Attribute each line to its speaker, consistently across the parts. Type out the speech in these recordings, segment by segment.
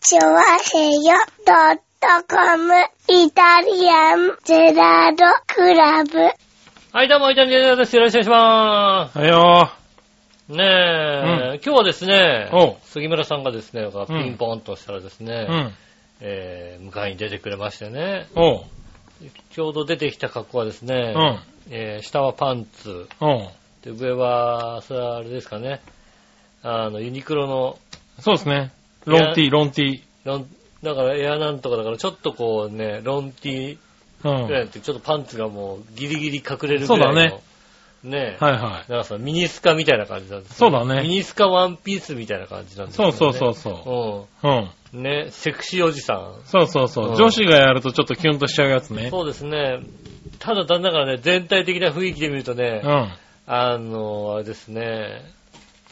Speaker 1: チョワヘヨドットコムイタリアンゼラードクラブ。
Speaker 2: はい、どうも、イタリアンです。よろしくお願いしま
Speaker 3: はいよ
Speaker 2: す。ねえ、今日はですね
Speaker 3: おう、
Speaker 2: 杉村さんがですね、がピンポンとしたらですね
Speaker 3: ー。、うん。
Speaker 2: えー迎えに出てくれましてね、
Speaker 3: おう。
Speaker 2: ちょうど出てきた格好はです
Speaker 3: う
Speaker 2: ね、
Speaker 3: ん。
Speaker 2: えー下はパンツ、
Speaker 3: おう。
Speaker 2: で上は、それはあれですかね、あの、ユニクロの、
Speaker 3: そうですね。ロンティー、ロンティー。
Speaker 2: ロンだからエアなんとかだから、ちょっとこうね、ロンティ
Speaker 3: うん。
Speaker 2: ぐらいって、ちょっとパンツがもうギリギリ隠れるぐらいの。
Speaker 3: そうだね。
Speaker 2: ねえ。
Speaker 3: はいはい。
Speaker 2: なんかそのミニスカみたいな感じなんです
Speaker 3: そうだね
Speaker 2: ミニスカワンピースみたいな感じなんです
Speaker 3: そ
Speaker 2: よ
Speaker 3: う
Speaker 2: ね。。
Speaker 3: そうそうそうう。うん。
Speaker 2: ん。ね、セクシーおじさん。
Speaker 3: そうそうそうう。
Speaker 2: ん
Speaker 3: 女子がやるとちょっとキュンとしちゃうやつね。
Speaker 2: そうですね。ただ、だんだからね、全体的な雰囲気で見るとね、
Speaker 3: うん。
Speaker 2: あの、あれですね、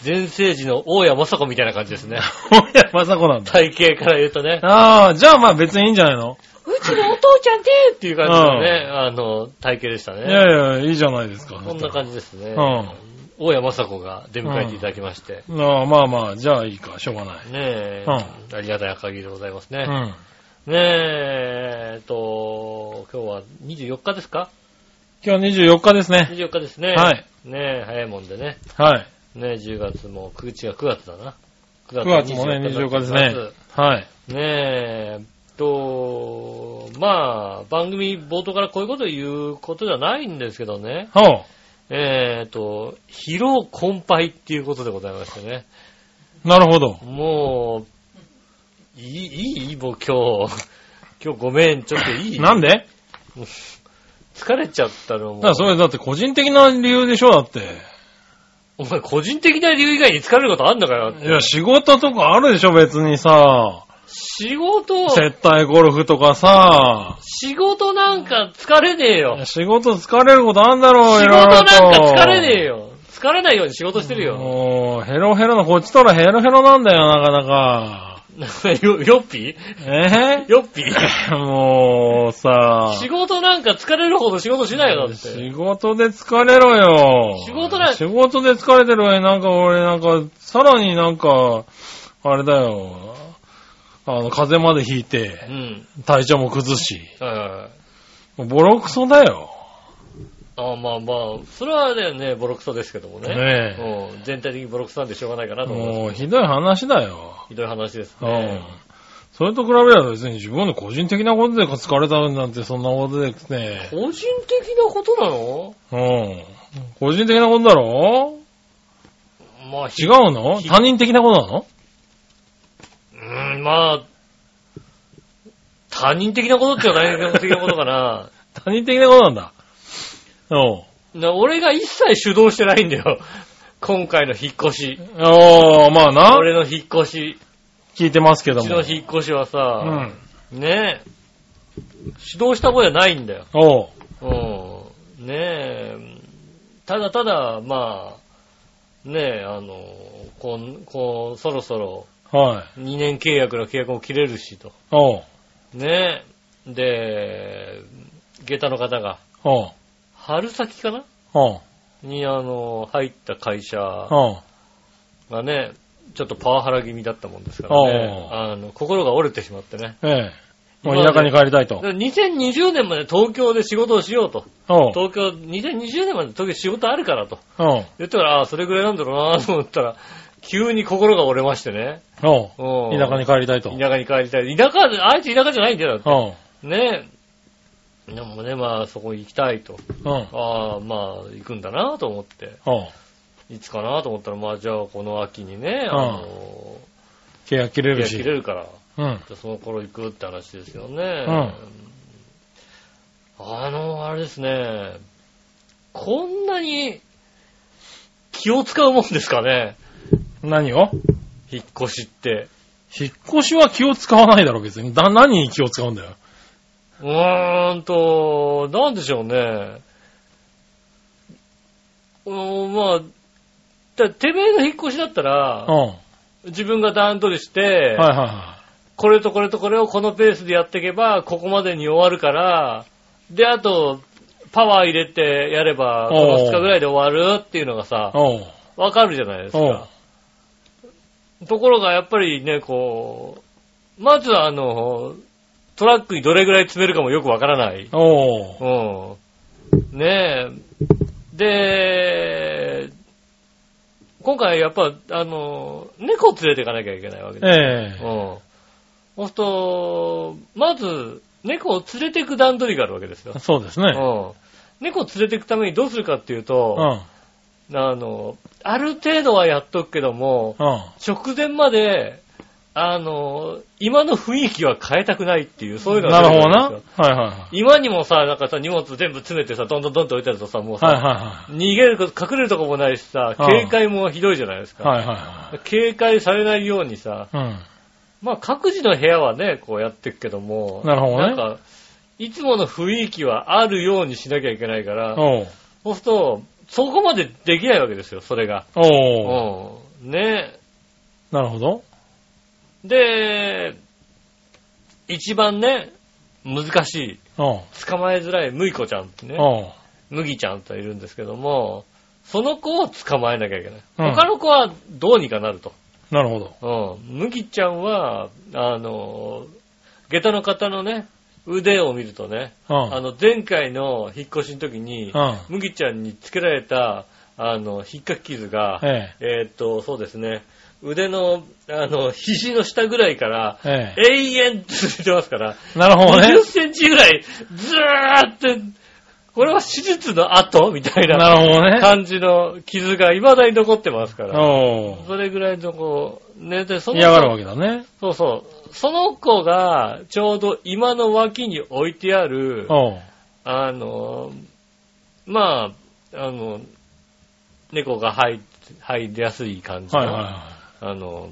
Speaker 2: 前世時の大谷雅子みたいな感じですね。
Speaker 3: おや、まさこなんだ。
Speaker 2: 体型から言うとね、
Speaker 3: ああ、じゃあまあ別にいいんじゃないの
Speaker 2: うちのお父ちゃんでっていう感じのね、 あの、体型でした
Speaker 3: いや
Speaker 2: ね。
Speaker 3: いや、いいじゃないですか。
Speaker 2: そんな感じですね。
Speaker 3: うん
Speaker 2: 大谷雅子が出迎えていただきまして。
Speaker 3: じ。ああまあまあ、じゃあいいか、しょうがない。
Speaker 2: ねえ、ありがたい限りでございますね。
Speaker 3: うん。
Speaker 2: ねえ、えっと、今日は24日ですか
Speaker 3: 今日24日ですね。
Speaker 2: ?24 日ですね。
Speaker 3: はい。
Speaker 2: ねえ、早いもんでね。
Speaker 3: はい。
Speaker 2: ねえ、10月も、9月が9月だな。9
Speaker 3: 9月もね、24日ですね。はい。
Speaker 2: ねえ、えっと、まあ、番組冒頭からこういうことを言うことじゃないんですけどね。
Speaker 3: ほ
Speaker 2: えーっと、疲労困憊っていうことでございましてね。
Speaker 3: う。なるほど。
Speaker 2: もう、いい、いいもう今日。今日ごめん、ちょっといい
Speaker 3: なんで
Speaker 2: 疲れちゃったのもう
Speaker 3: だからそれだって個人的な理由でしょ、だって。
Speaker 2: お前個人的な理由以外に疲れることあんのかよ。
Speaker 3: いや、仕事とかあるでしょ、別にさ。
Speaker 2: 仕事、
Speaker 3: 接待ゴルフとかさ。
Speaker 2: 仕事なんか疲れねえよ。
Speaker 3: 仕事疲れることあんだろう、
Speaker 2: 仕事
Speaker 3: いろいろ
Speaker 2: なん
Speaker 3: と。
Speaker 2: か疲れねえよ。疲れないように仕事してるよ。
Speaker 3: もう、ヘロヘロの、こっちとらヘロヘロなんだよ、なかなか。
Speaker 2: よ、よっぴ
Speaker 3: え
Speaker 2: よっぴ
Speaker 3: ぇ、もう、さ。
Speaker 2: 仕事なんか疲れるほど仕事しないよ、だって。
Speaker 3: 仕事で疲れろよ。
Speaker 2: 仕事だ
Speaker 3: 仕事で疲れてるわに、なんか俺、なんか、さらになんか、あれだよ。あの、風邪までひいうて、
Speaker 2: ん。
Speaker 3: 体調も崩し。
Speaker 2: はいはいはい。
Speaker 3: もうボロクソだよ。
Speaker 2: ああまあまあ、それはね、ボロクソですけどもね。
Speaker 3: ねえ
Speaker 2: うん全体的にボロクソなんでしょうがないかなと思います。
Speaker 3: もう、ひどい話だよ。
Speaker 2: ひどい話です
Speaker 3: うん
Speaker 2: ね。。
Speaker 3: それと比べれば別に自分の個人的なことで疲れたなんてそんなことでね。
Speaker 2: 個人的なことなの
Speaker 3: うん。個人的なことだろ
Speaker 2: まあ、ひ
Speaker 3: 違うの
Speaker 2: ひ
Speaker 3: 他人的なことなの
Speaker 2: うーん、まあ、他人的なことって言わない的なことか な。
Speaker 3: 他人的なことなんだ。うん。
Speaker 2: な俺が一切主導してないんだよ。今回の引っ越し。
Speaker 3: ああ、まあな。
Speaker 2: 俺の引っ越し。
Speaker 3: 聞いてますけ
Speaker 2: う
Speaker 3: ど
Speaker 2: ち
Speaker 3: も。
Speaker 2: の引っ越しは
Speaker 3: う
Speaker 2: さ、
Speaker 3: ん。
Speaker 2: ねえ、主導した方じゃないんだよ。
Speaker 3: おう。
Speaker 2: うん。ねえ、ただただ、まあ、ねえ、あの、こう、こう、そろそろ
Speaker 3: はい。
Speaker 2: 2年契約の契約も切れるしと。
Speaker 3: おう。
Speaker 2: ねえ。で、下駄の方が、
Speaker 3: おう。
Speaker 2: 春先かな
Speaker 3: おう。
Speaker 2: に、あの、入った会社
Speaker 3: おう。
Speaker 2: がね、ちょっとパワハラ気味だったもんですからね、あの、心が折れてしまってね。
Speaker 3: ええ。もう田舎に帰りたいと。
Speaker 2: 2020年まで東京で仕事をしようと。
Speaker 3: おう。
Speaker 2: 東京、2020年まで東京仕事あるからと。
Speaker 3: おう。
Speaker 2: 言ったから、ああ、それぐらいなんだろうなと思ったら、急に心が折れましてね。
Speaker 3: おう。
Speaker 2: うん
Speaker 3: 田舎に帰りたいと。
Speaker 2: 田舎に帰りたい。田舎、あいつ田舎じゃないんだよ。だっ
Speaker 3: おう。
Speaker 2: てねえ。でもね、まあ、そこ行きたいと。
Speaker 3: うん。
Speaker 2: ああ、まあ、行くんだなと思って。
Speaker 3: おう。
Speaker 2: いつかなと思ったら、まあ、じゃあ、この秋にね、
Speaker 3: ん
Speaker 2: あの、
Speaker 3: 契約切れ
Speaker 2: 契
Speaker 3: る
Speaker 2: 約
Speaker 3: し。
Speaker 2: 切れるから、
Speaker 3: うん。
Speaker 2: じゃあその頃行くって話ですよね。
Speaker 3: うん
Speaker 2: あの、あれですね、こんなに気を使うもんですかね、
Speaker 3: 何を
Speaker 2: 引っ越しって。
Speaker 3: 引っ越しは気を使わないだろ、別に。だ、何に気を使うんだよ。
Speaker 2: うーんと、なんでしょうね。うーんまあ、だてめえの引っ越しだった
Speaker 3: う
Speaker 2: ら
Speaker 3: ん。、は
Speaker 2: 自分が段取りし
Speaker 3: い
Speaker 2: て、
Speaker 3: はいは
Speaker 2: これとこれとこれをこのペースでやっていけば、ここまでに終わるから、で、あと、パワー入れてやれば、この
Speaker 3: おう
Speaker 2: 2日ぐらいで終わるっていうのが
Speaker 3: い。
Speaker 2: さ、
Speaker 3: おう。
Speaker 2: わかるじゃないです
Speaker 3: おう
Speaker 2: か。。ところがやっぱりね、こう、まずはあの、トラックにどれぐらい詰めるかもよくわからない。
Speaker 3: おー。
Speaker 2: うん。ねえ。で、今回やっぱ、あの、猫連れていかなきゃいけないわけです
Speaker 3: ええ
Speaker 2: うん。そうすると、まず、猫を連れていく段取りがあるわけですよ。
Speaker 3: そうです
Speaker 2: う
Speaker 3: ね。
Speaker 2: ん。猫を連れていくためにどうするかっていう
Speaker 3: う
Speaker 2: と、
Speaker 3: ん。うん。
Speaker 2: あの、ある程度はやっとくけども、直前まで、あの、今の雰囲気は変えたくないっていう、そういうのが
Speaker 3: なるほどな。
Speaker 2: 出
Speaker 3: は
Speaker 2: てくんですよ
Speaker 3: いはいはい。
Speaker 2: 今にもさ、なんかさ、荷物全部詰めてさ、どんどんどんと置いてあるとさ、もうさ、
Speaker 3: はいは
Speaker 2: 逃げること、隠れるとこもないしさ、
Speaker 3: うん
Speaker 2: 警戒もひどいじゃないです
Speaker 3: い
Speaker 2: か。
Speaker 3: はい。はいは
Speaker 2: 警戒されないようにさ、
Speaker 3: いはい。
Speaker 2: まあ各自の部屋はね、こうやっていくけども、
Speaker 3: なるほどね
Speaker 2: なんか、いつもの雰囲気はあるようにしなきゃいけないから、
Speaker 3: うん。おう。
Speaker 2: そうすると、そこまでできないわけですよ、それが。
Speaker 3: おう。
Speaker 2: うん。ね。
Speaker 3: なるほど。
Speaker 2: で、一番ね、難しい、
Speaker 3: おう。
Speaker 2: 捕まえづらいムイコちゃんってね、
Speaker 3: おう。
Speaker 2: 麦ちゃんといるんですけども、その子を捕まえなきゃいけない。
Speaker 3: うん
Speaker 2: 他の子はどうにかなると。
Speaker 3: なるほど。
Speaker 2: うん。麦ちゃんは、あの、下駄の方のね、腕を見るとね、
Speaker 3: うん。
Speaker 2: あの、前回の引っ越しの時に、
Speaker 3: うん。
Speaker 2: 麦ちゃんにつけられた、あの、引っかき傷が、
Speaker 3: え
Speaker 2: えーっと、そうですね、腕の、あの、肘の下ぐらいから、
Speaker 3: え。え
Speaker 2: 永遠続いてますから、
Speaker 3: え。なるほどね
Speaker 2: 20。センチぐらい、ずーって、これは手術の後みたいな
Speaker 3: なるほどね。
Speaker 2: 感じの傷が未だに残ってますから、
Speaker 3: おう。
Speaker 2: それぐらいのこう、ね、で、その
Speaker 3: 嫌がるわけだね。
Speaker 2: そうそう、その子が、ちょうど今の脇に置いてある、
Speaker 3: おう。
Speaker 2: あの、まあ、あの、猫が入っ入りやすい感じの、
Speaker 3: はいはいは
Speaker 2: あの、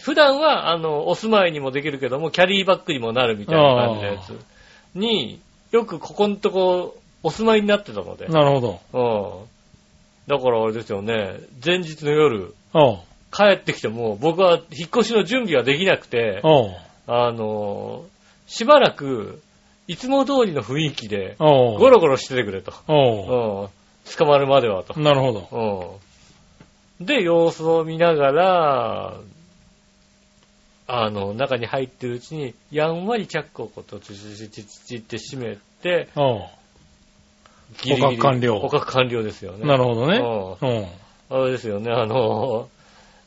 Speaker 2: 普段は、あの、お住まいにもできるけども、キャリーバッグにもなるみたいな感じのやつに、よくここのとこ、お住まいになってたので。
Speaker 3: い。
Speaker 2: うん。
Speaker 3: なるほど。
Speaker 2: だからあれですよね、前日の夜、
Speaker 3: おう。
Speaker 2: 帰ってきても、僕は引っ越しの準備ができなくて、
Speaker 3: おう。
Speaker 2: あの、しばらく、いつも通りの雰囲気で、
Speaker 3: おう。
Speaker 2: ゴロゴロしててくれと。うん
Speaker 3: おう。。
Speaker 2: 捕まるまではと。
Speaker 3: なるほど。
Speaker 2: うん。で、様子を見ながら、あの、中に入ってるうちに、やんわりチャックをこう、チチチチチチって閉めて、
Speaker 3: お
Speaker 2: ギリギリ
Speaker 3: 捕獲完了
Speaker 2: 捕獲完了ですよ
Speaker 3: う。
Speaker 2: ね。
Speaker 3: なるほどね。
Speaker 2: ほ
Speaker 3: う
Speaker 2: あれですよね、あの、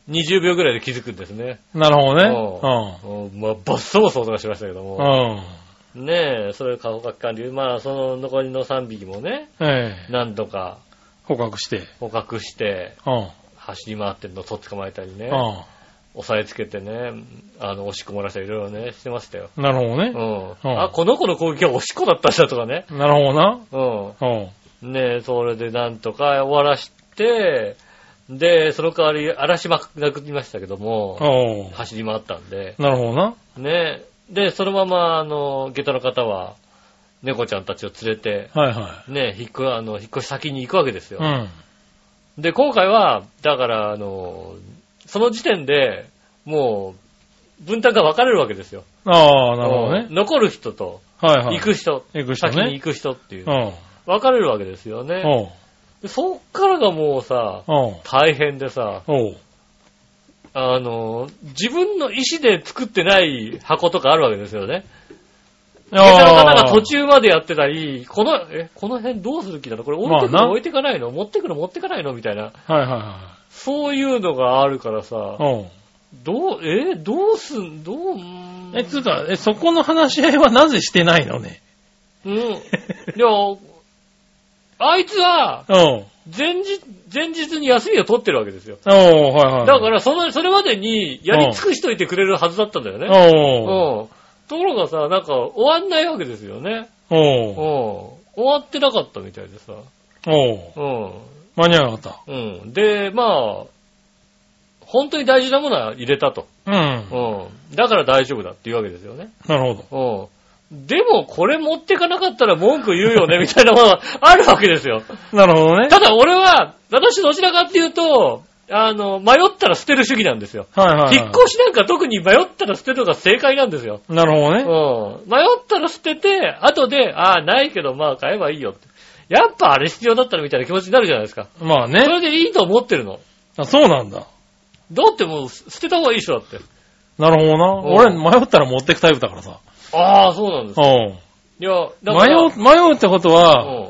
Speaker 2: 20秒ぐらいで気づくんですね。
Speaker 3: ん。なるほ
Speaker 2: お
Speaker 3: どね。
Speaker 2: うんまあ、バッサバサ音がしましたけど
Speaker 3: う
Speaker 2: も。
Speaker 3: ん。うん。
Speaker 2: ねえ、それが捕獲完了。まあ、その残りの3匹もね、
Speaker 3: ええ。
Speaker 2: 何度か
Speaker 3: 捕獲して。
Speaker 2: 捕獲して、
Speaker 3: うん。
Speaker 2: 走り回ってるのを捕まえたりね。
Speaker 3: う
Speaker 2: 押さえつけてね、あの、押し込まらせたりいろいろね、してましたよ。
Speaker 3: ん。なるほど
Speaker 2: う
Speaker 3: ね。
Speaker 2: ん。
Speaker 3: うん
Speaker 2: あ、この子の攻撃は押しっこだったんだとかね。
Speaker 3: なるほどな。
Speaker 2: う
Speaker 3: うん。
Speaker 2: ん。ねえそれでなんとか終わらして、で、その代わり荒らしまくりましたけども、
Speaker 3: おう。
Speaker 2: 走り回ったんで、
Speaker 3: なるほどな。
Speaker 2: ねえで、そのまま、あの、下駄の方は、猫ちゃんたちを連れて、
Speaker 3: はいは
Speaker 2: ねえ引っ越、あの、引っ越し先に行くわけです
Speaker 3: い。
Speaker 2: よ。
Speaker 3: うん。
Speaker 2: で、今回は、だから、あの、その時点で、もう、分担が分かれるわけですよ。
Speaker 3: ああ、なるほどね。
Speaker 2: 残る人と、
Speaker 3: はいはい。
Speaker 2: 行く人、
Speaker 3: 行く人
Speaker 2: 先に
Speaker 3: ね。
Speaker 2: 行く人っていう
Speaker 3: う。ん。
Speaker 2: 分かれるわけですよね。
Speaker 3: おう。
Speaker 2: でそっからがもうさ、
Speaker 3: おう。
Speaker 2: 大変でさ、
Speaker 3: おう。
Speaker 2: あの、自分の意思で作ってない箱とかあるわけですよね。
Speaker 3: あ
Speaker 2: 下手の方が
Speaker 3: あ
Speaker 2: 途中までやってたり、この、え、この辺どうする気なのこれ置いてく
Speaker 3: まあ
Speaker 2: の
Speaker 3: な
Speaker 2: 置いてかないの持ってくの持ってかないのみたいな。
Speaker 3: はいはいは
Speaker 2: そういうのがあるからさ
Speaker 3: い。、おう。
Speaker 2: どう、え、どうすん、どう、うーん
Speaker 3: え、つうか、え、そこの話し合いはなぜしてないのね。
Speaker 2: うん。いや、あいつは、
Speaker 3: おう。
Speaker 2: 前日、前日に休みを取ってるわけですよ。
Speaker 3: おう、はいはい。
Speaker 2: だから、その、それまでに、やり尽くしといてくれるはずだったんだよね。うん。
Speaker 3: おう。
Speaker 2: ところがさ、なんか、終わんないわけですよね。うん。
Speaker 3: おう。
Speaker 2: 終わってなかったみたいでさ。
Speaker 3: おう。
Speaker 2: うん。
Speaker 3: 間に合わなかっ
Speaker 2: うん。で、まあ、本当に大事なものは入れたと。
Speaker 3: た。うん。
Speaker 2: うん。だから大丈夫だっていうわけですよね。
Speaker 3: なるほど。
Speaker 2: うん。でも、これ持ってかなかったら文句言うよね、みたいなものがあるわけですよ。
Speaker 3: なるほどね。
Speaker 2: ただ俺は、私どちらかっていうと、あの、迷ったら捨てる主義なんですよ。
Speaker 3: はいはいはい。
Speaker 2: 引っ越しなんか特に迷ったら捨てるのが正解なんですよ。
Speaker 3: なるほど
Speaker 2: うん
Speaker 3: ね。。
Speaker 2: 迷ったら捨てて、後で、ああ、ないけど、まあ買えばいいよって。やっぱあれ必要だったらみたいな気持ちになるじゃないですか。
Speaker 3: まあ
Speaker 2: そ
Speaker 3: ね。
Speaker 2: れでいいと思ってるの。
Speaker 3: あそうなんだ。
Speaker 2: だってもう捨てた方がいいでしょ、だって。
Speaker 3: なるほどな。
Speaker 2: うん
Speaker 3: 俺、迷ったら持ってくタイプだからさ。
Speaker 2: ああ、そうなんです
Speaker 3: う。ん。
Speaker 2: いや、だか
Speaker 3: 迷
Speaker 2: ら、
Speaker 3: う、迷うってことは、
Speaker 2: うん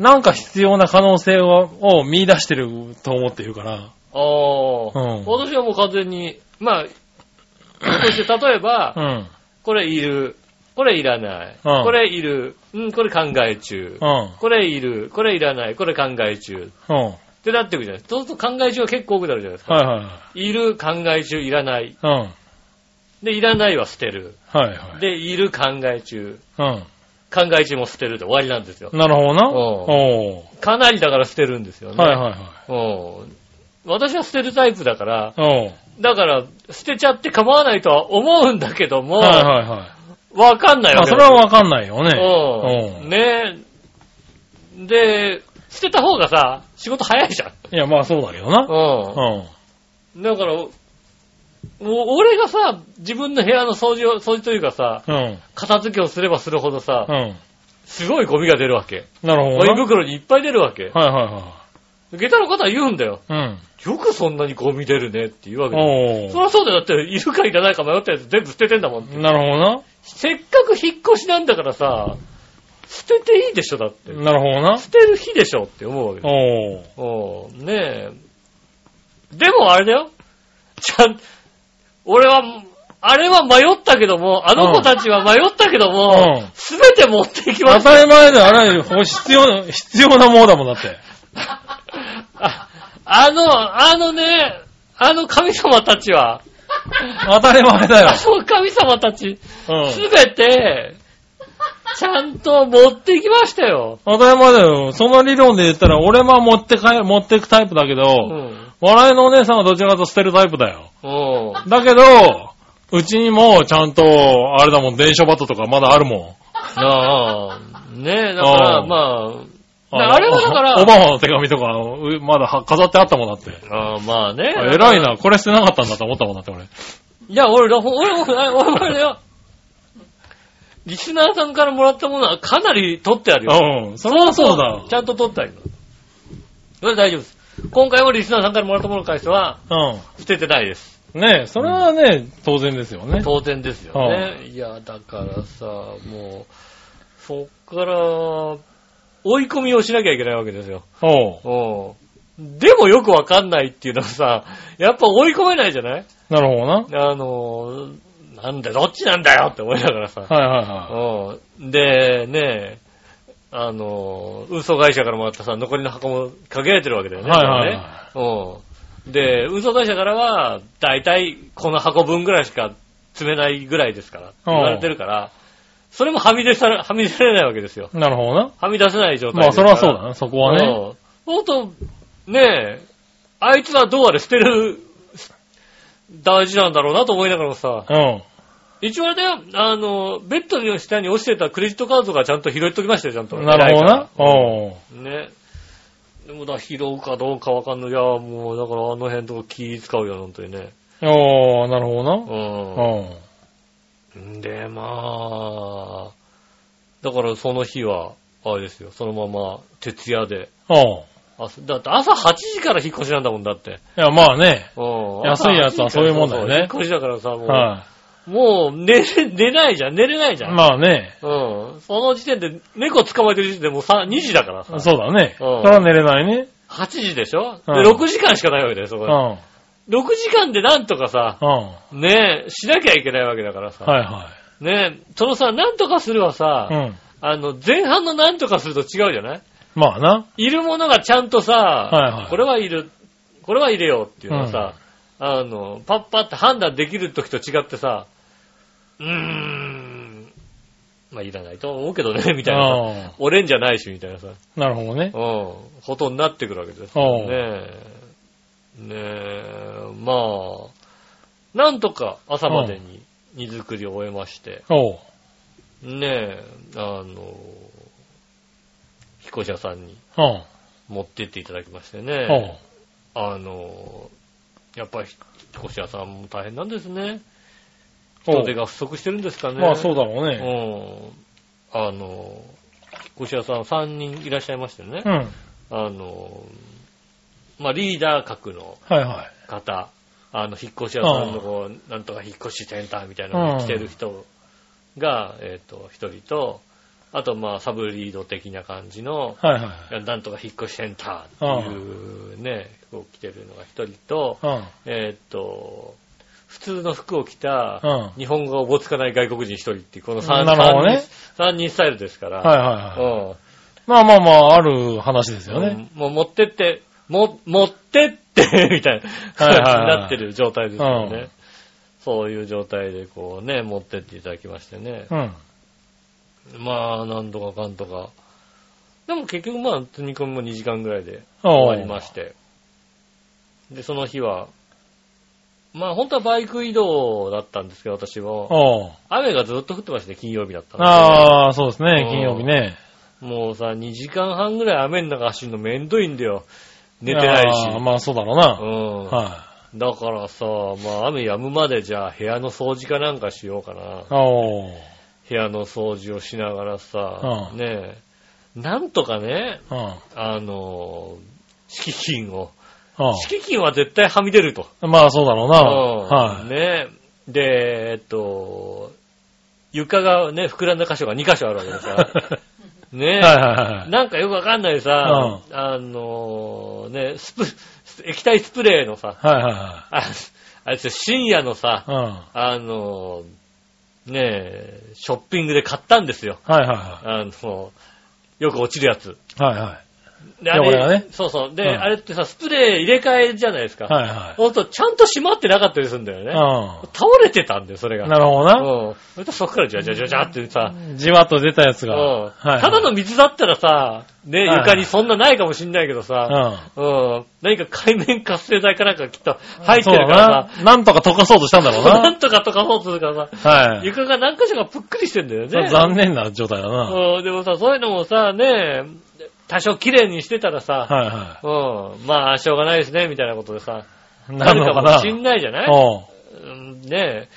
Speaker 3: なんか必要な可能性をを見出してると思っているから。
Speaker 2: ああ、
Speaker 3: うん
Speaker 2: 私はもう完全に、まあ、そして例えば、
Speaker 3: うん。
Speaker 2: これいる、これいらない、
Speaker 3: うん
Speaker 2: これいる、うん、これ考え中、
Speaker 3: うん。
Speaker 2: これいる、これいらない、これ考え中
Speaker 3: うん。は
Speaker 2: ってなってくるじゃないですか。そうすると考え中が結構多くなるじゃないです
Speaker 3: い
Speaker 2: か。
Speaker 3: はいはい
Speaker 2: る、考え中、いらない。
Speaker 3: い。うん。はい
Speaker 2: で、いらないは捨てる。
Speaker 3: はい。
Speaker 2: で、いる、考え中。
Speaker 3: う
Speaker 2: 考え中も捨てるで終わりなんですよ
Speaker 3: ん。。なるほどな。
Speaker 2: うん
Speaker 3: おう
Speaker 2: かなりだから捨てるんですよね。
Speaker 3: はいは
Speaker 2: うん私は捨てるタイプだから、
Speaker 3: いはい。
Speaker 2: だから、捨てちゃって構わないとは思うんだけど
Speaker 3: う
Speaker 2: も、
Speaker 3: ん。はいはいはい。
Speaker 2: わかんない
Speaker 3: ま
Speaker 2: わけ
Speaker 3: あ、
Speaker 2: よ
Speaker 3: それはわかんないよね。
Speaker 2: う。
Speaker 3: うんん。
Speaker 2: ねえ。で、捨てた方がさ、仕事早いじゃん。
Speaker 3: いや、まあそうだけどな。
Speaker 2: う
Speaker 3: うん。
Speaker 2: ん。だから、もう俺がさ、自分の部屋の掃除を、掃除というかさ、
Speaker 3: うん。
Speaker 2: 片付けをすればするほどさ
Speaker 3: う、ん。
Speaker 2: すごいゴミが出るわけ。
Speaker 3: なるほ
Speaker 2: ゴ
Speaker 3: ど
Speaker 2: ミ
Speaker 3: な。
Speaker 2: 袋にいっぱい出るわけ。
Speaker 3: はいは
Speaker 2: 下駄の方は言うんだよ。
Speaker 3: いはい。
Speaker 2: よくそんなにゴミ出るねって言うわ
Speaker 3: うん。
Speaker 2: けだよ
Speaker 3: お
Speaker 2: そりゃそうだよ。だって、いるかいらないか迷ったやつ全部捨ててんだもんって
Speaker 3: う。なるほど
Speaker 2: せっかく引っ越しなんだからさ、捨てていいでしょ、だって。
Speaker 3: な。なるほどな
Speaker 2: 捨。てる日でしょって思うわけだよ
Speaker 3: お
Speaker 2: お
Speaker 3: う
Speaker 2: うねえ。でもあれだよ。ちゃん、俺は、あれは迷ったけども、あの子たちは迷ったけど
Speaker 3: う
Speaker 2: も
Speaker 3: ん、
Speaker 2: すべて持っていきま
Speaker 3: 当
Speaker 2: す。
Speaker 3: たり前だよ。あらゆる、ほ必要な、必要なものだもんだって。
Speaker 2: ああの、あのね、あの神様たちは、
Speaker 3: 当たり前だよ。
Speaker 2: あの神様たち、
Speaker 3: うん
Speaker 2: す。べて、ちゃんと持っていきましたよ。
Speaker 3: 当たり前だよ。その理論で言ったら、俺は持って帰、持ってくタイプだけ
Speaker 2: う
Speaker 3: ど、
Speaker 2: ん。
Speaker 3: 笑いのお姉さんはどちらかというと捨てるタイプだよ。
Speaker 2: おう
Speaker 3: だけど、うちにもちゃんと、あれだもん、電車バトとかまだあるもん。
Speaker 2: なあ、ねえ、だから、
Speaker 3: おう
Speaker 2: まあ、だあれはだか
Speaker 3: お
Speaker 2: ら
Speaker 3: オ、バマの手紙とか、うまだは飾ってあったもんだって。
Speaker 2: ああまあね。
Speaker 3: あ偉いな、これ捨てなかったんだと思ったもんだって、俺。
Speaker 2: いや、俺、俺、俺、俺、俺、俺だよ。リスナーさんからもらったものはかなり取ってあるよ。
Speaker 3: うん、それはそうだ。
Speaker 2: ちゃんと取ってあるよ。それは大丈夫です。今回もリスナーさんからもらったものに関しては、捨ててないです。
Speaker 3: うん。ねえ、それはね、当然ですよね。
Speaker 2: 当然ですよね。いや、だからさ、もう、そっから、追い込みをしなきゃいけないわけですよ。
Speaker 3: おう
Speaker 2: うん。でもよくわかんないっていうのはさ、やっぱ追い込めないじゃない
Speaker 3: なるほどな。
Speaker 2: あの、なんだよ、どっちなんだよって思いながらさ。
Speaker 3: はいはいは
Speaker 2: うん。で、ねえ、あの、運送会社からもらったさ、残りの箱も限られてるわけだよね。
Speaker 3: はいはいはい
Speaker 2: 多分ねうん。で、運送会社からは、だいたいこの箱分ぐらいしか詰めないぐらいですから、言われてるから、それもはみ出され、はみ出されないわけですよ。
Speaker 3: い。なるほどな。
Speaker 2: はみ出せない状態
Speaker 3: まあ、それはそうだ
Speaker 2: ね。
Speaker 3: な、そこ
Speaker 2: う
Speaker 3: はね。
Speaker 2: ん。ほんと、ねえ、あいつはどうあれ捨てる、大事なんだろうなと思いながらもさ、
Speaker 3: うん。
Speaker 2: 一応あれだよ、あの、ベッドの下に落ちてたクレジットカードがちゃんと拾っときましたよ、ちゃんと。
Speaker 3: なるほどな。お
Speaker 2: 偉い
Speaker 3: う
Speaker 2: から。ね。でもだ、拾うかどうかわかんない。いや、もう、だからあの辺とか気使うよ、本当にね。
Speaker 3: おうなるほどな。
Speaker 2: う
Speaker 3: うん。
Speaker 2: ん。で、まあ、だからその日は、あれですよ、そのまま、徹夜で。
Speaker 3: おう
Speaker 2: あだって朝8時から引っ越しなんだもんだって。
Speaker 3: いや、まあね。
Speaker 2: うん。
Speaker 3: 安いやつはそういうもんだよね
Speaker 2: 朝8時からそうそう引っ越しだからさ、も
Speaker 3: は
Speaker 2: う、もう寝れ、寝ないじゃん、寝れないじ
Speaker 3: い。
Speaker 2: ゃん。
Speaker 3: まあね。
Speaker 2: うん。その時点で、猫捕まえてる時点でもうさ2時だからさ。
Speaker 3: そうだね。
Speaker 2: うん
Speaker 3: それは寝れないね。
Speaker 2: 8時でしょで、
Speaker 3: うん
Speaker 2: 6時間しかないわけだよ、そこ
Speaker 3: う
Speaker 2: で。
Speaker 3: ん。
Speaker 2: 6時間でなんとかさ、
Speaker 3: うん。は
Speaker 2: ねえ、しなきゃいけないわけだから
Speaker 3: い
Speaker 2: さ。
Speaker 3: は
Speaker 2: ねえ、そのさ、なんとかするはさ
Speaker 3: い。う、ん。
Speaker 2: あの、前半のなんとかすると違うじゃない
Speaker 3: まあな。
Speaker 2: いるものがちゃんとさ、
Speaker 3: いはい
Speaker 2: これはいる、これは入れようっていうのはさ、あの、パッパって判断できる時と違ってさ、うーん、まあ、いらないと思うけどね、みたいなさ。
Speaker 3: うん
Speaker 2: 俺んじゃないし、みたいなさ。
Speaker 3: なるほどね。
Speaker 2: うん。ことになってくるわけです
Speaker 3: う
Speaker 2: よ
Speaker 3: ん。
Speaker 2: ねえ。ねえ、まあ、なんとか朝までに荷造りを終えまして、
Speaker 3: おう
Speaker 2: ねえ、あの、飛行車さんに
Speaker 3: うん。
Speaker 2: 持ってっていただきまして
Speaker 3: おう
Speaker 2: ね、あの、やっぱり飛行車さんも大変なんですね。人手が不足してるんですかね。
Speaker 3: まあそうだろうね。
Speaker 2: うん。あの、引っ越し屋さん3人いらっしゃいましてね
Speaker 3: う。ん。はい
Speaker 2: あの、まあ、リーダー格の
Speaker 3: はい。
Speaker 2: 方、あの、引っ越し屋さんのこう、なんとか引っ越しセンターみたいなのに来てる人が、えっ、と、一人と、あと、まあ、サブリード的な感じの、
Speaker 3: はいはい
Speaker 2: なんとか引っ越しセンターっていうね、服を着てるのが一人と、
Speaker 3: はい。
Speaker 2: えっ、と、普通の服を着た
Speaker 3: うん。うん。
Speaker 2: 日本語をおぼつかない外国人一人っていう、この三
Speaker 3: なるほど
Speaker 2: 三
Speaker 3: ね
Speaker 2: 人三人スタイルですから、
Speaker 3: はいはいはい。まあまあまあ、ある話です
Speaker 2: う
Speaker 3: よ
Speaker 2: ん
Speaker 3: ね。
Speaker 2: もう持ってって、も、持ってって、 みたいな感じになってる状態ですよ
Speaker 3: うん
Speaker 2: ね。そういう状態でこうね、持ってっていただきましてね。
Speaker 3: うん。
Speaker 2: まあ、なんとかかんとか。でも結局まあ、積み込みも2時間ぐらいで
Speaker 3: お
Speaker 2: 終わ
Speaker 3: ー
Speaker 2: りまして。で、その日は、まあ本当はバイク移動だったんですけど、私は。
Speaker 3: おー
Speaker 2: 雨がずっと降ってまして、金曜日だったんで。
Speaker 3: ああ、そうですね
Speaker 2: う、ん
Speaker 3: 金曜日ね。
Speaker 2: もうさ、2時間半ぐらい雨の中走るのめんどいんだよ。寝てないし。
Speaker 3: あーまあそうだろうな。
Speaker 2: うん。
Speaker 3: は
Speaker 2: だからさ、まあ雨止むまでじゃあ部屋の掃除かなんかしようかな。
Speaker 3: い。おー
Speaker 2: 部屋の掃除をしながらさ、
Speaker 3: うん
Speaker 2: ねえ、なんとかね、
Speaker 3: うん。うん
Speaker 2: あの、敷金を、敷金は絶対はみ出ると。
Speaker 3: まあそうだろうな。
Speaker 2: う
Speaker 3: は
Speaker 2: ん
Speaker 3: い。
Speaker 2: ねえ、で、えっと、床がね、膨らんだ箇所が2箇所あるわけでさ、 ねえ、
Speaker 3: はいはいはい。
Speaker 2: なんかよくわかんないさ、あのね、スプ、液体スプレーのさ、
Speaker 3: はいは
Speaker 2: ああれですよ、深夜のさ、
Speaker 3: いはい。うん。は
Speaker 2: あの、ねえ、ショッピングで買ったんですよ。
Speaker 3: いはいは
Speaker 2: あの、よく落ちるやつ。
Speaker 3: い。はいはい。
Speaker 2: で、
Speaker 3: 汚れがね
Speaker 2: そうそう。で、
Speaker 3: うん
Speaker 2: あれってさ、スプレー入れ替えじゃないですか。
Speaker 3: はいは
Speaker 2: ほんと、ちゃんと閉まってなかったりするんだよ
Speaker 3: い。
Speaker 2: ね。
Speaker 3: う
Speaker 2: 倒れてたんだよ、それが。
Speaker 3: ん。なるほどな。
Speaker 2: うん。それとそっからジャジャジャジャってさ、
Speaker 3: じわっと出たやつ
Speaker 2: うん
Speaker 3: が。はい。
Speaker 2: ただの水だったらさ、ね、
Speaker 3: はい
Speaker 2: 床にそんなないかもしんないけどさ、
Speaker 3: う
Speaker 2: うん。何か海面活性剤かなんかきっと入
Speaker 3: ん。
Speaker 2: っ
Speaker 3: そ
Speaker 2: て
Speaker 3: う
Speaker 2: るか
Speaker 3: だ
Speaker 2: ら
Speaker 3: な。なんとか溶かそうとしたんだろ
Speaker 2: さ、
Speaker 3: う
Speaker 2: な
Speaker 3: な。
Speaker 2: んとかとかそうとするからさ、
Speaker 3: はい。
Speaker 2: 床が何箇所かぷっくりしてんだよね。
Speaker 3: 残念な状態だな。はい
Speaker 2: うん、でもさ、そういうのもさ、ね、多少綺麗にしてたらさ、
Speaker 3: は
Speaker 2: うん、まあ、しょうがないですね、みたいなことでさ、
Speaker 3: い。なるのか
Speaker 2: るかも
Speaker 3: な。
Speaker 2: しんないじゃない、
Speaker 3: おう
Speaker 2: うん、ねえ、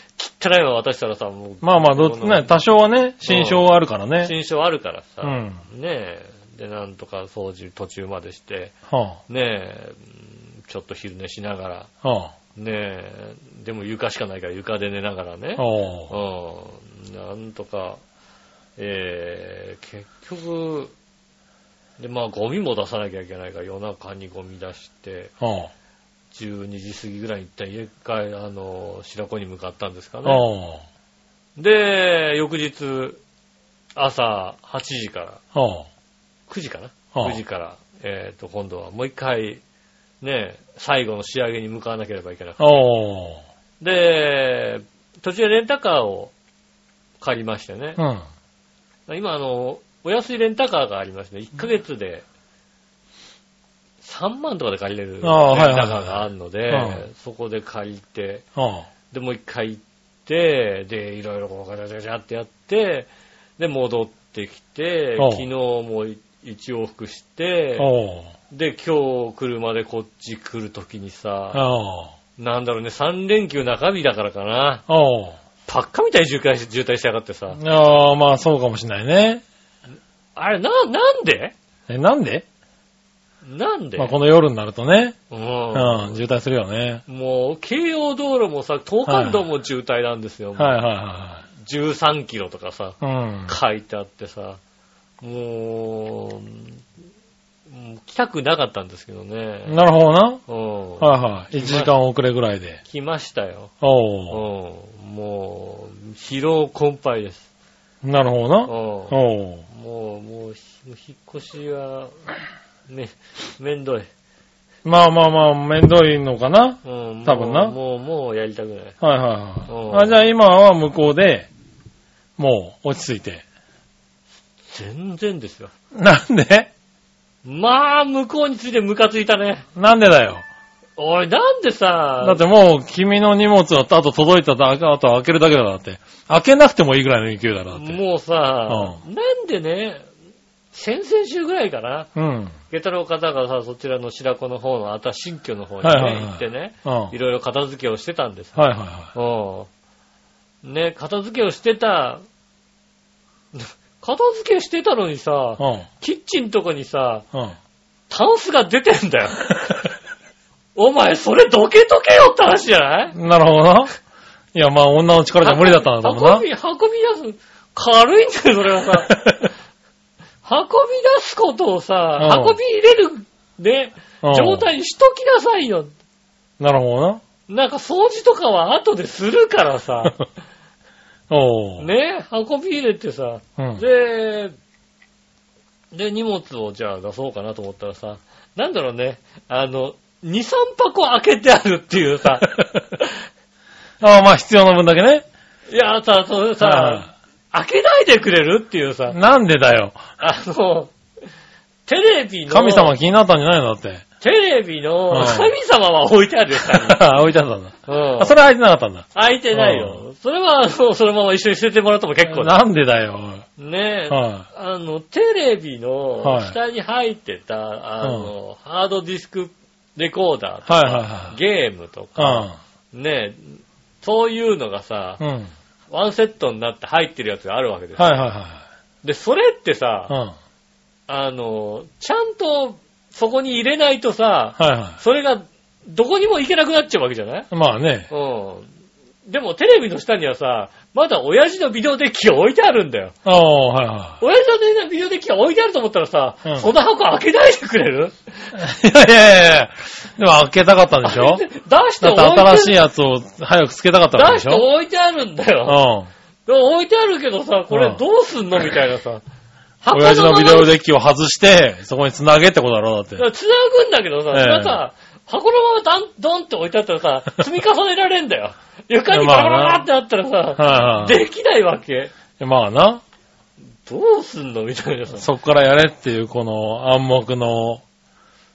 Speaker 2: 汚いの渡したらさ、もう、
Speaker 3: まあまあ、どっちね、多少はね、心象はあるからね。
Speaker 2: 新証あるからさ、
Speaker 3: うん。
Speaker 2: ねえ、で、なんとか掃除途中までして、
Speaker 3: は
Speaker 2: ねえ、うんちょっと昼寝しながら、
Speaker 3: あ。は
Speaker 2: ねえ、でも床しかないから床で寝ながらね
Speaker 3: あ。、おう
Speaker 2: うん、なんとか、えー、結局、で、まあ、ゴミも出さなきゃいけないから、夜中にゴミ出して、
Speaker 3: おう
Speaker 2: 12時過ぎぐらいに一旦家帰、あの、白子に向かったんですかね。
Speaker 3: おう
Speaker 2: で、翌日、朝8時から、
Speaker 3: おう
Speaker 2: 9時かな
Speaker 3: ああ
Speaker 2: ?9 時から、えっ、と、今度はもう一回、ね、最後の仕上げに向かわなければいけなくて。
Speaker 3: おう
Speaker 2: で、途中でレンタカーを借りましてね。
Speaker 3: うん。
Speaker 2: 今、あの、お安いレンタカーがありまして、1ヶ月で3万とかで借りれるレンタカ
Speaker 3: あー
Speaker 2: ーがあるの
Speaker 3: はい
Speaker 2: で
Speaker 3: はいはい、
Speaker 2: そこで借りて、
Speaker 3: おう
Speaker 2: で、もう一回行って、で、いろいろこうガチャガチャガチャってやって、で、戻ってきて、
Speaker 3: うん
Speaker 2: 昨日もい一往復して、
Speaker 3: おう
Speaker 2: で、今日車でこっち来るときにさ、
Speaker 3: おう
Speaker 2: なんだろうね、3連休中日だからかな、
Speaker 3: おう
Speaker 2: パッカみたいに渋滞し渋滞しやがってさ、
Speaker 3: ああ、まあそうかもしれないね。
Speaker 2: あれ、な、なんで
Speaker 3: え、なんで
Speaker 2: なんで、
Speaker 3: まあこの夜になるとね、
Speaker 2: うん
Speaker 3: うん、渋滞するよね。
Speaker 2: もう、京葉道路もさ、東関道も渋滞なんですよ。
Speaker 3: はいは
Speaker 2: 13キロとかさ、
Speaker 3: いはいはい。うん。
Speaker 2: 書いてあってさ、もう、もう来たくなかったんですけどね。
Speaker 3: なるほどな。
Speaker 2: うん
Speaker 3: はいはい。1時間遅れぐらいで。
Speaker 2: 来ましたよ。うん
Speaker 3: おう
Speaker 2: もう、疲労困憊です。
Speaker 3: なる
Speaker 2: う
Speaker 3: ほど
Speaker 2: ん
Speaker 3: な。
Speaker 2: もう、
Speaker 3: おう
Speaker 2: もう、ひ引っ越しは、め、 めんどい。
Speaker 3: まあまあまあ、めんどいのかな。
Speaker 2: うん、
Speaker 3: 多分な
Speaker 2: もう、もう、もうやりたくない。
Speaker 3: はいはい
Speaker 2: うん
Speaker 3: はい。あ、じゃあ今は向こうで、もう落ち着いて。
Speaker 2: 全然ですよ。
Speaker 3: なんで
Speaker 2: まあ、向こうについてムカついたね。
Speaker 3: なんでだよ。
Speaker 2: おい、なんでさ、
Speaker 3: だってもう君の荷物はあと届いただけ、あと開けるだけだろだって。開けなくてもいいぐらいの勢いだろだって。
Speaker 2: もうさ、なんでね、先々週ぐらいかな、
Speaker 3: うん。
Speaker 2: 下駄の方がさ、そちらの白子の方の、あた新居の方にね、
Speaker 3: はいはいはい
Speaker 2: 行ってね、
Speaker 3: うん。はい
Speaker 2: いろいろ片付けをしてたんです。
Speaker 3: はいは
Speaker 2: うん。ね、片付けをしてた、 片付けしてたのにさ、
Speaker 3: い。
Speaker 2: キッチンとかにさ、
Speaker 3: うん。うん。
Speaker 2: タンスが出てんだよ。 お前、それどけとけよって話じゃない
Speaker 3: なるほどな。いや、まあ、女の力じゃ無理だったんだろう
Speaker 2: 運び、運び出す、軽いんだよ、それは さ。運び出すことをさ、
Speaker 3: うん
Speaker 2: 運び入れる、ね、
Speaker 3: な。
Speaker 2: 状態にしときなさいよ。
Speaker 3: うん。なるほどな。
Speaker 2: なんか掃除とかは後でするから さ、
Speaker 3: おう。
Speaker 2: ね、運び入れてさ、
Speaker 3: うん。
Speaker 2: で、で、荷物をじゃあ出そうかなと思ったらさ、なんだろうね、あの、2、3箱開けてあるっていう さ、
Speaker 3: ああ、まあ、必要な分だけね。
Speaker 2: いや、さ、それさ、開けないでくれるっていうさ
Speaker 3: うん、なんでだよ。
Speaker 2: あの、テレビの、
Speaker 3: 神様気になったんじゃないのだって。
Speaker 2: テレビの
Speaker 3: うん
Speaker 2: 神様は置いてあるよ、下に
Speaker 3: 置いてあったんだ。
Speaker 2: うん
Speaker 3: あ、それは開いてなかったんだ。
Speaker 2: 開いてないよ。それは、あのそのまま一緒に捨ててもらっても結構だ。
Speaker 3: なんでだよ。
Speaker 2: ねえ、
Speaker 3: は
Speaker 2: あの、テレビの
Speaker 3: はい
Speaker 2: 下に入ってた、あの、ハードディスクレコーダーとか、
Speaker 3: はいは
Speaker 2: ゲームと
Speaker 3: い
Speaker 2: か、
Speaker 3: は
Speaker 2: ねえ、そういうのがさ
Speaker 3: い。う、ん。うん。
Speaker 2: ワンセットになって入ってるやつがあるわけですよ。
Speaker 3: はいは
Speaker 2: で、それってさ、
Speaker 3: いはい。うん。はい
Speaker 2: あの、ちゃんとそこに入れないとさ、
Speaker 3: は
Speaker 2: それがどこにも行けなくなっちゃうわけじゃない
Speaker 3: い。まあね。
Speaker 2: うん。でもテレビの下にはさ、まだ親父のビデオデッキが置いてあるんだよ。
Speaker 3: ああ、はいは
Speaker 2: 親父のビデオデッキが置いてあると思ったらさ、
Speaker 3: うん
Speaker 2: その箱開けないでくれる
Speaker 3: い。いやいやいやいやでも開けたかったんでしょ
Speaker 2: 出して
Speaker 3: だ
Speaker 2: 置い
Speaker 3: って
Speaker 2: て
Speaker 3: 新しい
Speaker 2: い
Speaker 3: やつを早くつけたかったわけ
Speaker 2: 出
Speaker 3: で
Speaker 2: し
Speaker 3: してょ
Speaker 2: 置いてあるんだ
Speaker 3: う
Speaker 2: よ。
Speaker 3: ん。
Speaker 2: でも置いてあるけどさ、これどうすんのみたいなさ。箱
Speaker 3: 親父のビデオ
Speaker 2: ッ
Speaker 3: デッキを外して、そこに繋げってことだろ、だって。
Speaker 2: キ。繋ぐんだけどさ、
Speaker 3: ええ
Speaker 2: それはさ、箱のままダン、ドンって置いてあったらさ、積み重ねられんだよ。床にバラバラってあったらさ、
Speaker 3: はいはい
Speaker 2: できないわけ。
Speaker 3: で。まあな、
Speaker 2: どうすんのみたいなさ。
Speaker 3: そこからやれっていう、この暗黙の、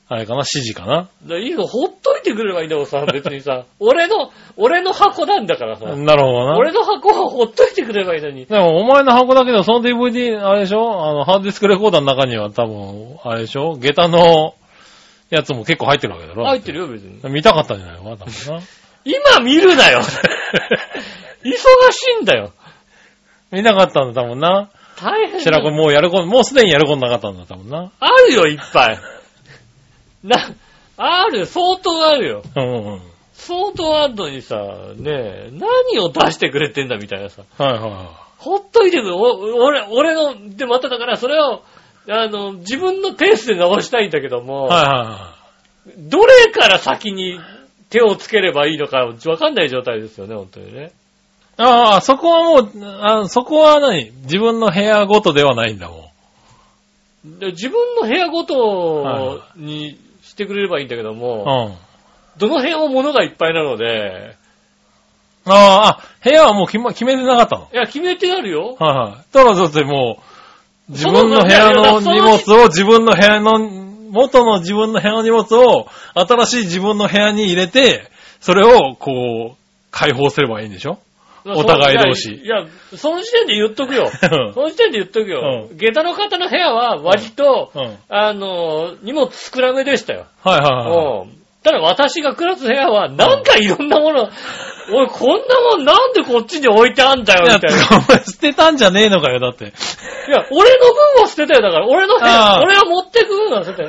Speaker 3: あれかな、指示かな。
Speaker 2: だからいいの、ほっといてくれればいいんだもんさ、別にさ。俺の、俺の箱なんだからさ。
Speaker 3: なるほど
Speaker 2: 俺
Speaker 3: な。
Speaker 2: の箱はほっといてくれればいいのに。
Speaker 3: でも、お前の箱だけど、その DVD、あれでしょあの、ハードディスクレコーダーの中には多分、あれでしょ下駄のやつも結構入ってるわけだろ
Speaker 2: 入ってる
Speaker 3: よ。
Speaker 2: よ、別に。
Speaker 3: 見たかったんじゃないのかな、多分な。
Speaker 2: 今見る なよ忙しいんだよ
Speaker 3: 見たかったんだ、多分な。
Speaker 2: 大変だ
Speaker 3: 白子
Speaker 2: よ
Speaker 3: もうやること、もうすでにやることなかったんだ、多分な。
Speaker 2: あるよ、いっぱい。な、ある、相当あるよ。
Speaker 3: うんうんうん。
Speaker 2: 相当あるのにさ、ねえ、何を出してくれてんだみたいなさ。
Speaker 3: はいはいは
Speaker 2: ほっといてくれ、お俺、俺の、で、まただから、それを、あの、自分のペースで直したいんだけども、
Speaker 3: い。はいはいはい。
Speaker 2: どれから先に手をつければいいのかわかんない状態ですよね、本当にね。
Speaker 3: ああ、そこはもう、あそこは何自分の部屋ごとではないんだもん。
Speaker 2: で自分の部屋ごと
Speaker 3: は
Speaker 2: にしてくれればいいんだけども、
Speaker 3: うん。
Speaker 2: どの辺を物がいっぱいなので、
Speaker 3: ああ、あ部屋はもう決,、ま、決めてなかったの。
Speaker 2: いや、決めてあるよ。
Speaker 3: はいはい。ただだってもう、自分の部屋の
Speaker 2: その
Speaker 3: 荷物を自分の部屋の、元の自分の部屋の荷物を新しい自分の部屋に入れて、それをこう、解放すればいいんでしょお互い同士
Speaker 2: いや、いやその時点で言っとくよ。
Speaker 3: うん
Speaker 2: その時点で言っとくよ。
Speaker 3: う
Speaker 2: 下駄の方の部屋は割と、
Speaker 3: うん。はい
Speaker 2: あの、荷物少なめでしたよ。
Speaker 3: はいは
Speaker 2: うんただ私が暮らす部屋は、なんかいろんなも の、おい、こんなもんなんでこっちに置いてあんだよ、
Speaker 3: い。いや、
Speaker 2: み
Speaker 3: て
Speaker 2: たいな。
Speaker 3: かお前捨てたんじゃねえのかよ、だって。
Speaker 2: いや、俺の分は捨てたよ、だから。俺の部
Speaker 3: あ
Speaker 2: 屋、
Speaker 3: あ
Speaker 2: 俺は持ってく分は捨てたよ。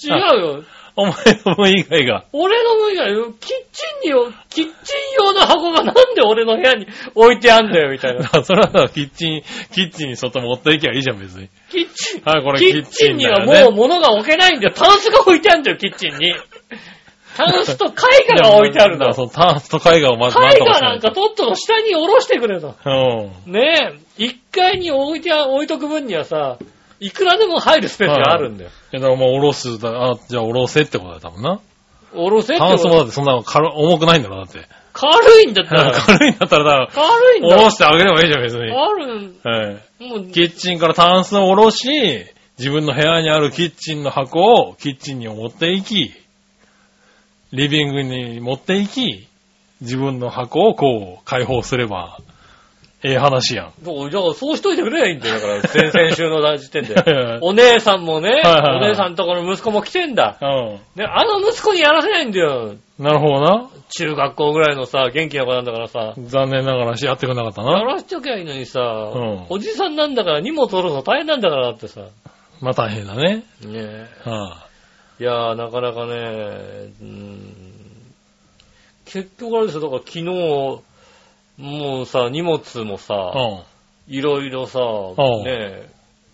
Speaker 2: 違うよ。
Speaker 3: お前の分以外が。
Speaker 2: 俺の分以外、キッチンに、キッチン用の箱がなんで俺の部屋に置いてあんだよ、みたい
Speaker 3: だ
Speaker 2: な。
Speaker 3: からそれはさ、キッチン、キッチンに外持っていきゃいいじゃん、別に。
Speaker 2: キッチン、
Speaker 3: はいこれ
Speaker 2: キッチンには
Speaker 3: キッチン
Speaker 2: も
Speaker 3: だよ
Speaker 2: う物が置けないんだよ。タンスが置いてあるんだよ、キッチンに。タンスと絵画が置いてあるんだ
Speaker 3: からそのタンスと絵画をまず
Speaker 2: 絵
Speaker 3: とか
Speaker 2: 画
Speaker 3: し
Speaker 2: なん
Speaker 3: と
Speaker 2: かとっとと下に下ろしてくれと。
Speaker 3: う
Speaker 2: ねえ、1階に置いてあ、置いとく分にはさ、いくらでも入るスペースがあるんだよ。
Speaker 3: ん。いや、もう下ろすだ、あ、じゃあ下ろせってことだ、多分な。
Speaker 2: 下ろせって
Speaker 3: タンスも
Speaker 2: こと
Speaker 3: だってそんな軽重くないんだろ、だって。
Speaker 2: 軽いんだったら。
Speaker 3: 軽いんだったら、だか
Speaker 2: 軽いん
Speaker 3: ら、下
Speaker 2: だ
Speaker 3: ろ。してあげればいいじゃん、別に。
Speaker 2: ある、
Speaker 3: はい。
Speaker 2: もう、
Speaker 3: キッチンからタンスを下ろし、自分の部屋にあるキッチンの箱をキッチンに持っていき、リビングに持っていき、自分の箱をこう解放すれば、ええ話やん。
Speaker 2: そうじゃあそうしといてくれりゃいいんだよ。 だから、先々週の時点
Speaker 3: いやいやい
Speaker 2: で
Speaker 3: や。
Speaker 2: お姉さんもね、
Speaker 3: いはいはい
Speaker 2: お姉さんとこの息子も来てんだ。
Speaker 3: う
Speaker 2: ね、あの息子にやらせないんだよ。
Speaker 3: ん。なるほどな。
Speaker 2: 中学校ぐらいのさ、元気な子なんだからさ。
Speaker 3: 残念ながらやってくれなかった
Speaker 2: や
Speaker 3: な。
Speaker 2: らしときゃいいのにさ、
Speaker 3: ん
Speaker 2: おじさんなんだから荷物取るの大変なんだからだってさ。ね
Speaker 3: まあ大変だね。
Speaker 2: え。
Speaker 3: は
Speaker 2: いやー、なかなかね、うーん、結局あれですよ、だから昨日、もうさ、荷物もさ、
Speaker 3: うん。
Speaker 2: いろいろさ、ね
Speaker 3: ん
Speaker 2: え、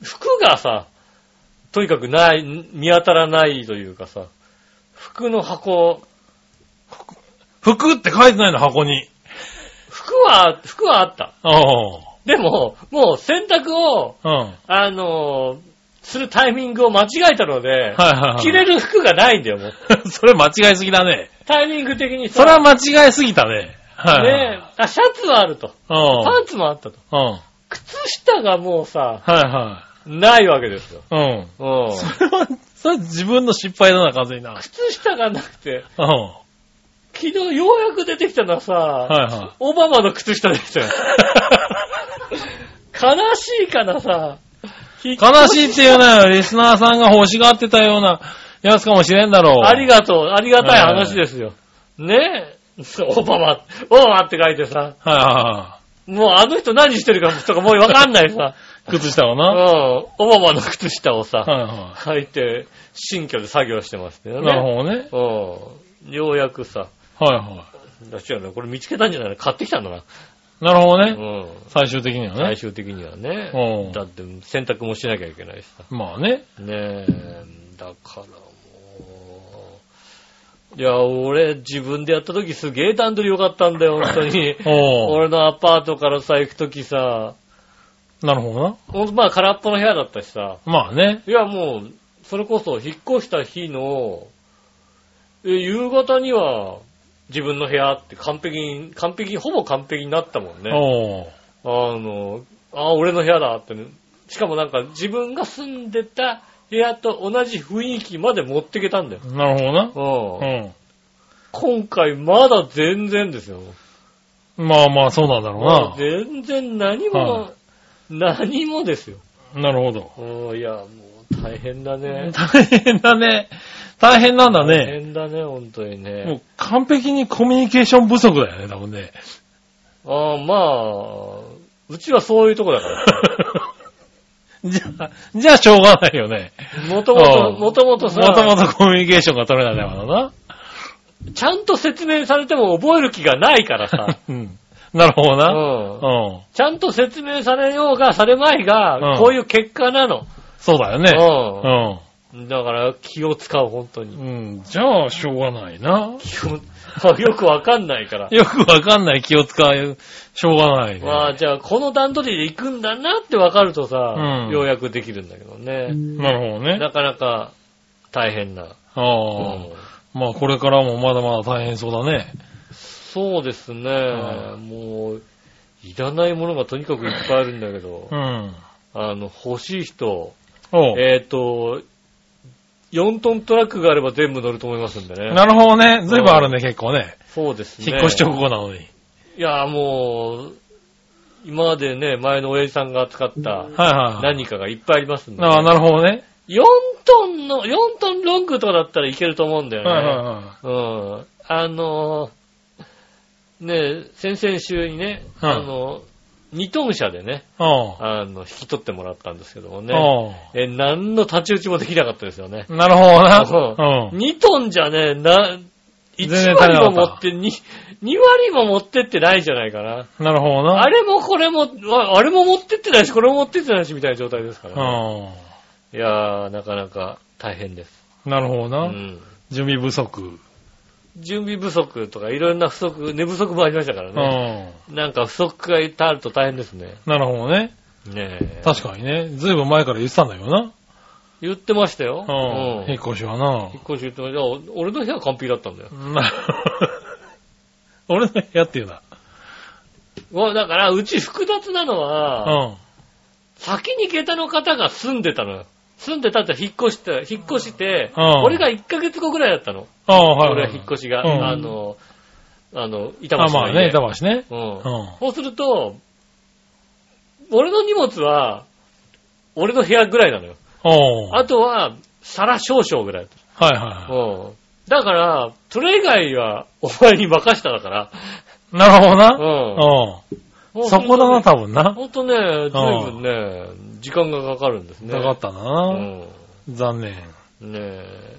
Speaker 2: 服がさ、とにかくない、見当たらないというかさ、服の箱、
Speaker 3: 服って書いてないの、箱に。
Speaker 2: 服は、服はあった。
Speaker 3: う
Speaker 2: でも、もう洗濯を、
Speaker 3: ん。うん。
Speaker 2: あのーするタイミングを間違えたので、
Speaker 3: はいはいはい。
Speaker 2: 着れる服がないんだよ、もう。
Speaker 3: それ間違いすぎだね。
Speaker 2: タイミング的に
Speaker 3: そ
Speaker 2: さ、
Speaker 3: れは間違いすぎたね。はいはい。
Speaker 2: ねえ、あ、シャツはあると。
Speaker 3: うん。
Speaker 2: パンツもあったと。
Speaker 3: うん。は
Speaker 2: 靴下がもうさ、
Speaker 3: いは
Speaker 2: ないわけですよ。
Speaker 3: い。うん。
Speaker 2: うん。
Speaker 3: それは、 それは自分の失敗だな、完全にな。
Speaker 2: 靴下がなくて、
Speaker 3: うん。は
Speaker 2: 昨日ようやく出てきたのはさ、
Speaker 3: いは
Speaker 2: オバマの靴下で したよ。悲しいかなさ。悲
Speaker 3: い。 悲しいっていうね、リスナーさんが欲しがってたようなやつかもしれんだろう。
Speaker 2: ありがとう、ありがたい話ですよ。ねえ。オバマ、オバマって書いてさ、
Speaker 3: はいは
Speaker 2: もうあの人何してるかとかもうわかんないさ。
Speaker 3: いはい。靴下を
Speaker 2: う
Speaker 3: な。
Speaker 2: ん。
Speaker 3: はい
Speaker 2: オバマの靴下をさ、
Speaker 3: は
Speaker 2: 履いて、新居で作業してますけど
Speaker 3: い。
Speaker 2: ね。
Speaker 3: なるほどね。
Speaker 2: うん。ようやくさ、
Speaker 3: はいは
Speaker 2: だ違うね、これ見つけたんじゃないの買ってきたんだな。
Speaker 3: い。なるほど
Speaker 2: う
Speaker 3: ね。
Speaker 2: ん。
Speaker 3: 最終的には
Speaker 2: 最
Speaker 3: ね。
Speaker 2: 終的にはね。
Speaker 3: うん
Speaker 2: だって洗濯もしなきゃいけないしさ。
Speaker 3: まあね。。
Speaker 2: ねえ、だからもう。いや、俺自分でやった時すげえ段取り良かったんだよ、本当に
Speaker 3: お
Speaker 2: 俺のアパートからさ、行く時さ、
Speaker 3: お。なるほどな。
Speaker 2: ほんとまあ空っぽの部屋だったしさ。
Speaker 3: まあね。
Speaker 2: いや、もう、それこそ引っ越した日の、え夕方には自分の部屋って完璧に、完璧、ほぼ完璧になったもんね。
Speaker 3: おお。
Speaker 2: あの、あ、俺の部屋だってね。しかもなんか自分が住んでた部屋と同じ雰囲気まで持ってけたんだよ。
Speaker 3: なるほど
Speaker 2: う。
Speaker 3: な。うんん。
Speaker 2: 今回まだ全然ですよ。
Speaker 3: まあまあ、そうなんだ
Speaker 2: まだ
Speaker 3: ろ
Speaker 2: 全然何
Speaker 3: は
Speaker 2: も、何もですよ。
Speaker 3: うな。なるほど。
Speaker 2: うんいや、もう大変だね。
Speaker 3: 大変だね。大変なんだ
Speaker 2: 大
Speaker 3: ね。
Speaker 2: 変だね、本当に
Speaker 3: も
Speaker 2: ね。
Speaker 3: う完璧にコミュニケーション不足だよね、多分ね。
Speaker 2: ああ、まあ、うちはそういうとこだから。
Speaker 3: じゃあ、じゃあしょうがないよね。
Speaker 2: もともと、もともと
Speaker 3: もとも
Speaker 2: さ、
Speaker 3: とコミュニケーションが取れないんだからな。
Speaker 2: ちゃんと説明されても覚える気がないからさ。
Speaker 3: うん。なるほ ど
Speaker 2: う
Speaker 3: な。
Speaker 2: ん
Speaker 3: う。ん。
Speaker 2: ちゃんと説明されようが、されまいが、
Speaker 3: うん
Speaker 2: こういう結果なの。
Speaker 3: そうだよね。
Speaker 2: うん。だから、気を使う、本当
Speaker 3: う
Speaker 2: に。
Speaker 3: ん。うん。じゃあ、しょうがないな。
Speaker 2: 気を、よくわかんないから。
Speaker 3: よくわかんない気を使う。しょうがないね。
Speaker 2: まあ、じゃあ、この段取りで行くんだなってわかるとさ、
Speaker 3: うん
Speaker 2: ようやくできるんだけどね。
Speaker 3: なるほどね。
Speaker 2: なかなか、大変な、う
Speaker 3: ああ。
Speaker 2: ん
Speaker 3: まあ、これからもまだまだ大変そうだね。
Speaker 2: そうですね、
Speaker 3: う
Speaker 2: もう、いらないものがとにかくいっぱいあるんだけど
Speaker 3: う、ん。
Speaker 2: あの、欲しい人、
Speaker 3: おう
Speaker 2: えっ、と、4トントラックがあれば全部乗ると思いますんでね。
Speaker 3: なるほどね。随分あるね、結構ね。
Speaker 2: そうですね。
Speaker 3: 引っ越し直後なのに。
Speaker 2: いや、もう、今までね、前の親父さんが使った
Speaker 3: はいはいはい。
Speaker 2: 何かがいっぱいありますんで、ね。
Speaker 3: ああ、なるほどね。
Speaker 2: 4トンの、4トンロングとかだったらいけると思うんだよね。
Speaker 3: はいはいは
Speaker 2: うん。あのー、ねえ、先々週にね、
Speaker 3: はい
Speaker 2: あの、2トン車でね、
Speaker 3: い。あ
Speaker 2: あの、引き取ってもらったんですけども
Speaker 3: あ。
Speaker 2: ね、
Speaker 3: あ
Speaker 2: え、何の太刀打ちもできなかったですよね。
Speaker 3: あ。なるほどな。うん。
Speaker 2: 2トンじゃね、な、
Speaker 3: 全然
Speaker 2: 1
Speaker 3: 足りな
Speaker 2: 割も
Speaker 3: かった
Speaker 2: 持って、2, 2割も持ってってないじゃないかな。
Speaker 3: なるほどな。
Speaker 2: あれもこれも、ああれも持ってってないし、これも持ってってないし、みたいな状態ですからね、
Speaker 3: う
Speaker 2: いやー、なかなか大変です。
Speaker 3: ん。なるほど
Speaker 2: う
Speaker 3: な。
Speaker 2: ん。
Speaker 3: 準備不足。
Speaker 2: 準備不足とか、いろんな不足、寝不足もありましたから
Speaker 3: うん。
Speaker 2: ね。
Speaker 3: な
Speaker 2: なんか不足がいっぱいあると大変ですね。
Speaker 3: るほどね。
Speaker 2: ねえ。
Speaker 3: 確かにね。ずいぶん前から言ってたんだよな。
Speaker 2: 言ってましたよ。
Speaker 3: うん。引っ
Speaker 2: 引っ
Speaker 3: 越しはな。
Speaker 2: 越し言ってましたよ。俺の部屋は完璧だったんだよ。
Speaker 3: な 俺の部屋っていうな。
Speaker 2: わだから、うち複雑なの
Speaker 3: う
Speaker 2: は、
Speaker 3: ん。
Speaker 2: 先に下駄の方が住んでたのよ。住んでたって引っ越して、引っ越して、
Speaker 3: うん
Speaker 2: 俺が1ヶ月後ぐらいだったの。
Speaker 3: ああ、はい。
Speaker 2: 俺は引っ越しが、
Speaker 3: うん
Speaker 2: あの、あの、板橋
Speaker 3: あ
Speaker 2: の
Speaker 3: あ、まあ
Speaker 2: 家
Speaker 3: ね、板橋ね。
Speaker 2: うん。
Speaker 3: うん
Speaker 2: そうすると、俺の荷物は、俺の部屋ぐらいなのよ。
Speaker 3: おう
Speaker 2: あとは、皿少々ぐらい。
Speaker 3: はいは
Speaker 2: うん。だから、それ以外は、お前に任しただから。
Speaker 3: い。なる
Speaker 2: う
Speaker 3: ほどな。
Speaker 2: ん。
Speaker 3: うん。そこだな、多分な。
Speaker 2: ほんとね、ずいぶんね、時間がかかるんですね。
Speaker 3: なかった
Speaker 2: う
Speaker 3: な。
Speaker 2: ん。
Speaker 3: 残念。
Speaker 2: ねえ。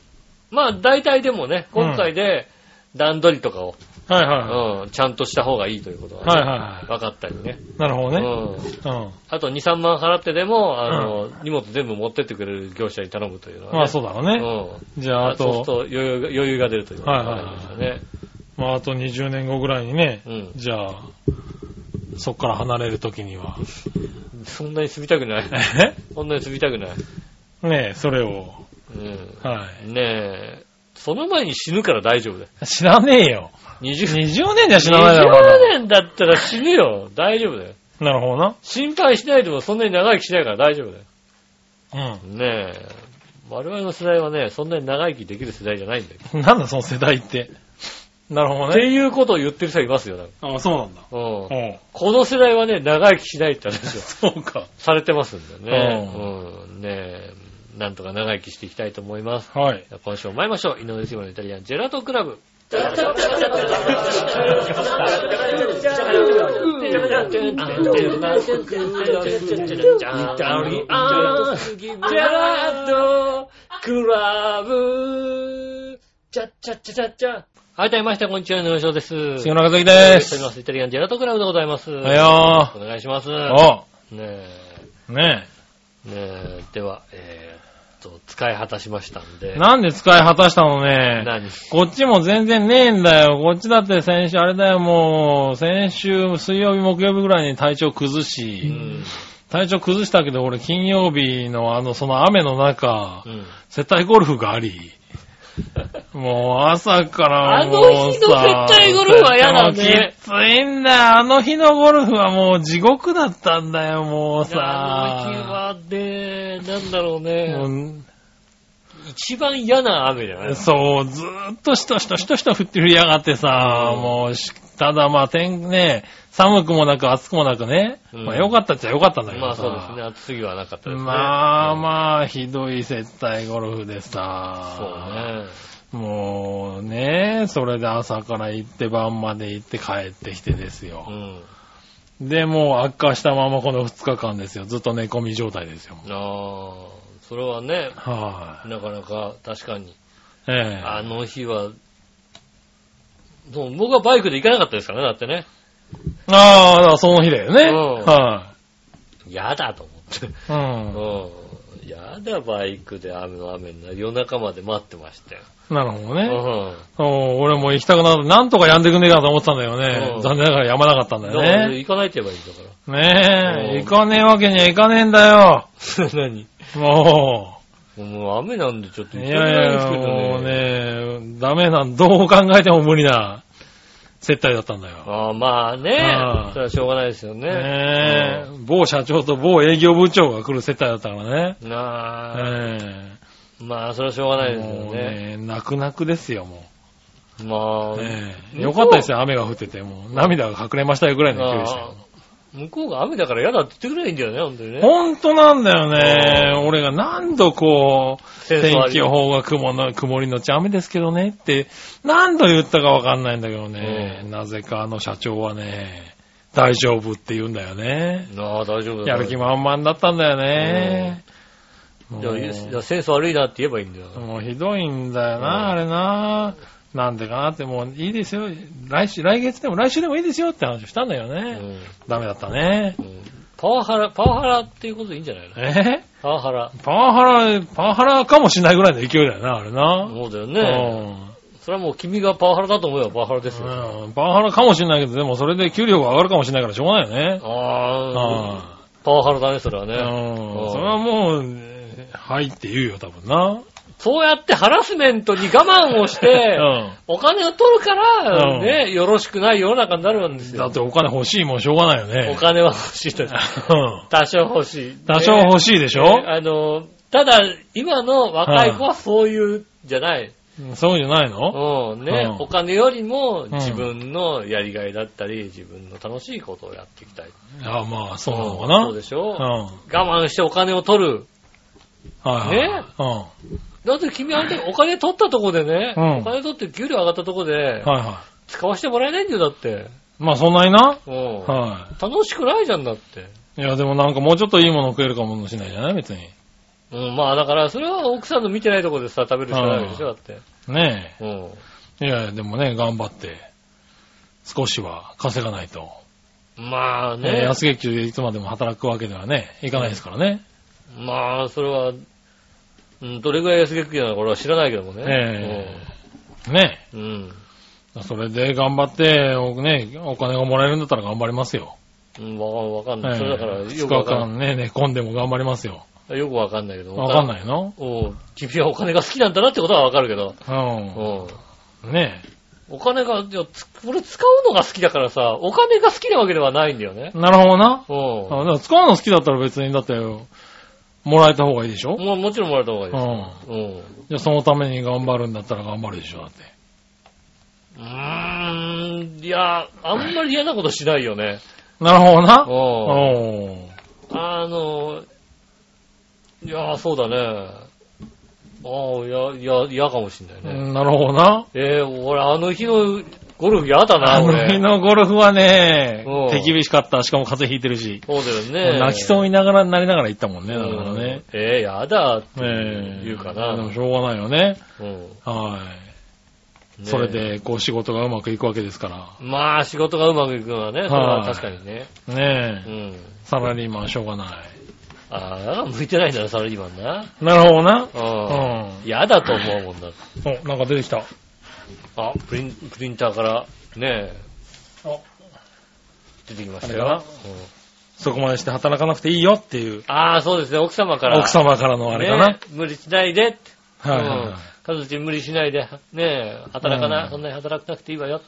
Speaker 2: まあ、大体でもね、今回で段取りとかを、
Speaker 3: はいは
Speaker 2: う
Speaker 3: い。
Speaker 2: ん、ちゃんとした方がいいということがね、
Speaker 3: はいはいは
Speaker 2: 分かったりね。
Speaker 3: い。なるほどね。
Speaker 2: うん。
Speaker 3: うん。
Speaker 2: あと2、3万払ってでも、あの、荷物全部持ってってくれる業者に頼むというのは、ね。
Speaker 3: まあそうだろうね。
Speaker 2: うん。
Speaker 3: じゃああ
Speaker 2: そうすると
Speaker 3: と、
Speaker 2: 余裕が余裕が出るということになりましたね。
Speaker 3: まああと20年後ぐらいにね、
Speaker 2: うん。
Speaker 3: じゃあ、そっから離れるときには、
Speaker 2: そんなに住みたくない。
Speaker 3: え
Speaker 2: そんなに住みたくない。
Speaker 3: ねえ、それを、
Speaker 2: う
Speaker 3: は
Speaker 2: ん。ねえ。その前に死ぬから大丈夫だよ。
Speaker 3: い。知らねえよ。
Speaker 2: 20年。
Speaker 3: 20年じゃ知らないだろ、まだ
Speaker 2: 20年だったら死ぬよ。大丈夫だよ。
Speaker 3: なるほど
Speaker 2: 心配しないでもそんなに長生きしないから大丈夫だよ。
Speaker 3: な。
Speaker 2: ねえ。我々の世代はね、そんなに長生きできる世代じゃないんだよ。
Speaker 3: うん。なんだその世代って。なるほ
Speaker 2: っ
Speaker 3: ど
Speaker 2: て
Speaker 3: ね。
Speaker 2: いうことを言ってる人いますよ、だか
Speaker 3: あそうなんだ。
Speaker 2: らうん
Speaker 3: う。ん。
Speaker 2: この世代はね、長生きしないって話を
Speaker 3: そうか。
Speaker 2: されてますんでね。
Speaker 3: う
Speaker 2: うん。ねえ、なんとか長生きしていきたいと思います。
Speaker 3: はい。
Speaker 2: 今週も参りましょう。井上杉村のイタリアンジェラートクラブ。はい、どうもみなさん、こんにちは、井上翔です。
Speaker 3: 杉村和樹で。
Speaker 2: しておりますす。イタリアンジェラートクラブでございます。
Speaker 3: はよ
Speaker 2: お願いします。
Speaker 3: ー。
Speaker 2: ね
Speaker 3: お
Speaker 2: え。
Speaker 3: うね
Speaker 2: ねえ、では、えー、っと、使い果たしましたんで。
Speaker 3: え。なんで使い果たしたのね。
Speaker 2: 何
Speaker 3: こっちも全然ねえんだよ。こっちだって先週、あれだよ、もう、先週、水曜日、木曜日ぐらいに体調崩
Speaker 2: う
Speaker 3: し、
Speaker 2: ん。
Speaker 3: 体調崩したけど、俺金曜日のあの、その雨の中
Speaker 2: う、ん。
Speaker 3: 接待ゴルフがあり、もう朝から
Speaker 2: あの
Speaker 3: もう
Speaker 2: 日の接待ゴルフは嫌だね
Speaker 3: きついんだよ。あの日のゴルフはもう地獄だったんだよ、もう
Speaker 2: いや
Speaker 3: さ。
Speaker 2: あの時はね、なんだろう
Speaker 3: も
Speaker 2: ね。
Speaker 3: う
Speaker 2: 一番嫌な雨じゃない
Speaker 3: そう、ずーっとしとしとしとしと降って降りやがってさ、
Speaker 2: うん
Speaker 3: もうし、ただまあ天、ね、寒くもなく暑くもなくね、
Speaker 2: うん
Speaker 3: まあよかったっちゃよかったんだけ
Speaker 2: ま
Speaker 3: ど
Speaker 2: あ
Speaker 3: さ。
Speaker 2: そうですね。暑すぎはなかったですね。
Speaker 3: まあ
Speaker 2: あ。
Speaker 3: まあ、ひどい接待ゴルフでさ。
Speaker 2: そうね。
Speaker 3: もうね、それで朝から行って晩まで行って帰ってきてです
Speaker 2: う
Speaker 3: よ。
Speaker 2: ん。
Speaker 3: で、もう悪化したままこの2日間ですよ。ずっと寝込み状態ですよ。
Speaker 2: ああ、それはね、
Speaker 3: は
Speaker 2: なかなか確かに。
Speaker 3: い、え
Speaker 2: あの日は、そう僕はバイクで行かなかったですからね、だってね。
Speaker 3: えああ、だからその日だよね。
Speaker 2: うん
Speaker 3: は
Speaker 2: 嫌だと思って。
Speaker 3: い、うん。
Speaker 2: うん。やだ、バイクで雨の雨になる。夜中まで待ってましたよ。
Speaker 3: なるほど
Speaker 2: う
Speaker 3: ね。
Speaker 2: ん。
Speaker 3: そう俺も行きたくなった。なんとかやんでくんねえかと思ってたんだよ
Speaker 2: う
Speaker 3: ね
Speaker 2: ん。
Speaker 3: 残念ながらやまなかったんだ
Speaker 2: だから
Speaker 3: よね。
Speaker 2: 行かないと言えばいいんだから。
Speaker 3: ね
Speaker 2: う
Speaker 3: え、
Speaker 2: ん
Speaker 3: 行かねえわけにはいかねえんだよ。
Speaker 2: 何
Speaker 3: もう。
Speaker 2: もう雨なんでちょっと
Speaker 3: い
Speaker 2: 行
Speaker 3: や
Speaker 2: けない
Speaker 3: い
Speaker 2: んで
Speaker 3: や、
Speaker 2: すけどね。
Speaker 3: もうね、ダメなん、どう考えても無理な接待だったんだよ。
Speaker 2: ああまあね
Speaker 3: う。ん
Speaker 2: それはしょうがないですよね。
Speaker 3: ねえ、某社長と某営業部長が来る接待だったからね。
Speaker 2: うんなあ、
Speaker 3: え
Speaker 2: まあそれはしょうがな
Speaker 3: え
Speaker 2: いですよ
Speaker 3: もう
Speaker 2: ね。
Speaker 3: ね、泣く泣くですよ、も
Speaker 2: まあ、
Speaker 3: う。ねえよかったです
Speaker 2: よ。
Speaker 3: よ、雨が降ってて。もう涙が隠れましたよぐらいの勢いでした
Speaker 2: ああ
Speaker 3: よ。
Speaker 2: 向こうが雨だから嫌だって言ってくれないいんだよね、本当に ね。
Speaker 3: ほんとなんだよね。
Speaker 2: うん
Speaker 3: 俺が何度こう、
Speaker 2: 戦争あ
Speaker 3: 天
Speaker 2: り
Speaker 3: 気予報が雲の、曇りのち雨ですけどねって、何度言ったかわかんないんだけどね、
Speaker 2: うん
Speaker 3: なぜかあの社長はね、大丈夫って言うんだよね。
Speaker 2: ああ、大丈夫だ。
Speaker 3: やる気満々だったんだよね。
Speaker 2: い
Speaker 3: も
Speaker 2: や。
Speaker 3: う
Speaker 2: いやいやセンス悪いなって言えばいいんだよ。
Speaker 3: もうひどいんだよ
Speaker 2: うん
Speaker 3: な、あれな。なんでかなって、もういいですよ。来週、来月でも来週でもいいですよって話をしたんだよ
Speaker 2: う
Speaker 3: ね。
Speaker 2: ん
Speaker 3: ダメだったね。
Speaker 2: うんパワハラ、パワハラっていうことでいいんじゃないの
Speaker 3: え
Speaker 2: パワハラ。
Speaker 3: パワハラ、パワハラかもしれないぐらいの勢いだよな、あれな。
Speaker 2: そうだよね。
Speaker 3: うん
Speaker 2: それはもう君がパワハラだと思えばパワハラですよ。
Speaker 3: うん、パワハラかもしれないけど、でもそれで給料が上がるかもしれないからしょうがないよね。
Speaker 2: ああ、
Speaker 3: あ
Speaker 2: パワハラだね、それは
Speaker 3: あ
Speaker 2: ね。う
Speaker 3: う
Speaker 2: ん
Speaker 3: ん、それはもう、えーはいって言うよ、多分な。
Speaker 2: そうやってハラスメントに我慢をし
Speaker 3: う
Speaker 2: て、
Speaker 3: ん。
Speaker 2: お金を取るから、
Speaker 3: うん
Speaker 2: ね、よろしくない世の中になるんです
Speaker 3: だ
Speaker 2: よ
Speaker 3: っ。てお金欲しいもんしょうがないよ
Speaker 2: お
Speaker 3: ね。
Speaker 2: 金は欲しいと。
Speaker 3: うん。
Speaker 2: 多少欲しい。
Speaker 3: 多少欲
Speaker 2: しい
Speaker 3: しいで
Speaker 2: で
Speaker 3: しょ、
Speaker 2: あの、ただ、今の若い子はそういう、じゃない。
Speaker 3: うんそうじゃないの
Speaker 2: うん、ね、
Speaker 3: うん
Speaker 2: お金よりも自分のやりがいだったり、自分の楽しいことをやっていきたい。
Speaker 3: ああまあ、そうなのか
Speaker 2: そうでしょ、
Speaker 3: な。
Speaker 2: 我慢してお金を取る。
Speaker 3: うん。はいはい。
Speaker 2: ねだって君あれでお金取ったとこでね、
Speaker 3: うん
Speaker 2: お金取って給料上がったとこで
Speaker 3: うん。、はいは
Speaker 2: 使わせてもらえないんだよ、だって。
Speaker 3: い。まあそんなにな。
Speaker 2: うん。
Speaker 3: は
Speaker 2: 楽しくないじゃんだって。
Speaker 3: い。いやでもなんかもうちょっといいもの食えるかもしれないじゃない別に。
Speaker 2: うん、まあだから、それは奥さんの見てないところでさ、食べるしかないでしょ、だって。
Speaker 3: ね
Speaker 2: うん。
Speaker 3: え。いやいや、でもね、頑張って、少しは稼がないと。
Speaker 2: まあ
Speaker 3: ね、
Speaker 2: ね、
Speaker 3: 安月給でいつまでも働くわけではね、いかないですからね。
Speaker 2: まあ、それは、うん、どれぐらい安月給なのか俺は知らないけどもね。
Speaker 3: えね
Speaker 2: うん。うん
Speaker 3: え。それで頑張って、おね、お金がもらえるんだったら頑張りますよ。
Speaker 2: うん。わかん
Speaker 3: え
Speaker 2: わかんない。それだから、
Speaker 3: 2
Speaker 2: よく
Speaker 3: 日
Speaker 2: わかん
Speaker 3: 間ね、寝込んでも頑張りますよ。
Speaker 2: よくわかんないけど。
Speaker 3: わかんないの
Speaker 2: おう君はお金が好きなんだなってことはわかるけど。
Speaker 3: う。
Speaker 2: うん
Speaker 3: ね
Speaker 2: ん。お金が、いや、つ俺使うのが好きだからさ、お金が好きなわけではないんだよね
Speaker 3: え。。なるほどな。
Speaker 2: うん。
Speaker 3: あでも使うの好きだったら別に、だって、もらえた方がいいでしょ
Speaker 2: もうもちろんもらった方がいいですよ。うん。
Speaker 3: じゃあそのために頑張るんだったら頑張るでしょ、だって。
Speaker 2: うーん、いや、あんまり嫌なことしないよね。
Speaker 3: なるほどな。
Speaker 2: うん。
Speaker 3: おー
Speaker 2: あの、いや、そうだね。ああ、いや、いや、嫌かもしんないうね。
Speaker 3: んなるほどな。
Speaker 2: えー、俺、あの日のゴルフ嫌だ
Speaker 3: あ
Speaker 2: な、
Speaker 3: の日
Speaker 2: 俺。
Speaker 3: のゴルフはね
Speaker 2: うん、
Speaker 3: 手厳しかった。しかも風邪ひいてるし。
Speaker 2: そうだよね。
Speaker 3: 泣きそうにながら、なりながら行ったもんね、だ
Speaker 2: う
Speaker 3: からね
Speaker 2: ん。。えー、やだ。
Speaker 3: ええ
Speaker 2: 言うかな
Speaker 3: でもしょうがないよね。
Speaker 2: うん。
Speaker 3: は
Speaker 2: ね
Speaker 3: い。それ。で、こう仕事がうまくいくわけですか
Speaker 2: まあ、仕事がうまくいくのはね、それは確かにね。
Speaker 3: ら。ね
Speaker 2: う
Speaker 3: え。
Speaker 2: ん。
Speaker 3: サラリーマンしょうがな
Speaker 2: ああ、だから向いてないんだな、サラリーマンな。
Speaker 3: い。なるほどな。
Speaker 2: う。
Speaker 3: うん
Speaker 2: 嫌だと思うもんだって。
Speaker 3: お、なんか出てきた。
Speaker 2: あ、プリン、プリンターから、ねえ、
Speaker 3: お
Speaker 2: 出てきました
Speaker 3: あれ
Speaker 2: よ
Speaker 3: か。そこまでして働かなくていいよっていう、
Speaker 2: ああ、そうですね、奥様から。
Speaker 3: 奥様からのあれか
Speaker 2: ね
Speaker 3: な。
Speaker 2: え無理しないでって。
Speaker 3: はいはいはい。
Speaker 2: うん。彼女無理しないで、ねえ、働かな、
Speaker 3: うん
Speaker 2: そんなに働かなくていいわよ。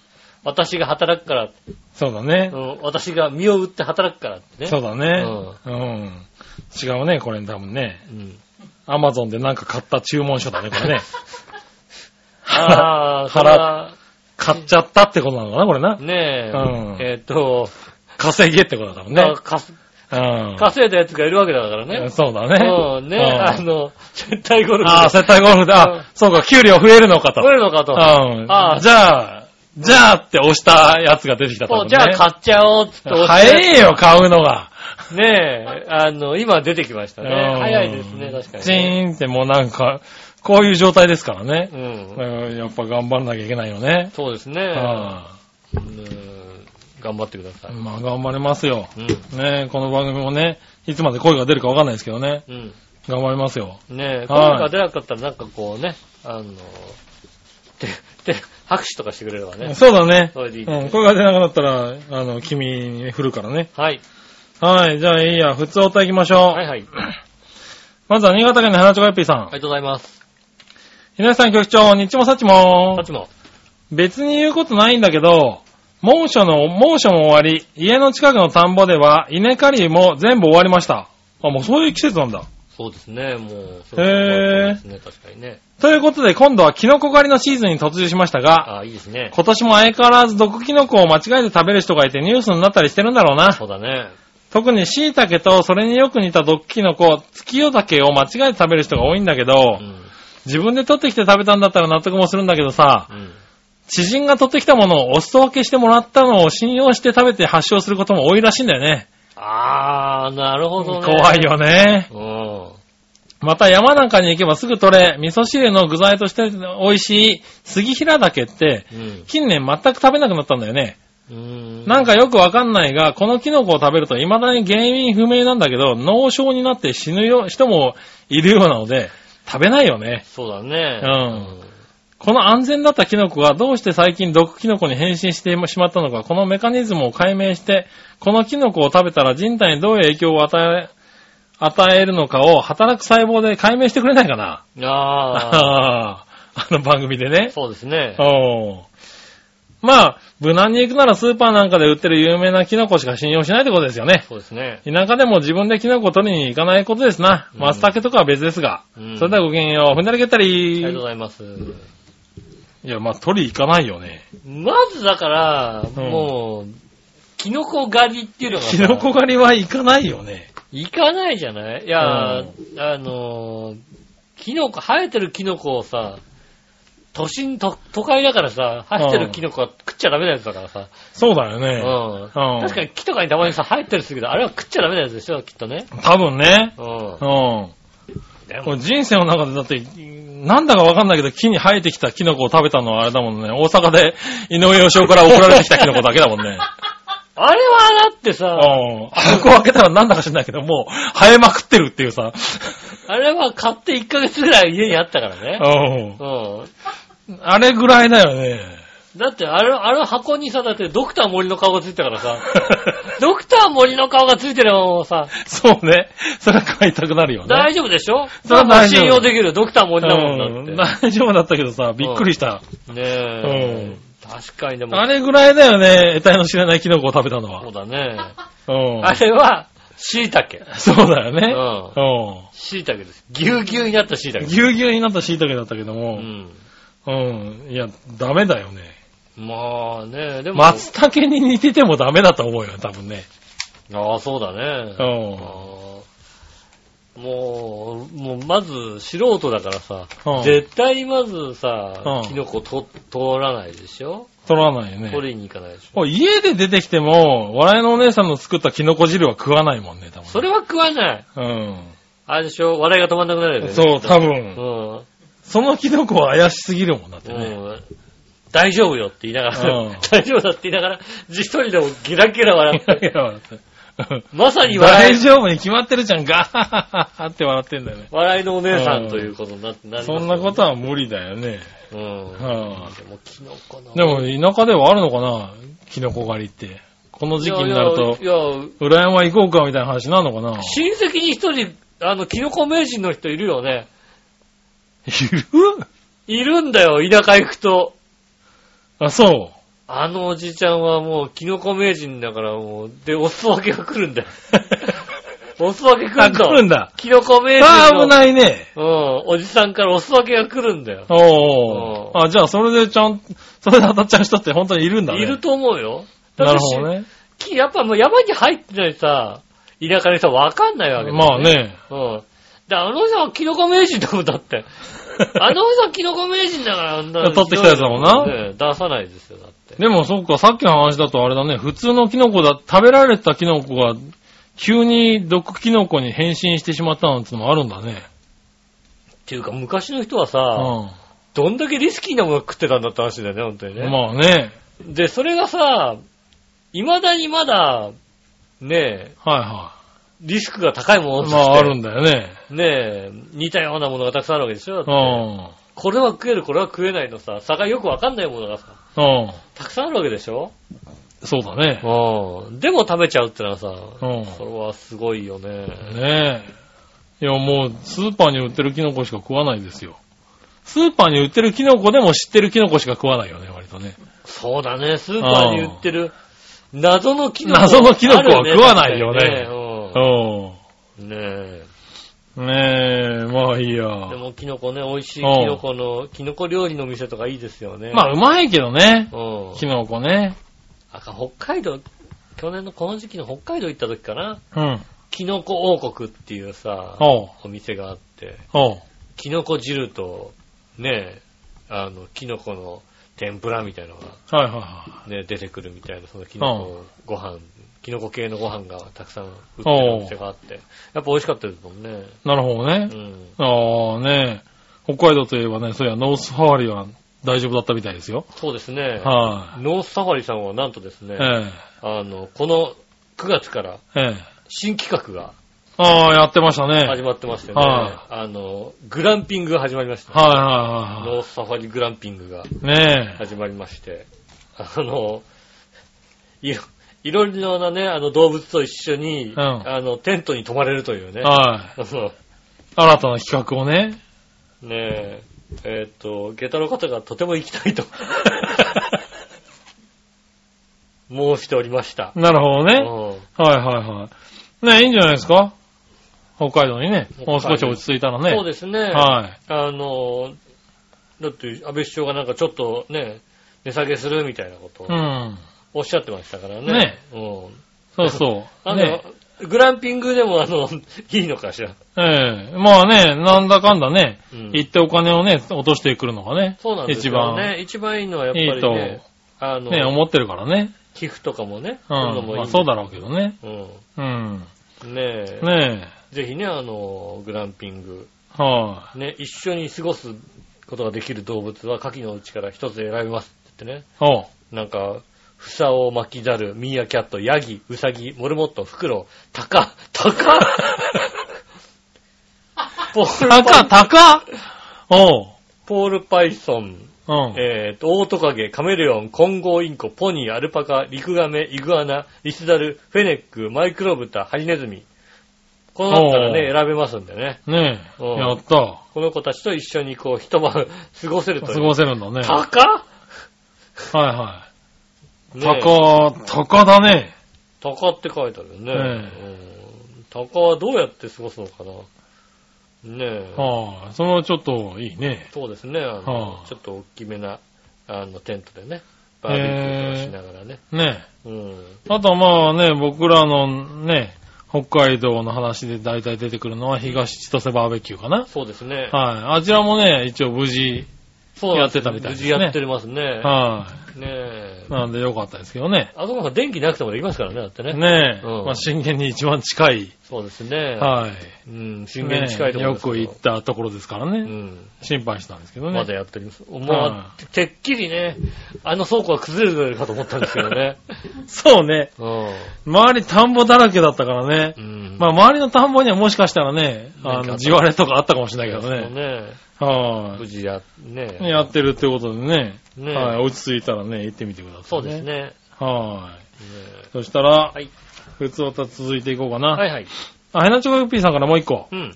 Speaker 2: 私が働くから、
Speaker 3: そうだ ね
Speaker 2: う。ん、私が身を売って働くからってね。
Speaker 3: そう
Speaker 2: う。
Speaker 3: だね。うん。違うね、これ多分ね。
Speaker 2: ん。
Speaker 3: アマゾンでなんか買った注文書だね、これね。
Speaker 2: ああ、それは、
Speaker 3: 買っちゃったってことなのかな、これな。
Speaker 2: ねえ、
Speaker 3: うん
Speaker 2: えっと、
Speaker 3: 稼げってことだもんね
Speaker 2: ね、。かす
Speaker 3: うん。
Speaker 2: 稼いだやつがいるわけだからね。
Speaker 3: そうだね。
Speaker 2: うん、ねえ、あ
Speaker 3: うん
Speaker 2: の、絶対ゴルフ。
Speaker 3: ああ、接待ゴルフで、
Speaker 2: うん
Speaker 3: あ、そうか、給料増えるのかと。
Speaker 2: 取れるのかと。
Speaker 3: うん。
Speaker 2: ああ
Speaker 3: じゃあ、じゃあって押したやつが出てきたって
Speaker 2: そ
Speaker 3: こ
Speaker 2: う、
Speaker 3: と
Speaker 2: じ
Speaker 3: ね。
Speaker 2: ゃあ買っちゃおうっつって押して
Speaker 3: 早えよ、買うのが。
Speaker 2: ねえ、あの、今出てきましたね。
Speaker 3: うん
Speaker 2: 早いですね、確かに
Speaker 3: チ
Speaker 2: ね。
Speaker 3: ーンってもうなんか、こういう状態ですからね
Speaker 2: う。ん。
Speaker 3: うんやっぱ頑張らなきゃいけないよね。
Speaker 2: そうですね。
Speaker 3: あ
Speaker 2: うん頑張ってくださ
Speaker 3: あ
Speaker 2: い。
Speaker 3: まあ、頑張りますよ。
Speaker 2: うん。
Speaker 3: ねえこの番組もね、いつまで声が出るかわかんないですけどね。
Speaker 2: うん。
Speaker 3: 頑張りますよ。
Speaker 2: ねえ、声
Speaker 3: はい
Speaker 2: が出なかったらなんかこうね、あの、て、て、拍手とかしてくれればね。
Speaker 3: そうだね。
Speaker 2: それでいいですね
Speaker 3: うん、声が出なくなったら、あの、君に振るからね。
Speaker 2: はい。
Speaker 3: はい、じゃあいいや、普通お歌行きましょう。
Speaker 2: はいはい。あり
Speaker 3: まずは新潟県の花ちょこよっぴーさん。
Speaker 2: がとうございます。
Speaker 3: ひなさん局長、にっちもさっちも
Speaker 2: さ。ちも。
Speaker 3: 別に言うことないんだけど、猛暑の、猛暑も終わり、家の近くの田んぼでは稲刈りも全部終わりました。あ、もうそういう季節なんだ。
Speaker 2: そうですね、もう。
Speaker 3: へえ
Speaker 2: そうですね、確かにね。
Speaker 3: ということで今度はキノコ狩りのシーズンに突入しましたが、
Speaker 2: ああ、いいですね。
Speaker 3: 今年も相変わらず毒キノコを間違えて食べる人がいてニュースになったりしてるんだろうな
Speaker 2: そ。うだね。
Speaker 3: 特に椎茸とそれによく似た毒キノコ、月夜竹を間違えて食べる人が多いんだけど
Speaker 2: う、ん。
Speaker 3: 自分で取ってきて食べたんだったら納得もするんだけどさ、
Speaker 2: うん。
Speaker 3: 知人が取ってきたものをお裾分けしてもらったのを信用して食べて発症することも多いらしいんだよね。
Speaker 2: ああ、なるほどね。
Speaker 3: 怖いよね。
Speaker 2: よ。
Speaker 3: また山なんかに行けばすぐ取れ、味噌汁の具材として美味しい杉平岳って、
Speaker 2: うん。うん
Speaker 3: 近年全く食べなくなったんだよね。
Speaker 2: うーん。
Speaker 3: なんかよくわかんないが、このキノコを食べると未だに原因不明なんだけど、脳症になって死ぬよ人もいるようなので、食べないよね。
Speaker 2: そうだね。
Speaker 3: うんこの安全だったキノコがどうして最近毒キノコに変身してしまったのか、このメカニズムを解明して、このキノコを食べたら人体にどういう影響を与え、与えるのかを働く細胞で解明してくれないかな。
Speaker 2: うん。ああ、
Speaker 3: あ あの番組で ね。
Speaker 2: そうですね。
Speaker 3: おーまあ、無難に行くならスーパーなんかで売ってる有名なキノコしか信用しないってことですよね。
Speaker 2: そうですね。
Speaker 3: 田舎でも自分でキノコを取りに行かないことですな。
Speaker 2: うん
Speaker 3: 松茸とかは別ですが。
Speaker 2: うん
Speaker 3: それではごきげんよう。ふんだりけった
Speaker 2: あ
Speaker 3: り。
Speaker 2: りがとうございます。
Speaker 3: いや、まあ、取り行かないよね。
Speaker 2: まずだから、
Speaker 3: ん
Speaker 2: もう、キノコ狩りっていうのがさ、
Speaker 3: キノコ狩りは行かないよね。
Speaker 2: 行かないじゃないいや、
Speaker 3: う
Speaker 2: あのー、キノコ、生えてるキノコをさ、都心、都都会だからさ、生えてるキノコは食っちゃダメなやつだからさ、
Speaker 3: そうだよ
Speaker 2: う
Speaker 3: ね。
Speaker 2: ん。
Speaker 3: うん
Speaker 2: 確かに木とかにたまにさ、生えてるするけど、あれは食っちゃダメなやつでしょ、きっとね。
Speaker 3: 多分ね。
Speaker 2: うん
Speaker 3: う。ん。
Speaker 2: だよ。
Speaker 3: これ人生の中でだって、なんだかわかんないけど木に生えてきたキノコを食べたのはあれだもんね。大阪で 井上洋将から送られてきたキノコだけだもんね。
Speaker 2: あれはだって
Speaker 3: う
Speaker 2: さ、
Speaker 3: ん。箱を開けたらなんだか知んないけど、もう生えまくってるっていうさ。
Speaker 2: あれは買って1ヶ月ぐらい家にあったからね。
Speaker 3: う
Speaker 2: う
Speaker 3: ん。
Speaker 2: ん。
Speaker 3: あれぐらいだよね。
Speaker 2: だって、あれ、あの箱にさ、だってドクター森の顔がついてたから さ、ドクター森の顔がついてるのもさ、
Speaker 3: そうね。それは買いたくなるよね。
Speaker 2: 大丈夫でしょ
Speaker 3: それは大丈夫
Speaker 2: 信用できるドクター森だもん
Speaker 3: う
Speaker 2: だ
Speaker 3: ん
Speaker 2: っ
Speaker 3: 大丈夫だったけどさ、びっくりした。
Speaker 2: て。ねえ。確かにでも、
Speaker 3: あれぐらいだよね、得体の知れないキノコを食べたのは
Speaker 2: そ。うだね。
Speaker 3: うん
Speaker 2: あれは、椎茸。
Speaker 3: そうだよね。
Speaker 2: う
Speaker 3: う
Speaker 2: 椎茸です。ぎゅうぎゅうになった椎
Speaker 3: ん。
Speaker 2: 茸。
Speaker 3: ぎゅうぎゅうになった椎茸だったけど
Speaker 2: う
Speaker 3: も、
Speaker 2: ん。
Speaker 3: うん。いや、ダメだよね。
Speaker 2: まあね、でも、あ
Speaker 3: 松茸に似ててもダメだと思うよ、多分ね。
Speaker 2: あ、そうだね。
Speaker 3: う
Speaker 2: あ
Speaker 3: ん。
Speaker 2: あもう、もう、まず、素人だからさ、
Speaker 3: うん
Speaker 2: 絶対にまずさ
Speaker 3: う、ん
Speaker 2: キノコと取らないでしょ
Speaker 3: 取らないよね。
Speaker 2: 取りに行かないでしょ
Speaker 3: もう家で出てきても、笑いのお姉さんの作ったキノコ汁は食わないもんね、多分。
Speaker 2: それは食わない。あれでしょ笑いが止まんなくなる
Speaker 3: う
Speaker 2: よ
Speaker 3: ん。
Speaker 2: ね。
Speaker 3: そう、多
Speaker 2: う
Speaker 3: 分。
Speaker 2: ん。
Speaker 3: そのキノコは怪しすぎるもんだって
Speaker 2: う
Speaker 3: ね。
Speaker 2: ん。大丈夫よって言いながら、
Speaker 3: うん
Speaker 2: 大丈夫だって言いながら、じ一人でもゲラゲラ笑 って、
Speaker 3: うん
Speaker 2: まさに笑
Speaker 3: 大
Speaker 2: い、
Speaker 3: 丈夫に決まってるじゃん、ガッハッハッハって笑ってんだよね。
Speaker 2: 笑いのお姉さんということになって、なります
Speaker 3: そ
Speaker 2: よ
Speaker 3: んなことは無理だよね。
Speaker 2: うん。
Speaker 3: は
Speaker 2: でも、キノコの。
Speaker 3: でも、田舎ではあるのかなキノコ狩りって。この
Speaker 2: い
Speaker 3: 時
Speaker 2: や、
Speaker 3: 期になると
Speaker 2: い、や、いや
Speaker 3: 裏山行こうかみたいな話なのかな
Speaker 2: 親戚に一人、あの、キノコ名人の人いるよね。
Speaker 3: いる
Speaker 2: いるんだよ、田舎行くと。
Speaker 3: あ、そ
Speaker 2: あのおじちゃんはもう、キノコ名人だからもう、で、お裾分けが来るん だよ。お裾分け
Speaker 3: う。
Speaker 2: 来
Speaker 3: あ、
Speaker 2: る
Speaker 3: 来
Speaker 2: と。
Speaker 3: るんだ。
Speaker 2: キノコ名人
Speaker 3: あ
Speaker 2: の。
Speaker 3: ー、危ないね。
Speaker 2: うん、おじさんからお裾分けが来るんだよ。う
Speaker 3: おー。あ、じゃあ、それでちゃん、それで当たっちゃう人って本当にいるんだね。
Speaker 2: いると思うよ。だって
Speaker 3: なるほどね。
Speaker 2: しやっぱもう山に入ってないさ、田舎の人はわかんないわけだよ
Speaker 3: まあ。ね。
Speaker 2: うん。で、あの人はキノコ名人だもんだっ て。あの人はキノコ名人だから、あんな
Speaker 3: 取ってきたやつだもんな
Speaker 2: ね出さないですよ、だって。
Speaker 3: でもそっか、さっきの話だとあれだね、普通のキノコだ、食べられたキノコが、急に毒キノコに変身してしまったなんてのもあるんだね。
Speaker 2: っていうか、昔の人はさ、
Speaker 3: うん。
Speaker 2: どんだけリスキーなもの食ってたんだって話だよね、本当にね。
Speaker 3: まあね。
Speaker 2: で、それがさ、未だにまだ、ねえ、
Speaker 3: はいは
Speaker 2: リスクが高いものとし
Speaker 3: い。
Speaker 2: て、
Speaker 3: まああるんだよね。
Speaker 2: ねえ、似たようなものがたくさんあるわけでしょ、だっ
Speaker 3: う
Speaker 2: て
Speaker 3: ん。
Speaker 2: これは食える、これは食えないのさ、差がよくわかんないものがさ、
Speaker 3: うん。
Speaker 2: たくさんあるわけでしょ
Speaker 3: そうだね。
Speaker 2: うん。でも食べちゃうってのはさ、
Speaker 3: うん。
Speaker 2: それはすごいよね。
Speaker 3: ねえ。いやもう、スーパーに売ってるキノコしか食わないですよ。スーパーに売ってるキノコでも知ってるキノコしか食わないよね、割とね。
Speaker 2: そうだね、スーパーに売ってる、謎のキノコ、
Speaker 3: 謎のキノコは食わないよね
Speaker 2: あるよね
Speaker 3: う
Speaker 2: うんねえ。
Speaker 3: ん。ねえ、まあいいや。
Speaker 2: でもキノコね、美味しいキノコの、キノコ料理の店とかいいですよね。
Speaker 3: まあうまいけどね。
Speaker 2: うん。
Speaker 3: キノコね。
Speaker 2: あか北海道、去年のこの時期の北海道行った時かな、
Speaker 3: うん。
Speaker 2: キノコ王国っていうさ、
Speaker 3: おう。
Speaker 2: お店があって、
Speaker 3: おう。
Speaker 2: キノコ汁と、ねえ、あの、キノコの天ぷらみたいなのが、
Speaker 3: はいはいは
Speaker 2: ね、出てくるみたいな、そのキノコご飯、キノコ系のご飯がたくさん売って
Speaker 3: お
Speaker 2: る
Speaker 3: う
Speaker 2: お店があって、やっぱ美味しかったですもんね。
Speaker 3: い。なるほど
Speaker 2: う
Speaker 3: ね。
Speaker 2: ん。
Speaker 3: ああねえ、北海道といえばね、そういや、ノースファーリは大丈夫だったみたいですよ。
Speaker 2: そうですね。
Speaker 3: は
Speaker 2: ノースサファリさんはなんとです
Speaker 3: い、
Speaker 2: ね、
Speaker 3: え
Speaker 2: あの、この9月から
Speaker 3: え、ええ。
Speaker 2: 新企画が
Speaker 3: ああ、やってましたね。はい
Speaker 2: 始まってましてね、
Speaker 3: は
Speaker 2: あの、グランピングが始まりました。
Speaker 3: は
Speaker 2: ノースサファリグランピングが
Speaker 3: いはいはい。ねえ。
Speaker 2: 始まりまして、あの、いろ、いろいろなね、あの動物と一緒に、
Speaker 3: うん
Speaker 2: あの、テントに泊まれるというね。
Speaker 3: はい。
Speaker 2: そう
Speaker 3: 新たな企画をね。
Speaker 2: ねえ、えーっと、下駄の方がとても行きたい と、申しておりました。
Speaker 3: なるほど
Speaker 2: う
Speaker 3: ね。
Speaker 2: ん
Speaker 3: はいはいはい。ねえ、いいんじゃないですか北海道にね、もう少し落ち着いたらね。
Speaker 2: そうですね。
Speaker 3: はい。
Speaker 2: あの、だって安倍首相がなんかちょっとね、値下げするみたいなことを
Speaker 3: うん。
Speaker 2: おっしゃってましたからね。
Speaker 3: ね
Speaker 2: うん。
Speaker 3: そうそ
Speaker 2: あ
Speaker 3: う。
Speaker 2: の、
Speaker 3: ね
Speaker 2: グランピングでもあの、 いいのかしら。
Speaker 3: ええ。まあね、なんだかんだね、
Speaker 2: うん
Speaker 3: 行ってお金をね、落としてくるのがね、
Speaker 2: そうなんですよね。一番いいのはやっぱり
Speaker 3: いいと
Speaker 2: ね、あの、
Speaker 3: 一番ね、思ってるからね。
Speaker 2: 寄付とかもね、
Speaker 3: う
Speaker 2: そういうのもい
Speaker 3: ん。
Speaker 2: い
Speaker 3: ま
Speaker 2: ん
Speaker 3: あ
Speaker 2: で
Speaker 3: そうだろうけどね。
Speaker 2: うん。
Speaker 3: うん。
Speaker 2: ねえ、
Speaker 3: ね
Speaker 2: ぜひね、あの、グランピング、
Speaker 3: え。は
Speaker 2: ね、一緒に過ごすことができる動物は牡蠣のうちから一つ選びますって言ってね。
Speaker 3: い。おう。
Speaker 2: なんか、房を巻きざる、ミーアキャット、ヤギ、ウサギ、モルモット、フクロウ、タカ、タ カポールパイ
Speaker 3: 高高おう。
Speaker 2: ポールパイソン、
Speaker 3: うん。
Speaker 2: えーと、オオトカゲ、カメレオン、コンゴウインコ、ポニー、アルパカ、リクガメ、イグアナ、リスザル、フェネック、マイクロブタ、ハリネズミ。この中からね、
Speaker 3: お
Speaker 2: 選べますんでね。
Speaker 3: ねえ。
Speaker 2: うん
Speaker 3: やった。
Speaker 2: この子たちと一緒にこう、一晩 過ごせるという。
Speaker 3: 過ごせるんだね。は
Speaker 2: 高
Speaker 3: いはい。高、高だね。
Speaker 2: 高って書いてあるよね。
Speaker 3: ね
Speaker 2: うん高はどうやって過ごすのかな。ねえ。
Speaker 3: はあ、それはちょっといいね。
Speaker 2: そうですね。あの
Speaker 3: はあ
Speaker 2: ちょっと大きめな、あの、テントでね。バーベキューとかしながらね。
Speaker 3: ね
Speaker 2: うん。
Speaker 3: え。あとはまあね、僕らのね、北海道の話で大体出てくるのは東千歳バーベキューかな。
Speaker 2: そうですね。
Speaker 3: はい。あちらもね、一応無事。
Speaker 2: そうなんです
Speaker 3: やってたみたいですね
Speaker 2: 無事やってますね。
Speaker 3: は
Speaker 2: ねえ
Speaker 3: い。。なんでよかったですけどね。
Speaker 2: あそこは電気なくてもできますからね、だ ってね。
Speaker 3: ねえ。
Speaker 2: うん
Speaker 3: まあ震源に一番近い。
Speaker 2: そうですね。
Speaker 3: はい。
Speaker 2: うん、震源近いところですけど
Speaker 3: ねえよく行ったところですから
Speaker 2: う
Speaker 3: ね。
Speaker 2: ん。
Speaker 3: 心配したんですけどね。
Speaker 2: まだやっております。もう、
Speaker 3: は
Speaker 2: てっきりね、あの倉庫は崩れるかと思ったんですけどね。
Speaker 3: そうね。
Speaker 2: う
Speaker 3: 周り田んぼだらけだったからね。
Speaker 2: ん。 うん
Speaker 3: まあ、周りの田んぼにはもしかしたらね、
Speaker 2: な
Speaker 3: あ
Speaker 2: んかあ
Speaker 3: の、
Speaker 2: った
Speaker 3: 地割れとかあったかもしれないけどね。
Speaker 2: ね。
Speaker 3: は
Speaker 2: 無事や、
Speaker 3: い。
Speaker 2: ね。
Speaker 3: やってるってことでね。
Speaker 2: ね
Speaker 3: はい。落ち着いたらね、行ってみてください、
Speaker 2: そうです。ね。ね
Speaker 3: はーい。そしたら、
Speaker 2: はい。
Speaker 3: 普通おた続いていこうかな。
Speaker 2: はいはい。
Speaker 3: あ、ヘナチョコヨッピーさんからもう一個。
Speaker 2: うん。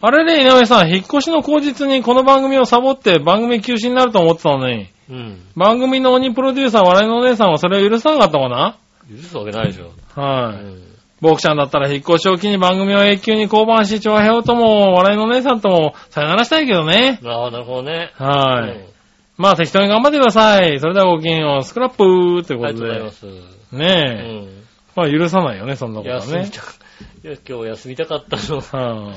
Speaker 3: あれね、井上さん、引っ越しの口実にこの番組をサボって番組休止になると思ってたのに、
Speaker 2: うん。
Speaker 3: 番組の鬼プロデューサー、笑いのお姉さんはそれを許さなかったかな
Speaker 2: 許すわけないでしょ。う
Speaker 3: はい。
Speaker 2: ん。
Speaker 3: 僕ちゃんだったら引っ越しを機に番組を永久に降板し、長平をとも、笑いのお姉さんとも、さよならしたいけどね。
Speaker 2: ああ、なるほどね。
Speaker 3: はい。
Speaker 2: うん
Speaker 3: まあ適当に頑張ってください。それではごきげんよう、スクラップーってこ
Speaker 2: ありがと
Speaker 3: と
Speaker 2: うございま
Speaker 3: で。
Speaker 2: す。う
Speaker 3: ねえ。
Speaker 2: ん。
Speaker 3: まあ許さないよね、そんなことは
Speaker 2: 休み
Speaker 3: ね。
Speaker 2: たか、いや今日休みたかったの。
Speaker 3: は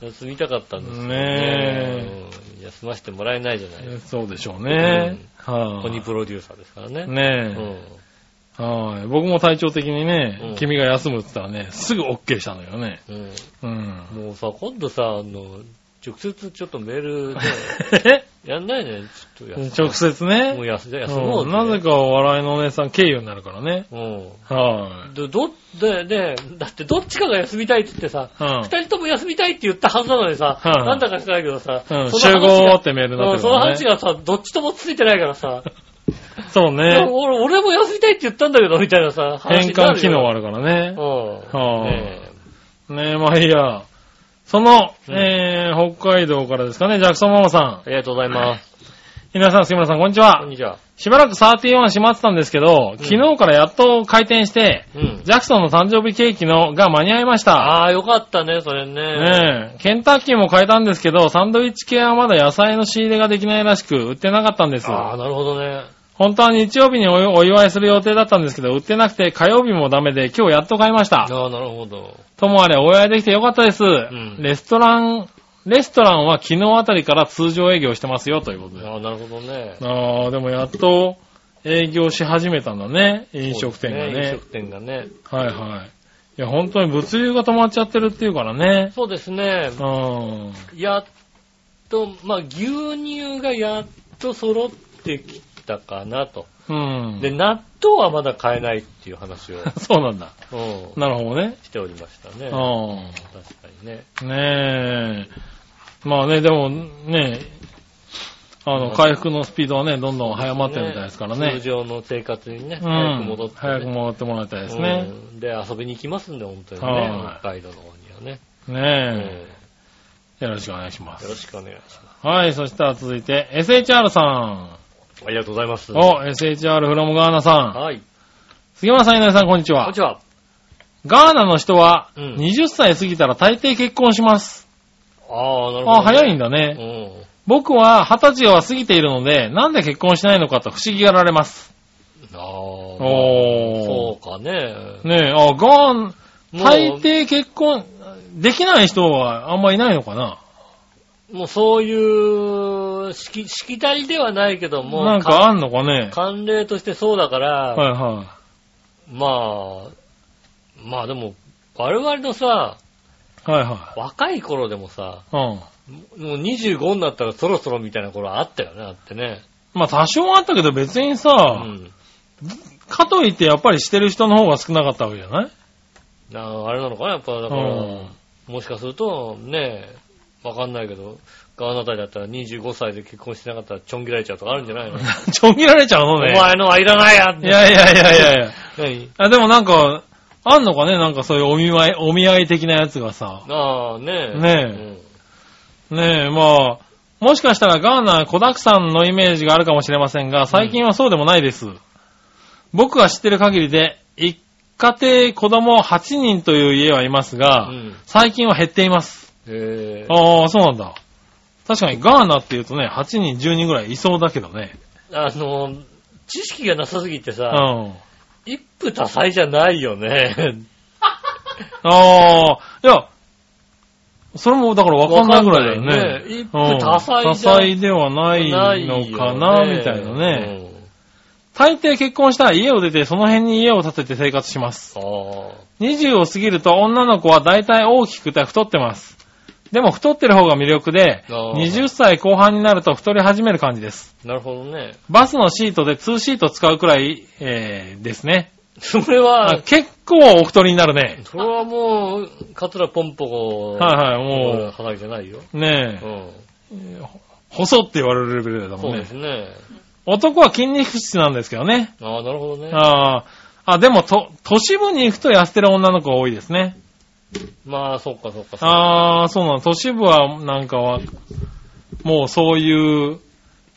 Speaker 2: 休みたかったんですけど
Speaker 3: ね
Speaker 2: うん休ませてもらえないじゃない
Speaker 3: い。そうでしょうね。は
Speaker 2: 鬼
Speaker 3: い。
Speaker 2: プロデューサーですからね。う
Speaker 3: ね
Speaker 2: ん。
Speaker 3: え。はい。僕も体調的に
Speaker 2: うん
Speaker 3: ね、君が休むって言ったらね、すぐ OK したのよね。
Speaker 2: うん。
Speaker 3: うん。
Speaker 2: もうさ、今度さ、あの、直接ちょっとメールで、やんない ね。ちょっと休
Speaker 3: 直接
Speaker 2: もう
Speaker 3: ね。
Speaker 2: 休んで、休も
Speaker 3: う
Speaker 2: うんぜ。
Speaker 3: なぜか笑いのお姉さん経由になるからね。
Speaker 2: う
Speaker 3: は
Speaker 2: ん。で、ど、で、で、だってどっちかが休みたいって言ってさ、
Speaker 3: い。うん
Speaker 2: 二人とも休みたいって言ったはずなのにさ、
Speaker 3: うん
Speaker 2: なんだか知らないけどさ、
Speaker 3: うん
Speaker 2: そ
Speaker 3: 集
Speaker 2: の話
Speaker 3: 合
Speaker 2: が
Speaker 3: ってメールにな
Speaker 2: う
Speaker 3: っ
Speaker 2: ん
Speaker 3: て
Speaker 2: そ
Speaker 3: る
Speaker 2: の
Speaker 3: から
Speaker 2: 話
Speaker 3: ね。
Speaker 2: がさ、どっちともついてないからさ、
Speaker 3: そう
Speaker 2: いや
Speaker 3: ね。
Speaker 2: 俺俺も休みたいって言ったんだけど、みたいなさ、話
Speaker 3: 変
Speaker 2: にな
Speaker 3: 換
Speaker 2: るよ
Speaker 3: 機能あるからね。
Speaker 2: うん。
Speaker 3: はあ
Speaker 2: ね
Speaker 3: ねえ、まあいいや。その、
Speaker 2: うん
Speaker 3: えー、北海道からですかね、ジャクソンママさ
Speaker 2: えありがとうございます。
Speaker 3: ん。皆さん、杉村さん、こんにち
Speaker 2: こん
Speaker 3: は。
Speaker 2: にちは。
Speaker 3: しばらく31閉まってたんですけど、昨日からやっと開店して、
Speaker 2: うん。
Speaker 3: ジャクソンの誕生日ケーキのが間に合いました。
Speaker 2: ああ、よかったね、それね。
Speaker 3: ねえ、ケンタッキーも買えたんですけど、サンドイッチ系はまだ野菜の仕入れができないらしく、売ってなかったんです。
Speaker 2: ああ、なるほどね。
Speaker 3: 本当は日曜日におお祝いする予定だったんですけど、売ってなくて火曜日もダメで、今日やっと買いました。
Speaker 2: ああ、なるほど。
Speaker 3: ともあれ、お会いできてよかったです。
Speaker 2: ん
Speaker 3: レストラン、レストランは昨日あたりから通常営業してますよ、ということで。
Speaker 2: ああ、なるほどね。
Speaker 3: ああ、でもやっと営業し始めたんだね、飲食店が
Speaker 2: そう
Speaker 3: ね。
Speaker 2: です飲食店がね。
Speaker 3: はいはい。いや、本当に物流が止まっちゃってるっていうからね。
Speaker 2: そうですね
Speaker 3: う。ん。
Speaker 2: やっと、まあ、牛乳がやっと揃ってきたかなと。
Speaker 3: うん。
Speaker 2: で、納豆はまだ買えないっていう話を、
Speaker 3: そうなんだ。
Speaker 2: うん
Speaker 3: なるほどね。
Speaker 2: しておりましたね。
Speaker 3: う
Speaker 2: 確かにね。
Speaker 3: ん。ねえ。まあね、でもね、あ
Speaker 2: うん
Speaker 3: の、回復のスピードはね、どんどん早まってるみたいですからね。
Speaker 2: 通常の生活にね、
Speaker 3: うん
Speaker 2: 早く戻って、ね。
Speaker 3: 早く戻ってもらいたいですね。
Speaker 2: うんで、遊びに行きますんで、本当にね
Speaker 3: は。い
Speaker 2: 北海道の方にはね。
Speaker 3: ね
Speaker 2: え
Speaker 3: え、よろしくお願いしま
Speaker 2: えよ
Speaker 3: す。
Speaker 2: ろしくお願いしま
Speaker 3: はい、そしたら続いて、SHR さん。
Speaker 2: す。ありがとうございます。
Speaker 3: お、SHR フロムガーナさん。
Speaker 2: はい。
Speaker 3: 杉村さん、井上さん、こんにち
Speaker 2: こん
Speaker 3: は
Speaker 2: に。ちは。
Speaker 3: ガーナの人は、
Speaker 2: うん
Speaker 3: 20歳過ぎたら大抵結婚します。
Speaker 2: ああ、なるほど、
Speaker 3: あ、早いん
Speaker 2: だ
Speaker 3: だね。
Speaker 2: ね。
Speaker 3: 僕は20歳は過ぎているので、なんで結婚しないのかと不思議がられます。
Speaker 2: うん。ああ。
Speaker 3: お
Speaker 2: そうかね。
Speaker 3: ねえ、あ、ガー
Speaker 2: もう
Speaker 3: ナ、大抵結婚、できない人はあんまいないのかな
Speaker 2: もうそういう、しき、しきたりではないけども、
Speaker 3: なんかあんのかね
Speaker 2: か慣例としてそうだから、
Speaker 3: はいはい。
Speaker 2: まあ、まあでも、我々のさ、
Speaker 3: はいは
Speaker 2: 若い頃でもさ、
Speaker 3: い。うん。
Speaker 2: もう25になったらそろそろみたいな頃あったよね、あってね。
Speaker 3: まあ多少あったけど別にさ、
Speaker 2: うん。
Speaker 3: かといってやっぱりしてる人の方が少なかったわけじゃない
Speaker 2: なあれなのかな、やっぱだから、もしかすると、ねえ、わかんないけど、ガーナたりだったら25歳で結婚してなかったらちょん切られちゃうとかあるんじゃないの
Speaker 3: うん。ちょん切られちゃう
Speaker 2: お
Speaker 3: のね。
Speaker 2: 前のはいらないやって
Speaker 3: いやいやいやいやいや。
Speaker 2: 何
Speaker 3: あ、でもなんか、あんのかねなんかそういうお見舞い、お見合い的なやつがさ。
Speaker 2: ああ、ねえ。
Speaker 3: ねねえ、まあ、もしかしたらガーナ小沢さんのイメージがあるかもしれませんが、最近はそうでもないです。僕が知ってる限りで、一家庭子供8人という家はいますが、
Speaker 2: うん。うん。
Speaker 3: 最近は減っています。
Speaker 2: えー、
Speaker 3: ああ、そうなんだ。確かにガーナって言うとね、8人、10人ぐらいいそうだけどね。
Speaker 2: あの、知識がなさすぎて
Speaker 3: う
Speaker 2: さ、
Speaker 3: ん。
Speaker 2: 一夫多妻じゃないよね。
Speaker 3: ああ、いや、それもだから分かんないぐらいだよね。
Speaker 2: わかんないね一夫多妻
Speaker 3: うん
Speaker 2: じゃ
Speaker 3: 多妻ではないのかな、みたいなね。
Speaker 2: ね。
Speaker 3: 大抵結婚したら家を出てその辺に家を建てて生活します。
Speaker 2: うんああ。
Speaker 3: 20を過ぎると女の子は大体大きくて太ってます。でも太ってる方が魅力で、
Speaker 2: あー
Speaker 3: 20歳後半になると太り始める感じです。
Speaker 2: なるほどね。
Speaker 3: バスのシートで2シート使うくらい、えー、ですね。
Speaker 2: それ
Speaker 3: あ
Speaker 2: は、
Speaker 3: 結構お太りになるね。
Speaker 2: それはもう、カツラポンポコ、
Speaker 3: はいはい、
Speaker 2: もう、
Speaker 3: も
Speaker 2: 花じゃないよ。
Speaker 3: う、ね
Speaker 2: う
Speaker 3: え、
Speaker 2: ん。
Speaker 3: 細って言われるレベルだ
Speaker 2: そ
Speaker 3: も
Speaker 2: うんで
Speaker 3: ね
Speaker 2: す。ね。
Speaker 3: 男は筋肉質なんですけどね。
Speaker 2: ああ、なるほどね。
Speaker 3: あーあ、でもと、都市部に行くと痩せてる女の子が多いですね。
Speaker 2: まあ、そっかそっか。そう
Speaker 3: あー、そうなの。都市部は、なんかは、もうそういう、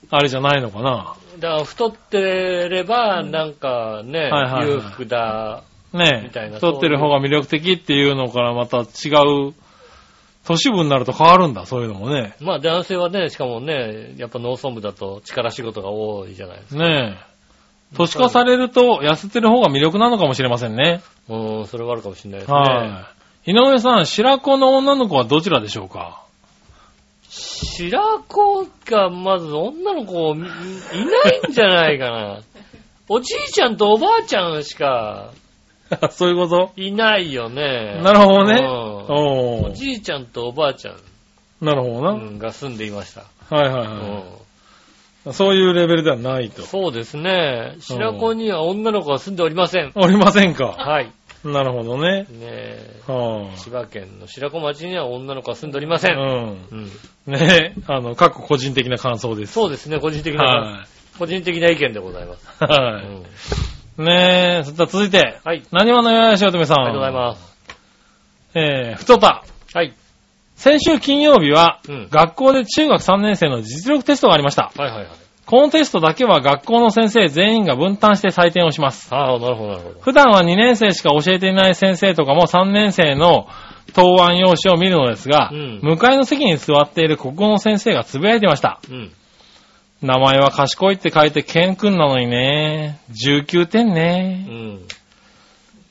Speaker 3: あれじゃないのかな。
Speaker 2: だから、太ってれば、なんかね
Speaker 3: はいは、いはい
Speaker 2: 裕福だ。
Speaker 3: ね
Speaker 2: みたい
Speaker 3: え。
Speaker 2: な
Speaker 3: 太ってる方が魅力的っていうのからまた違う、都市部になると変わるんだ、そういうのもね。
Speaker 2: まあ、男性はね、しかもね、やっぱ農村部だと力仕事が多いじゃないですか。
Speaker 3: ねえ。都市化されると痩せてる方が魅力なのかもしれませんね。
Speaker 2: うん、それはあるかもしれないですね。
Speaker 3: はい。井上さん、白子の女の子はどちらでしょう か
Speaker 2: 白子がまず女の子いないんじゃないかな。 おじいちゃんとおばあちゃんしか
Speaker 3: そういうこと
Speaker 2: いないよね。
Speaker 3: なるほどね。
Speaker 2: うん
Speaker 3: お
Speaker 2: お
Speaker 3: ー
Speaker 2: じいちゃんとおばあちゃん
Speaker 3: なるほどな。
Speaker 2: うんが住んでいました。
Speaker 3: はいはいうは
Speaker 2: ん
Speaker 3: い。そういうレベルではないと。
Speaker 2: そうですね。白子には女の子は住んでおりません。
Speaker 3: おりませんか。
Speaker 2: はい。
Speaker 3: なるほどね
Speaker 2: ね。え
Speaker 3: は
Speaker 2: 千葉県の白子町には女の子は住んでおりませ
Speaker 3: あ、
Speaker 2: ん。
Speaker 3: うん。
Speaker 2: うん
Speaker 3: ねえ、あの、各個人的な感想です。
Speaker 2: そうですね、個人的な、
Speaker 3: は
Speaker 2: 個人的な意見でございます。
Speaker 3: い。
Speaker 2: う
Speaker 3: は
Speaker 2: ん
Speaker 3: い。ねえ、そしたら続いて、
Speaker 2: はい。
Speaker 3: 何話のよやしおとめさん。
Speaker 2: ありがとうございます。
Speaker 3: す。えー、ふとた。
Speaker 2: はい。
Speaker 3: 先週金曜日は、
Speaker 2: うん
Speaker 3: 学校で中学3年生の実力テストがありました。
Speaker 2: はいはいはい。
Speaker 3: このテストだけは学校の先生全員が分担して採点をします。
Speaker 2: ああ、なるほど、なるほど。
Speaker 3: 普段は2年生しか教えていない先生とかも3年生の答案用紙を見るのですが、
Speaker 2: うん
Speaker 3: 向かいの席に座っている国語の先生がつぶやいてました。
Speaker 2: うん。
Speaker 3: 名前は賢いって書いてケン君なのにね。19点
Speaker 2: う
Speaker 3: ね。
Speaker 2: ん。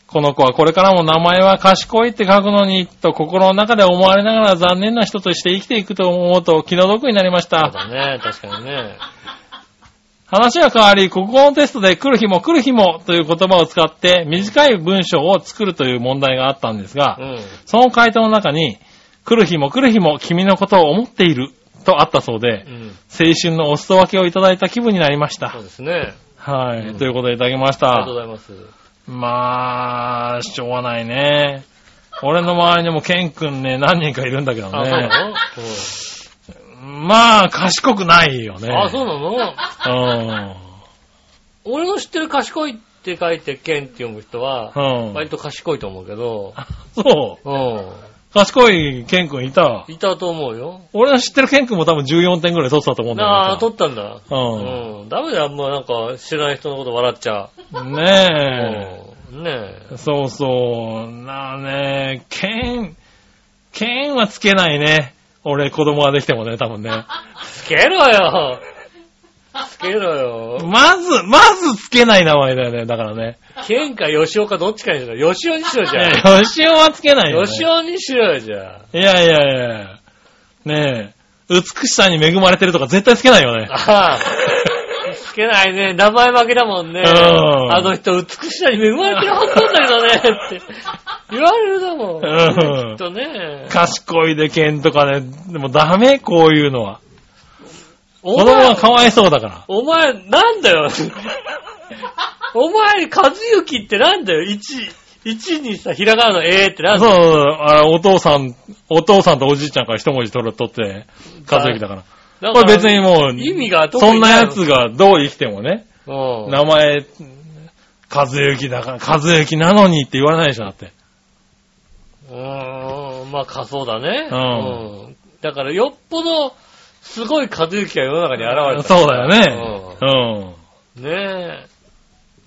Speaker 3: この子はこれからも名前は賢いって書くのに、と心の中で思われながら残念な人として生きていくと思うと気の毒になりまし
Speaker 2: そう
Speaker 3: た。
Speaker 2: だね、確かにね。
Speaker 3: 話は変わり、国語のテストで来る日も来る日もという言葉を使って短い文章を作るという問題があったんですが
Speaker 2: う、ん。
Speaker 3: その回答の中に、来る日も来る日も君のことを思っているとあったそうで
Speaker 2: う、ん。
Speaker 3: 青春のお裾分けをいただいた気分になりました
Speaker 2: そう。ですね。
Speaker 3: はい、
Speaker 2: うん
Speaker 3: ということでいただきまし
Speaker 2: ありがとうござい
Speaker 3: た。
Speaker 2: ます。
Speaker 3: まあ、しょうがないね。俺の周りにもケン君ね、何人かいるんだけど
Speaker 2: あ、そう
Speaker 3: ね。
Speaker 2: なの
Speaker 3: まあ、賢くないよね。
Speaker 2: うんあ、そうなの
Speaker 3: うん。
Speaker 2: 俺の知ってる賢いって書いて、ケンって読む人は、
Speaker 3: うん。
Speaker 2: 割と賢いと思うけど、
Speaker 3: そうう。賢いケン君いた
Speaker 2: ん。。いたと思うよ。
Speaker 3: 俺の知ってるケン君も多分14点ぐらい取ってたと思うんだよ
Speaker 2: なあ、取ったんだ。
Speaker 3: う
Speaker 2: うん。ダメだよ、あんまなんか知らない人のこと笑っちゃ
Speaker 3: ん。
Speaker 2: う。
Speaker 3: ね
Speaker 2: うん。ね
Speaker 3: え。そうそう。なあね、ケン、ケンはつけないね。俺子供ができてもね、多分ね。
Speaker 2: え。つけろよつけろよ。
Speaker 3: まず、まずつけない名前だよね、だからね。
Speaker 2: ケンか吉尾かどっちかにしろ。吉尾にしろじゃん。
Speaker 3: よしおはつけないよ、ね。
Speaker 2: 吉尾にしろよ、じゃあ。
Speaker 3: いやいやいやいやねえ、美しさに恵まれてるとか絶対つけないよね。
Speaker 2: ああ。つけないね。名前負けだもんね。
Speaker 3: うん
Speaker 2: あの人、美しさに恵まれてるはずなんだけどね。って。言われるだもん。
Speaker 3: う
Speaker 2: き
Speaker 3: ん
Speaker 2: っとね。
Speaker 3: 賢いで剣とかね、でもダメ、こういうのは。
Speaker 2: お
Speaker 3: 子供は
Speaker 2: 前、
Speaker 3: かわいそうだから。
Speaker 2: お前、なんだ よ。お前、和幸ってなんだよ。1、1にさ、ひらがなの A ってなん
Speaker 3: そ
Speaker 2: だよ。
Speaker 3: うそうそうあれお父さん、お父さんとおじいちゃんから一文字取る取って、和之だから。
Speaker 2: だ
Speaker 3: こ
Speaker 2: から
Speaker 3: れ別にもう、
Speaker 2: 意味が特
Speaker 3: そん
Speaker 2: に
Speaker 3: ないやつがどう生きてもね、
Speaker 2: の。うん
Speaker 3: 名前、和之だから、和之なのにって言われないでしょ、だって。
Speaker 2: うーん、まあ、仮想だね。
Speaker 3: う
Speaker 2: うん。だから、よっぽど、すごい和幸が世の中に現れた。
Speaker 3: そうだよね。うん。
Speaker 2: ねえ。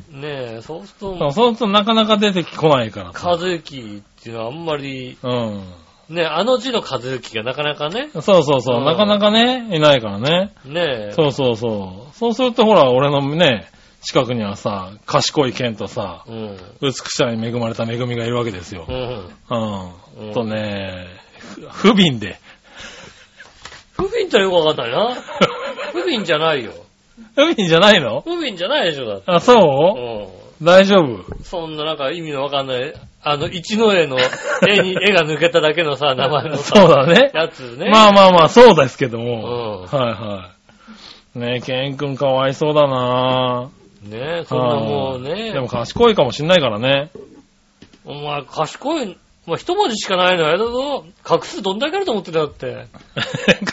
Speaker 2: ねえ、そうすると、
Speaker 3: そうそうするとなかなか出てこないからさ。
Speaker 2: 和幸っていうのはあんまり、
Speaker 3: うん。
Speaker 2: ねあの字の和幸がなかなかね、
Speaker 3: そうそうそうう。
Speaker 2: ん
Speaker 3: なかなかね、いないからね。
Speaker 2: ねえ、
Speaker 3: そうそうそう。そうするとほら、俺のね、近くにはさ、賢い剣とさ、
Speaker 2: うん。
Speaker 3: 美しさに恵まれた恵みがいるわけですよ
Speaker 2: う。ん。
Speaker 3: う
Speaker 2: うん
Speaker 3: ん。とね、ふ不憫で。
Speaker 2: 不憫とはよくわかんないな。不憫じゃないよ。
Speaker 3: 不憫じゃないの
Speaker 2: 不憫じゃないでしょ、だって。
Speaker 3: あ、そう
Speaker 2: う
Speaker 3: 大丈夫。
Speaker 2: ん。そんななんか意味のわかんない、あの、一の絵 の、絵に、絵が抜けただけのさ、名前のさ、
Speaker 3: そうだね。
Speaker 2: やつね。
Speaker 3: まあまあまあ、そうですけど
Speaker 2: うん。
Speaker 3: も。はいはい。ねえ、ケン君かわいそうだな
Speaker 2: ねえ、そんなもうね、
Speaker 3: でも賢いかもしんないからね。
Speaker 2: お前賢い、まあ、一文字しかないのあれだぞ。画数どんだけあると思ってたって。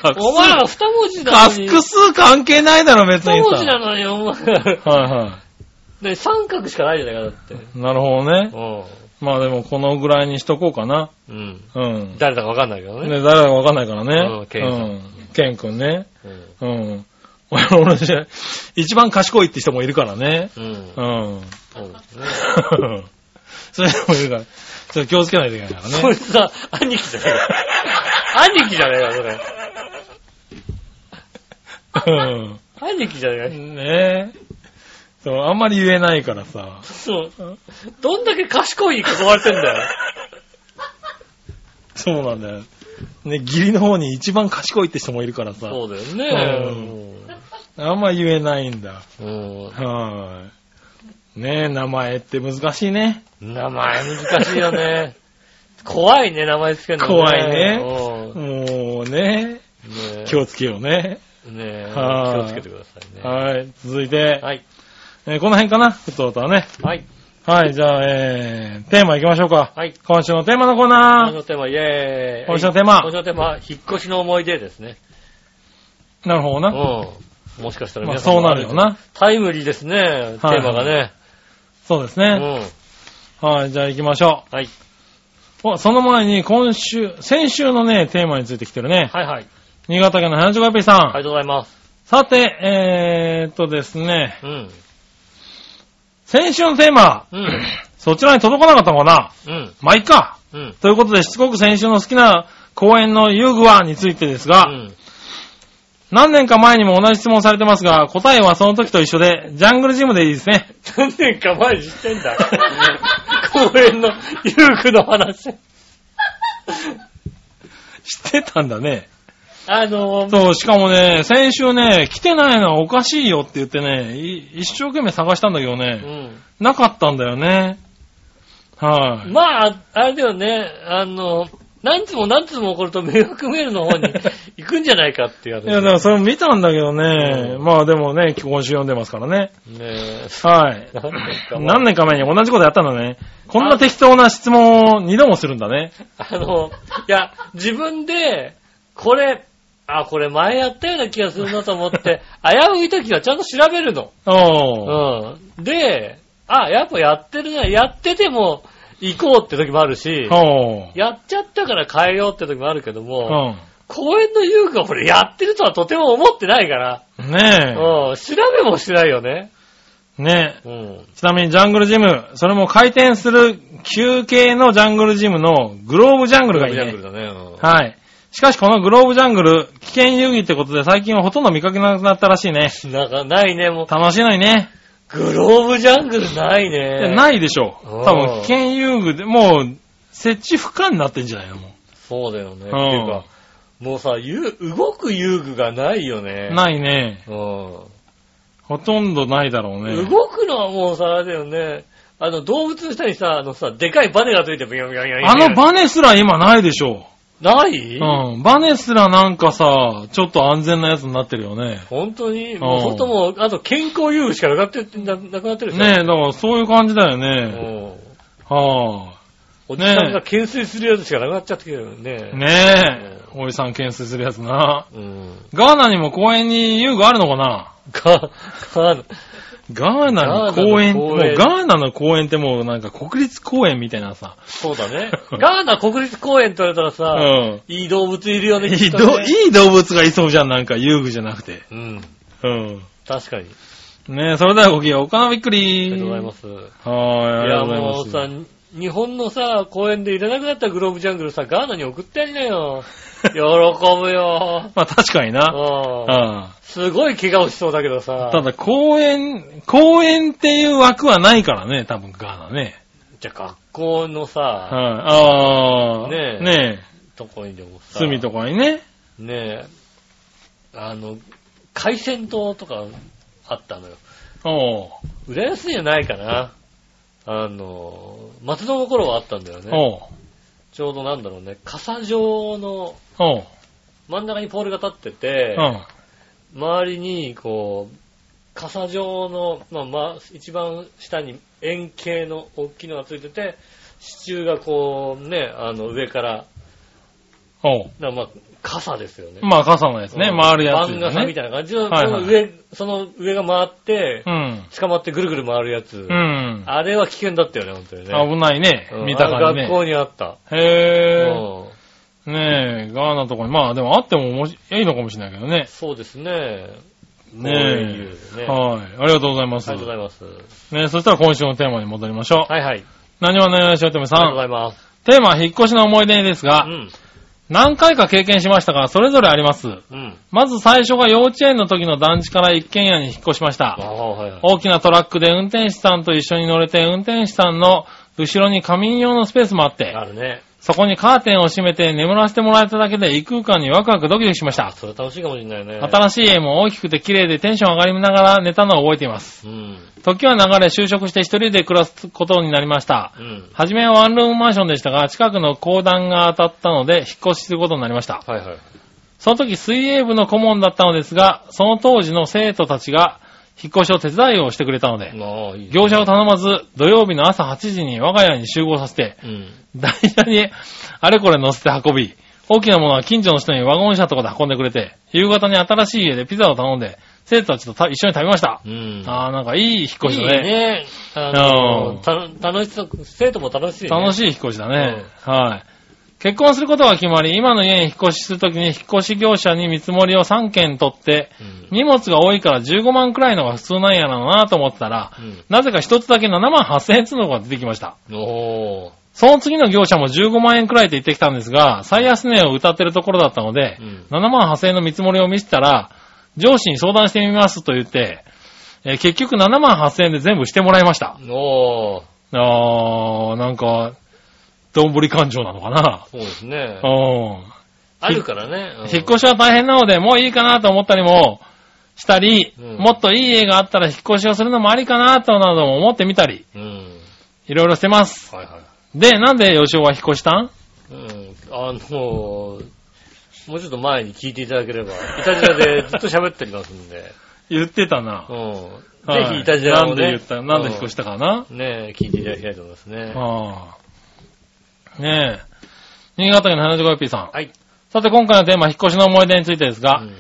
Speaker 3: 隠
Speaker 2: お前ら二文字なのに。
Speaker 3: 画数関係ないだろ、別
Speaker 2: 二
Speaker 3: に
Speaker 2: 文字な
Speaker 3: さ。
Speaker 2: のに、お前。
Speaker 3: はいは
Speaker 2: ね、三角しかないじゃないか、だって。
Speaker 3: い。なるほどね。
Speaker 2: う
Speaker 3: まあでも、このぐらいにしとこうかな。
Speaker 2: ん。うん。
Speaker 3: うん。
Speaker 2: 誰だかわかんないけどね。
Speaker 3: ね、誰だかわかんないから
Speaker 2: うん
Speaker 3: ね。
Speaker 2: ケンさん
Speaker 3: うん。ケン君ね。
Speaker 2: うん。
Speaker 3: うん。俺、俺じゃ、一番賢いって人もいるからね。
Speaker 2: うん
Speaker 3: う。ん。
Speaker 2: そうですね。
Speaker 3: それでもいるから、ちょっと気をつけないといけないから
Speaker 2: こ
Speaker 3: ね。
Speaker 2: いつさ、兄貴じゃねえ か。兄貴じゃねえか、それ。
Speaker 3: うん。
Speaker 2: 兄貴じゃねえか。
Speaker 3: ねえ。そう、あんまり言えないからさ。
Speaker 2: そう。どんだけ賢いに囲まれてんだよ。
Speaker 3: そうなんだよ。ね、義理の方に一番賢いって人もいるからさ。
Speaker 2: そうだよね。
Speaker 3: あんま言えないんだ。
Speaker 2: うん。
Speaker 3: はーい。ねえ、名前って難しいね。
Speaker 2: 名前難しいよね。怖いね、名前つけるの、
Speaker 3: 怖いね
Speaker 2: う
Speaker 3: もうね、
Speaker 2: んね
Speaker 3: 気をつけようね。
Speaker 2: えねえ気
Speaker 3: は
Speaker 2: を
Speaker 3: い
Speaker 2: つけてくださいね。
Speaker 3: はい。続いて、
Speaker 2: はい。
Speaker 3: えーこの辺かな、ふととはね。
Speaker 2: はい。
Speaker 3: はい、じゃあ、えー、テーマ行きましょうか。
Speaker 2: はい。
Speaker 3: 今週のテーマのコー
Speaker 2: 今
Speaker 3: ナ
Speaker 2: 週
Speaker 3: ー。
Speaker 2: のテーマ、イェーイ。
Speaker 3: 今週のテーマ
Speaker 2: 今週のテーマ、引っ越しの思い出ですね。
Speaker 3: なるほど
Speaker 2: う
Speaker 3: な。
Speaker 2: ん。もしかしたら
Speaker 3: まあ、
Speaker 2: 皆さん
Speaker 3: そ
Speaker 2: も
Speaker 3: うなるよな。
Speaker 2: タイムリーですね、テ
Speaker 3: はい
Speaker 2: ーマがね。
Speaker 3: そうです
Speaker 2: う
Speaker 3: ね。
Speaker 2: ん。
Speaker 3: はい、じゃあ行きましょ
Speaker 2: はい。
Speaker 3: う。おその前に、今週、先週のね、テーマについてきてるね。
Speaker 2: はいはい。
Speaker 3: 新潟県の花城ペイさん。
Speaker 2: ありがとうございます。
Speaker 3: さて、えーっとですね、
Speaker 2: うん。
Speaker 3: 先週のテーマ、
Speaker 2: うん。
Speaker 3: そちらに届かなかったのかな
Speaker 2: うん。
Speaker 3: まあ、いっか。
Speaker 2: うん。
Speaker 3: ということで、しつこく先週の好きな公園の遊具はについてですが、
Speaker 2: うん
Speaker 3: 何年か前にも同じ質問されてますが、答えはその時と一緒で、ジャングルジムでいいですね。
Speaker 2: 何年か前にしてんだ。公園の遊具の話。
Speaker 3: 知ってたんだね。
Speaker 2: あのー、
Speaker 3: そう、しかもね、先週ね、来てないのはおかしいよって言ってね、い一生懸命探したんだけど
Speaker 2: う
Speaker 3: ね、
Speaker 2: ん。
Speaker 3: なかったんだよね。はい、
Speaker 2: まあ、あれだよね、あの、何つも何つも起こると迷惑メールの 方に行くんじゃないかっていう話。
Speaker 3: いや、だからそれ見たんだけどね。
Speaker 2: うん
Speaker 3: まあでもね、今週読んでますからね。
Speaker 2: ねえ。
Speaker 3: はい。
Speaker 2: 何年か前
Speaker 3: 何年か前に同じことやったんだね。こんな適当な質問を二度もするんだね。
Speaker 2: あの、いや、自分で、これ、あ、これ前やったような気がするなと思 って、危うい時はちゃんと調べるの。
Speaker 3: おー。
Speaker 2: うん。で、あ、やっぱやってるな、やってても行こうって時もあるし、
Speaker 3: おー。
Speaker 2: やっちゃったから変えようって時もあるけど
Speaker 3: う
Speaker 2: も、公園の遊具はこれやってるとはとても思ってないから、
Speaker 3: ん。ね
Speaker 2: うん、調べもしてないよね。
Speaker 3: え。ねえ。
Speaker 2: うん。
Speaker 3: ちなみにジャングルジム、それも回転する休憩のジャングルジムのグローブジャングルがいい
Speaker 2: ジャングル
Speaker 3: ね。
Speaker 2: だね。うん
Speaker 3: はい。しかしこのグローブジャングル、危険遊戯ってことで最近はほとんど見かけなくなったらしいね。
Speaker 2: なんかないね、もう。
Speaker 3: 楽しいのにね。
Speaker 2: グローブジャングルない
Speaker 3: いや
Speaker 2: ね。い。
Speaker 3: ないでしょう。
Speaker 2: うん
Speaker 3: 多分、危険遊具で、もう、設置不可になってんじゃないのも
Speaker 2: そうだよね。っていう
Speaker 3: うん
Speaker 2: か、もうさ、ゆ動く遊具がないよね。
Speaker 3: う。ないね。
Speaker 2: うん。
Speaker 3: ほとんどないだろうね。
Speaker 2: 動くのはもうさ、あれだよね。あの、動物の下にさ、あのさ、でかいバネがついてブヨブヨブヨブヨ
Speaker 3: あのバネすら今ないでしょ
Speaker 2: ない、
Speaker 3: う。うん。バネすらなんかさ、ちょっと安全なやつになってるよね。
Speaker 2: 本当に、
Speaker 3: ん
Speaker 2: もう本当もう、あと健康優遇しかなくなってななくなってるでしょ。
Speaker 3: ねえ、だからそういう感じだよね。
Speaker 2: も
Speaker 3: は
Speaker 2: うおじさんが懸垂するやつしかなくなっちゃってるよね。
Speaker 3: い。ねえ、おじさん懸垂するやつな。
Speaker 2: うん。
Speaker 3: ガーナにも公園に遊具あるのかな
Speaker 2: か、か、
Speaker 3: ガーナの公園、
Speaker 2: ガーナの
Speaker 3: もう
Speaker 2: 公園
Speaker 3: ガーナの公園ってもうなんか国立公園みたいなさ。
Speaker 2: そうだ ね。ガーナ国立公園取れたら
Speaker 3: う
Speaker 2: さ、
Speaker 3: ん。
Speaker 2: いい動物いるよね、
Speaker 3: い
Speaker 2: き
Speaker 3: い
Speaker 2: っと
Speaker 3: ど
Speaker 2: ね
Speaker 3: いい動物がいそうじゃん、なんか遊具じゃなくて。
Speaker 2: うん。
Speaker 3: うん。
Speaker 2: 確かに。
Speaker 3: ねえ、それではごきげんよう。おかなびっく
Speaker 2: あ
Speaker 3: り。
Speaker 2: りがとうございます。
Speaker 3: す。はーい、あ
Speaker 2: い
Speaker 3: りが
Speaker 2: や、
Speaker 3: とう
Speaker 2: も
Speaker 3: ご
Speaker 2: う
Speaker 3: ざい
Speaker 2: さ
Speaker 3: ます。、
Speaker 2: 日本のさ、公園でいらなくなったグローブジャングルさ、ガーナに送ってやりな よ。喜ぶよ。
Speaker 3: まあ確かにな。
Speaker 2: うん。
Speaker 3: あ
Speaker 2: すごい怪我をしそうだけどさ。
Speaker 3: ただ公園、公園っていう枠はないからね、多分ガーナね。
Speaker 2: じゃあ学校の
Speaker 3: はい
Speaker 2: さ、、
Speaker 3: ああ。
Speaker 2: ねえ
Speaker 3: ねえ。
Speaker 2: とこにでもさ、
Speaker 3: 隅とかにね。
Speaker 2: ねえ、あの、海鮮島とかあったのよ。
Speaker 3: おう。
Speaker 2: 浦安にはないかな。あの、松戸の頃はあったんだよね。
Speaker 3: おう。
Speaker 2: ちょうどなんだろうね、傘状の
Speaker 3: おう。
Speaker 2: 真ん中にポールが立ってて、
Speaker 3: うん。
Speaker 2: 周りに、こう、傘状の、まあ、まあ、一番下に円形の大きいのがついてて、支柱がこう、ね、あの、上から、
Speaker 3: おう。
Speaker 2: なまあ、傘ですよね。
Speaker 3: まあ傘のやつね。回るやつ
Speaker 2: 漫
Speaker 3: だ
Speaker 2: 画家み
Speaker 3: ね。
Speaker 2: たいな感じの、
Speaker 3: はいはい
Speaker 2: その上、その上が回って、
Speaker 3: うん。
Speaker 2: 捕まってぐるぐる回るやつ。
Speaker 3: うん。
Speaker 2: あれは危険だったよね、本当にね。
Speaker 3: 危ないね
Speaker 2: う。ん
Speaker 3: 見た
Speaker 2: あ
Speaker 3: 感
Speaker 2: れ学
Speaker 3: じね。
Speaker 2: 校にあった。
Speaker 3: へえ。
Speaker 2: うん
Speaker 3: ねえ、ガーナとかに、まあでもあってもおもしいいのかもしれないけどね。
Speaker 2: そうですね。こ
Speaker 3: ね
Speaker 2: う
Speaker 3: え。
Speaker 2: いうねあ
Speaker 3: はい。ありがとうございます。
Speaker 2: りがとうございます。
Speaker 3: ねえ、そしたら今週のテーマに戻りましょう。
Speaker 2: はいはい。
Speaker 3: 何は何々しようても
Speaker 2: ありがとうご
Speaker 3: さん。
Speaker 2: ざいます。
Speaker 3: テーマは引っ越しの思い出です
Speaker 2: う
Speaker 3: が、
Speaker 2: ん。
Speaker 3: 何回か経験しましたが、それぞれあります。
Speaker 2: うん。
Speaker 3: まず最初が幼稚園の時の団地から一軒家に引っ越しまし
Speaker 2: あ
Speaker 3: た。
Speaker 2: あ、はいはい。
Speaker 3: 大きなトラックで運転手さんと一緒に乗れて、運転手さんの後ろに仮眠用のスペースもあって
Speaker 2: あ、るね。
Speaker 3: そこにカーテンを閉めて眠らせてもらえただけで異空間にワクワクドキドキしました。
Speaker 2: それ楽しいかもしれないね。
Speaker 3: 新しい家も大きくて綺麗でテンション上がりながら寝たのを覚えています。
Speaker 2: うん。
Speaker 3: 時は流れ就職して一人で暮らすことになりました。
Speaker 2: うん。
Speaker 3: はじめはワンルームマンションでしたが、近くの公団が当たったので、引っ越しすることになりました。
Speaker 2: はいはい。
Speaker 3: その時、水泳部の顧問だったのですが、その当時の生徒たちが、引っ越しを手伝いをしてくれたので、
Speaker 2: まあ、いいね。
Speaker 3: 業者を頼まず、土曜日の朝8時に我が家に集合させて、
Speaker 2: うん。
Speaker 3: 台車にあれこれ乗せて運び、大きなものは近所の人にワゴン車とかで運んでくれて、夕方に新しい家でピザを頼んで、生徒たちとた一緒に食べました。
Speaker 2: うん。
Speaker 3: あー、なんかいい引っ越し
Speaker 2: いい
Speaker 3: だね。
Speaker 2: ね。あ
Speaker 3: うん
Speaker 2: の、た楽しそう、生徒も楽しいね。
Speaker 3: 楽
Speaker 2: し
Speaker 3: しい引っ越しだね。はい。結婚することが決まり、今の家に引っ越しするときに引っ越し業者に見積もりを3件取って、
Speaker 2: うん。
Speaker 3: 荷物が多いから15万くらいのが普通なんやろうなと思ってたら、
Speaker 2: うん
Speaker 3: なぜか一つだけ7万8000円つうのが出てきました。
Speaker 2: おー。
Speaker 3: その次の業者も15万円くらいって言ってきたんですが、最安値を歌ってるところだったので、
Speaker 2: うん
Speaker 3: 7万8000円の見積もりを見せたら、上司に相談してみますと言って、えー結局7万8000円で全部してもらいました。
Speaker 2: おー。
Speaker 3: あー、なんか、どんぶり感情なのかな。
Speaker 2: そうですね。
Speaker 3: うん。
Speaker 2: あるからね。うん
Speaker 3: 引っ越しは大変なので、もういいかなと思ったりもしたり、
Speaker 2: うん
Speaker 3: もっといい家があったら引っ越しをするのもありかなとなども思ってみたり、
Speaker 2: うん。
Speaker 3: いろいろしてます。
Speaker 2: はいはい。
Speaker 3: で、なんで吉尾は引っ越したん
Speaker 2: うん。あのーもうちょっと前に聞いていただければ、イタジラでずっと喋っておりますんで、
Speaker 3: 言ってたな
Speaker 2: う。ん。
Speaker 3: はい
Speaker 2: ぜひイタジラ
Speaker 3: な
Speaker 2: を
Speaker 3: んで
Speaker 2: ね、
Speaker 3: 言った、なんで引っ越したかな。
Speaker 2: うんねえ聞いていただきたいと思いますね。
Speaker 3: ああ。ねえ。新潟県の 75FP さん。
Speaker 2: はい。
Speaker 3: さて今回のテーマ、引っ越しの思い出についてですが、
Speaker 2: うん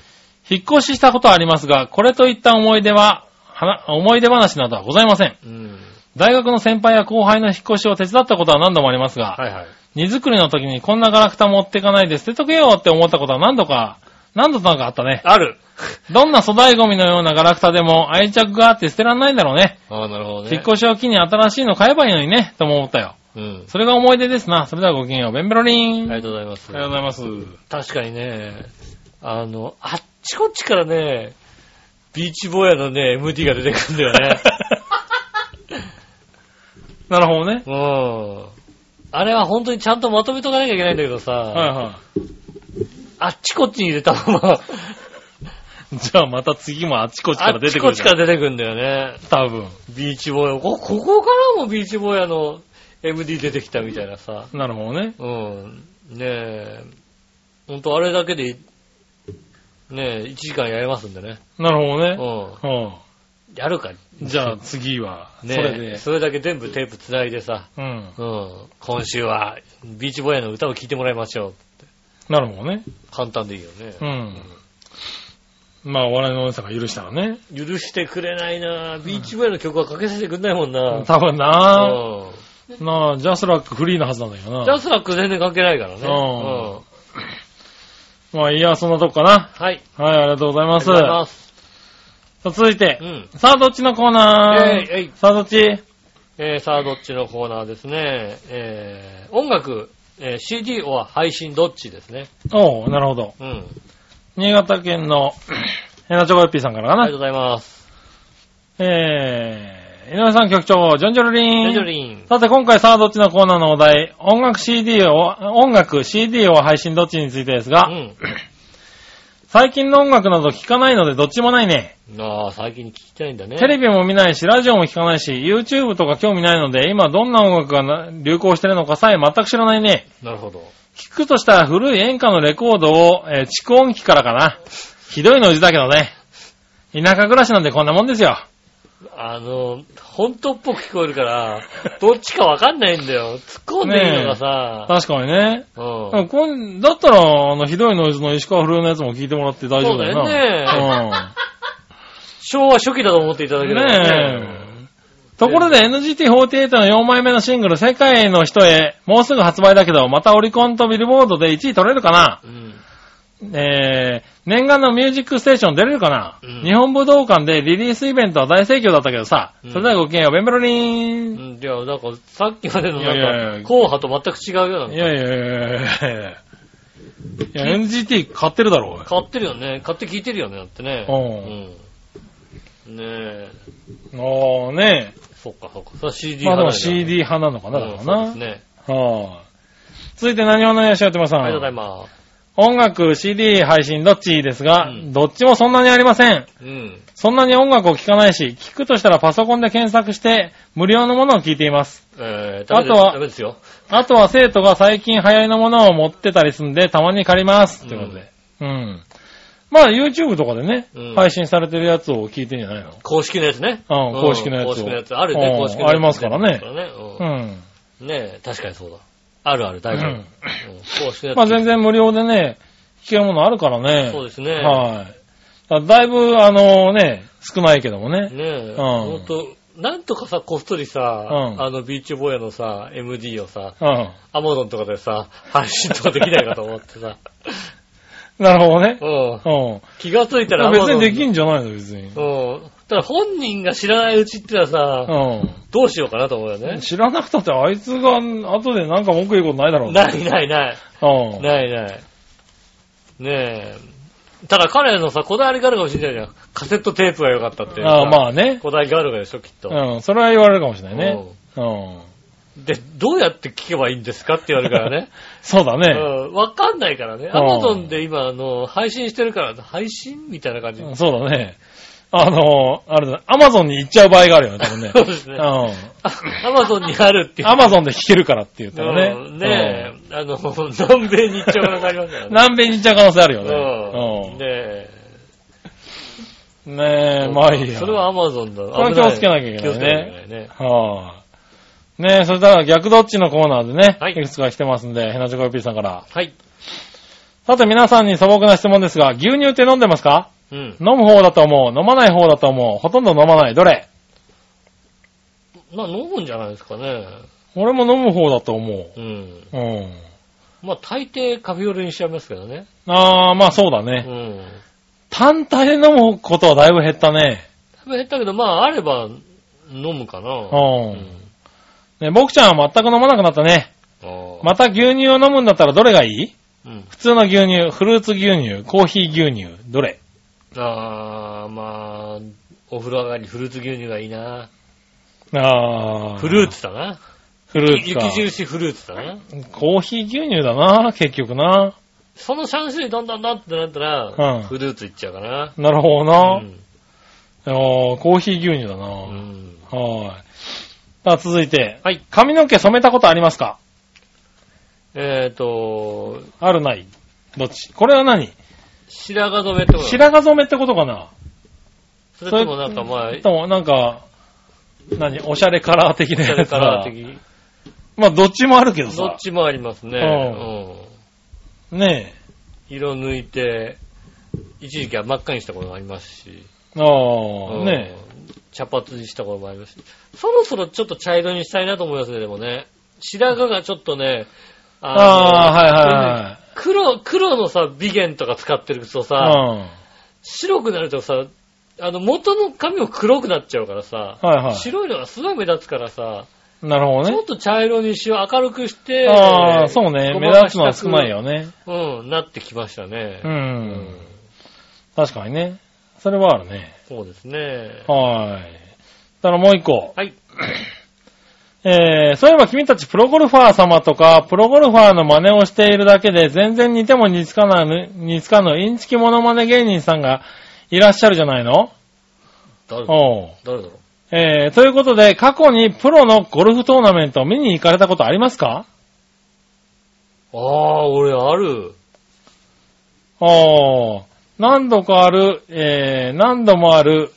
Speaker 3: 引っ越ししたことはありますが、これといった思い出は、はな思い出話などはございません。
Speaker 2: うん。
Speaker 3: 大学の先輩や後輩の引っ越しを手伝ったことは何度もありますが、
Speaker 2: はいはい。
Speaker 3: 荷造りの時にこんなガラクタ持ってかないで捨てとけよって思ったことは何度か、何度となくあったね。
Speaker 2: ある
Speaker 3: どんな粗大ゴミのようなガラクタでも愛着があって捨てらんないんだろうね。
Speaker 2: ああ、なるほどね。
Speaker 3: 引っ越しを機に新しいの買えばいいのにね、とも思ったよ。
Speaker 2: うん。
Speaker 3: それが思い出ですな。それではごきげんよう。ベンベロリ
Speaker 2: あ
Speaker 3: ン。
Speaker 2: り
Speaker 3: あり
Speaker 2: がとうございます。
Speaker 3: がとうございます。
Speaker 2: 確かにね、あの、あっちこっちからね、ビーチ坊やのね、MD が出てくるんだよ ね。
Speaker 3: なるほどね。
Speaker 2: うん。あれは本当にちゃんとまとめとかなきゃいけないんだけどさ、
Speaker 3: はいは
Speaker 2: あっちこっちに入れたまま、
Speaker 3: い。じゃあまた次もあっちこっち か
Speaker 2: あ
Speaker 3: ら
Speaker 2: っ
Speaker 3: 出
Speaker 2: ち
Speaker 3: て
Speaker 2: こ
Speaker 3: く
Speaker 2: っ
Speaker 3: る
Speaker 2: ち
Speaker 3: じゃん。
Speaker 2: から出てくるんだよね。
Speaker 3: 多分。
Speaker 2: ビーチボーイ、こここからもビーチボーイあの MD 出てきたみたいなさ。
Speaker 3: なるほどね。
Speaker 2: うん。ねえ。ほんとあれだけで、ねえ、1時間やれますんでね。
Speaker 3: なるほどね。
Speaker 2: う
Speaker 3: うん
Speaker 2: ん。やるか。
Speaker 3: ん。じゃあ次は、そ
Speaker 2: ねえ。
Speaker 3: れで。
Speaker 2: それだけ全部テープ繋いでさ。
Speaker 3: うん。
Speaker 2: うん。今週は、ビーチボーイの歌を聴いてもらいましょう。
Speaker 3: なるほどね。
Speaker 2: 簡単でいいよね。
Speaker 3: うん。まあ、お笑いのお姉さんが許したらね。
Speaker 2: 許してくれないなビーチボーイの曲はかけさせてくれないもんな、
Speaker 3: 多分な
Speaker 2: うん
Speaker 3: なあ、ジャスラックフリーなはずなんだけど
Speaker 2: ジャ
Speaker 3: な。
Speaker 2: スラック全然関係ないからね。
Speaker 3: う
Speaker 2: うんん。
Speaker 3: まあ、いいや、そんなとこかな。
Speaker 2: はい。
Speaker 3: はい、ありがとうござい
Speaker 2: あ
Speaker 3: ま
Speaker 2: り
Speaker 3: す。
Speaker 2: がとうございます。
Speaker 3: さあ続いて
Speaker 2: う、ん。
Speaker 3: さあ、どっちのコーナー
Speaker 2: えいえい
Speaker 3: さあ、どっち
Speaker 2: えー、さあ、どっちのコーナーですね。えー、音楽、えー CD は配信どっちですね。
Speaker 3: おう、なるほど。
Speaker 2: うん。
Speaker 3: 新潟県の、 ヘナチョコヨッピーさんからか
Speaker 2: あ
Speaker 3: な
Speaker 2: りがとう。ございます。
Speaker 3: えー、井上さん局長、ジョンジョルリン。
Speaker 2: ジョジョリン。
Speaker 3: さて、今回さあ、どっちのコーナーのお題、音楽 CD を、音楽 CD を配信どっちについてですが、
Speaker 2: うん。
Speaker 3: 最近の音楽など聞かないのでどっちもないね。
Speaker 2: ああ、最近聞きたいんだね。
Speaker 3: テレビも見ないし、ラジオも聞かないし、YouTube とか興味ないので、今どんな音楽がな流行してるのかさえ全く知らないね。
Speaker 2: なるほど。
Speaker 3: 聞くとしたら古い演歌のレコードを、えー蓄音機からかな。ひどいノイズだけどね。田舎暮らしなんでこんなもんですよ。
Speaker 2: あの、本当っぽく聞こえるから、 どっちかわかんないんだよ。突っ込んでいいのがさ。
Speaker 3: 確かにね。
Speaker 2: う
Speaker 3: でも
Speaker 2: ん。
Speaker 3: こんだったら、あの、ひどいノイズの石川不良のやつも聞いてもらって大丈夫だよな。
Speaker 2: そうだよ昭和初期だと思っていただ
Speaker 3: う
Speaker 2: け
Speaker 3: ん。
Speaker 2: れば
Speaker 3: ねえ。ところで NGT48 の4枚目のシングル、世界の人へ、もうすぐ発売だけど、またオリコンとビルボードで1位取れるかな
Speaker 2: うん。
Speaker 3: えー、念願のミュージックステーション出れるかな、
Speaker 2: うん
Speaker 3: 日本武道館でリリースイベントは大盛況だったけどさ、
Speaker 2: うん
Speaker 3: それではごきげんよう、ベンベロリ
Speaker 2: う
Speaker 3: ーン。
Speaker 2: ん、いや、なんか、さっきまでのなん
Speaker 3: い
Speaker 2: か、
Speaker 3: やいやいや
Speaker 2: 硬派と全く違うよう
Speaker 3: い
Speaker 2: な。
Speaker 3: やいやいやいやいやいや NGT 買ってるだろ、おい
Speaker 2: 買ってるよね。買って聞いてるよね、だってね。うん。ねえ、
Speaker 3: あーね
Speaker 2: そっかそっか。それは CD
Speaker 3: まあ
Speaker 2: 派だ
Speaker 3: でも
Speaker 2: よね
Speaker 3: CD 派なのかな、だからな。
Speaker 2: うんそうですね。
Speaker 3: はい続いて何話のよしおてまさ
Speaker 2: ありがとうござい
Speaker 3: ん。
Speaker 2: ます。
Speaker 3: 音楽、CD、配信、どっちですが、
Speaker 2: うん
Speaker 3: どっちもそんなにありません。
Speaker 2: うん。
Speaker 3: そんなに音楽を聴かないし、聴くとしたらパソコンで検索して、無料のものを聴いています。
Speaker 2: えー、ダメです
Speaker 3: あとは
Speaker 2: ダメですよ。
Speaker 3: あとは生徒が最近流行りのものを持ってたりするんで、たまに借ります。
Speaker 2: うん
Speaker 3: ってことで。うん。まあ、YouTube とかでね、
Speaker 2: うん
Speaker 3: 配信されてるやつを聴いてんじゃないの
Speaker 2: 公式のやつね。
Speaker 3: うん公式のやつを
Speaker 2: 公式のやつ。あるね
Speaker 3: う、ん
Speaker 2: 公式のやつ
Speaker 3: ありますからね
Speaker 2: うん
Speaker 3: うん。
Speaker 2: ねえ、確かにそうだ。あるある、大丈夫。
Speaker 3: うん
Speaker 2: うん公式のやつ。
Speaker 3: まあ、全然無料でね、聴けるものあるからね。
Speaker 2: そうですね。
Speaker 3: はい。だだいぶ、あのね、少ないけども
Speaker 2: ね
Speaker 3: ね。
Speaker 2: え、
Speaker 3: ん
Speaker 2: ほんと、なんとかさ、こっそりさ、
Speaker 3: うん
Speaker 2: あの、ビーチボーイのさ、MD をさ、
Speaker 3: うん。
Speaker 2: アマゾンとかでさ、配信とかできないかと思って さ、
Speaker 3: なるほどね。
Speaker 2: うん。
Speaker 3: うん。
Speaker 2: 気がついたら
Speaker 3: 別にでき
Speaker 2: ん
Speaker 3: んじゃないの、別
Speaker 2: う
Speaker 3: に。
Speaker 2: ん。ただ本人が知らないうちってのはさ、
Speaker 3: う
Speaker 2: どうしようかなと思うよね
Speaker 3: ん。。知らなくたって、あいつが後でなんか文句言うことないだろうね
Speaker 2: ないないない。
Speaker 3: うん。
Speaker 2: ないない。ねえ。ただ彼のさ、こだわりがあるかもしれないじゃん。カセットテープが良かったっていうさ。
Speaker 3: ああまあね。
Speaker 2: こだわりがあるわでしょ、きっと。
Speaker 3: うん。それは言われるかもしれないね。うん。
Speaker 2: で、どうやって聞けばいいんですかって言われるから ね。
Speaker 3: そうだね。
Speaker 2: うんわかんないからね。
Speaker 3: う
Speaker 2: ア
Speaker 3: ん
Speaker 2: マゾンで今、あの、配信してるから、配信みたいな 感じ。
Speaker 3: そうだね。あの、あれだ、アマゾンに行っちゃう場合があるよね、多分ね。
Speaker 2: そうですね。
Speaker 3: う
Speaker 2: アマゾンにあるってい
Speaker 3: ん。
Speaker 2: う。
Speaker 3: アマゾンで聞けるからって言ったら
Speaker 2: う
Speaker 3: ね。
Speaker 2: んねえ、あの、 南米に行っちゃう可能性ありますから
Speaker 3: うん
Speaker 2: ね。
Speaker 3: 南米に行っちゃう可能性あるよ
Speaker 2: うん。
Speaker 3: ね。
Speaker 2: ね
Speaker 3: うん。ねえ、まあいいや。
Speaker 2: それはアマゾンだ。
Speaker 3: れは
Speaker 2: 危ない
Speaker 3: 気をつけなきゃいけないね
Speaker 2: 気をつけなきゃいけないね。
Speaker 3: はあ。ねえ、それでは逆どっちのコーナーでね、
Speaker 2: はい
Speaker 3: い、くつか来てますんで、ヘナチョコヨッピーさんから。
Speaker 2: はい。
Speaker 3: さて皆さんに素朴な質問ですが、牛乳って飲んでますか
Speaker 2: うん。
Speaker 3: 飲む方だと思う、飲まない方だと思う、ほとんど飲まない、どれ
Speaker 2: まあ、飲むんじゃないですかね。
Speaker 3: 俺も飲む方だと思
Speaker 2: うん。
Speaker 3: う。うん。
Speaker 2: まあ、大抵カフェオレにしちゃいますけどね。
Speaker 3: あー、まあそうだ
Speaker 2: う
Speaker 3: ね。
Speaker 2: ん。
Speaker 3: 単体で飲むことはだいぶ減ったね。
Speaker 2: 食べ減ったけど、まあ、あれば飲むか
Speaker 3: う。。
Speaker 2: な。うん
Speaker 3: ね、僕ちゃんは全く飲まなくなったね。
Speaker 2: あー
Speaker 3: また牛乳を飲むんだったらどれがいい
Speaker 2: うん。
Speaker 3: 普通の牛乳、フルーツ牛乳、コーヒー牛乳、どれ
Speaker 2: あー、まあ、お風呂上がりフルーツ牛乳がいいな。
Speaker 3: あー。
Speaker 2: フルー。ツだな。
Speaker 3: フルーツか
Speaker 2: 雪。印フルーツだな。
Speaker 3: コーヒー牛乳だな、結局な。
Speaker 2: その3種類どんどんどんってなった
Speaker 3: うん
Speaker 2: ら、フルーツいっちゃうかな。
Speaker 3: なるほどな。
Speaker 2: うん
Speaker 3: あーコーヒー牛乳だな。
Speaker 2: うん
Speaker 3: はい。さあ、続いて。
Speaker 2: はい。
Speaker 3: 髪の毛染めたことありますか
Speaker 2: えっと、
Speaker 3: あるないどっちこれは何
Speaker 2: 白髪染めってこと
Speaker 3: 白髪染めってことかな
Speaker 2: それともなんかまあ、
Speaker 3: でもなんか、何おしゃれカラー的な
Speaker 2: そ
Speaker 3: や
Speaker 2: れ
Speaker 3: つ
Speaker 2: か
Speaker 3: だ
Speaker 2: ら的。
Speaker 3: まあ、どっちもあるけど
Speaker 2: どっ
Speaker 3: さ。
Speaker 2: ちもありますね。うん
Speaker 3: ね
Speaker 2: 色抜いて、一時期は真っ赤にしたこともありますし。
Speaker 3: え。ああ、ねえ。
Speaker 2: え。茶髪にしたこともありますし。そろそろちょっと茶色にしたいなと思いますね、でもね。白髪がちょっとね、の
Speaker 3: あ
Speaker 2: 黒、黒のさ、美元とか使ってると
Speaker 3: あ、
Speaker 2: さ、
Speaker 3: はいはい。うん。
Speaker 2: 白くなるとさ、あの、元の髪も黒くなっちゃうからさ、
Speaker 3: はいはい
Speaker 2: 白いのがすごい目立つからさ、
Speaker 3: なるほど
Speaker 2: ちょ
Speaker 3: ね
Speaker 2: っ。と茶色にしよう、明るくして、
Speaker 3: ああ、そうね。
Speaker 2: ご
Speaker 3: 目
Speaker 2: まか
Speaker 3: 立
Speaker 2: し
Speaker 3: つのは
Speaker 2: たく
Speaker 3: 少ないよね。
Speaker 2: うん、なってきましたね。
Speaker 3: う。
Speaker 2: うん
Speaker 3: 確かにね。それはあるね。
Speaker 2: そうですね。
Speaker 3: はい。だからもう一個。
Speaker 2: はい。
Speaker 3: えー、そういえば君たちプロゴルファー様とか、プロゴルファーの真似をしているだけで、全然似ても似つかない、似つかぬインチキモノマネ芸人さんがいらっしゃるじゃないの
Speaker 2: 誰だろう
Speaker 3: おう。
Speaker 2: 誰だろう
Speaker 3: えー、ということで、過去にプロのゴルフトーナメントを見に行かれたことありますか
Speaker 2: ああー、俺ある。
Speaker 3: おー、何度かある、えー、何度もある、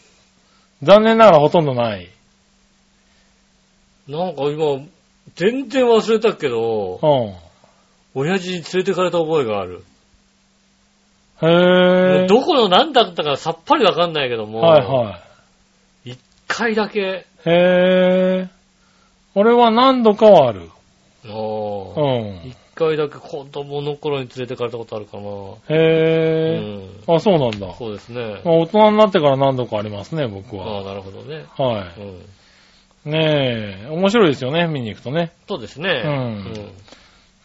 Speaker 3: 残念ながらほとんどない。
Speaker 2: なんか今、全然忘れたけど、
Speaker 3: うん。
Speaker 2: 親父に連れてかれた覚えがある。
Speaker 3: へー。
Speaker 2: どこの何だったかさっぱりわかんないけども、
Speaker 3: はいは
Speaker 2: 一回だけ、
Speaker 3: い。へー。俺は何度かはある。
Speaker 2: あ
Speaker 3: う
Speaker 2: ー
Speaker 3: ん。
Speaker 2: 一回だけ子供の頃に連れてかれたことあるかな。う
Speaker 3: へー。
Speaker 2: ん。
Speaker 3: あ、そうなんだ。
Speaker 2: そうですね。
Speaker 3: まあ、大人になってから何度かありますね、僕
Speaker 2: ああ、
Speaker 3: は。
Speaker 2: なるほどね。
Speaker 3: は
Speaker 2: うん。
Speaker 3: い。ねえ、面白いですよね、見に行くとね。
Speaker 2: そうですね。
Speaker 3: うん
Speaker 2: うん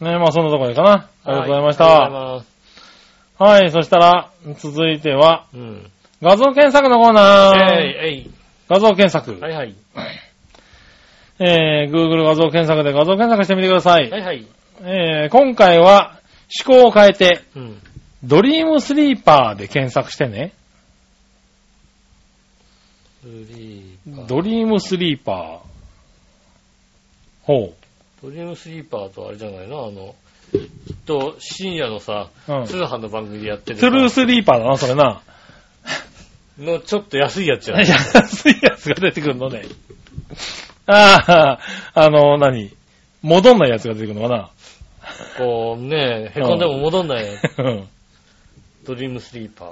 Speaker 3: ねえ、まあそんなところでかな。ありがとうございました。
Speaker 2: はいありがとうございます。
Speaker 3: はい、そしたら、続いては、
Speaker 2: うん。
Speaker 3: 画像検索のコーナー。
Speaker 2: えい、え
Speaker 3: 画像検
Speaker 2: い。
Speaker 3: 索。
Speaker 2: はいはい。
Speaker 3: えー、Google 画像検索で画像検索してみてください。
Speaker 2: はいはい。
Speaker 3: えー、今回は、思考を変えて、
Speaker 2: うん。
Speaker 3: ドリームスリーパーで検索してね。
Speaker 2: スリーパー。
Speaker 3: ドリームスリーパー。ほ
Speaker 2: ドリームスリーパーとあれじゃないのあの、きっと深夜のさ、
Speaker 3: う。うん。
Speaker 2: 通販の番組でやってる
Speaker 3: トゥルースリーパーだな、それな。
Speaker 2: のちょっと安いやつじゃない
Speaker 3: 安いやつが出てくるのね。ああ、あの、何戻んないやつが出てくるのかな。
Speaker 2: こうね、へこんでも戻んない
Speaker 3: うん
Speaker 2: ドリームスリーパー。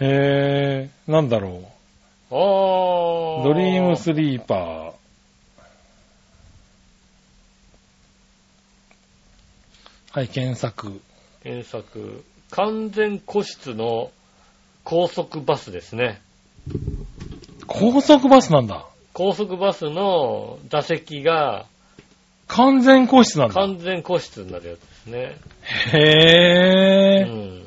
Speaker 3: へえ、なんだろ
Speaker 2: あ
Speaker 3: う。
Speaker 2: ー。
Speaker 3: ドリームスリーパー。はい、検索。
Speaker 2: 検索。完全個室の高速バスですね。
Speaker 3: 高速バスなんだ。
Speaker 2: 高速バスの座席が
Speaker 3: 完全個室なんだ。
Speaker 2: 完全個室になるやつですね。う
Speaker 3: へえ、
Speaker 2: ん。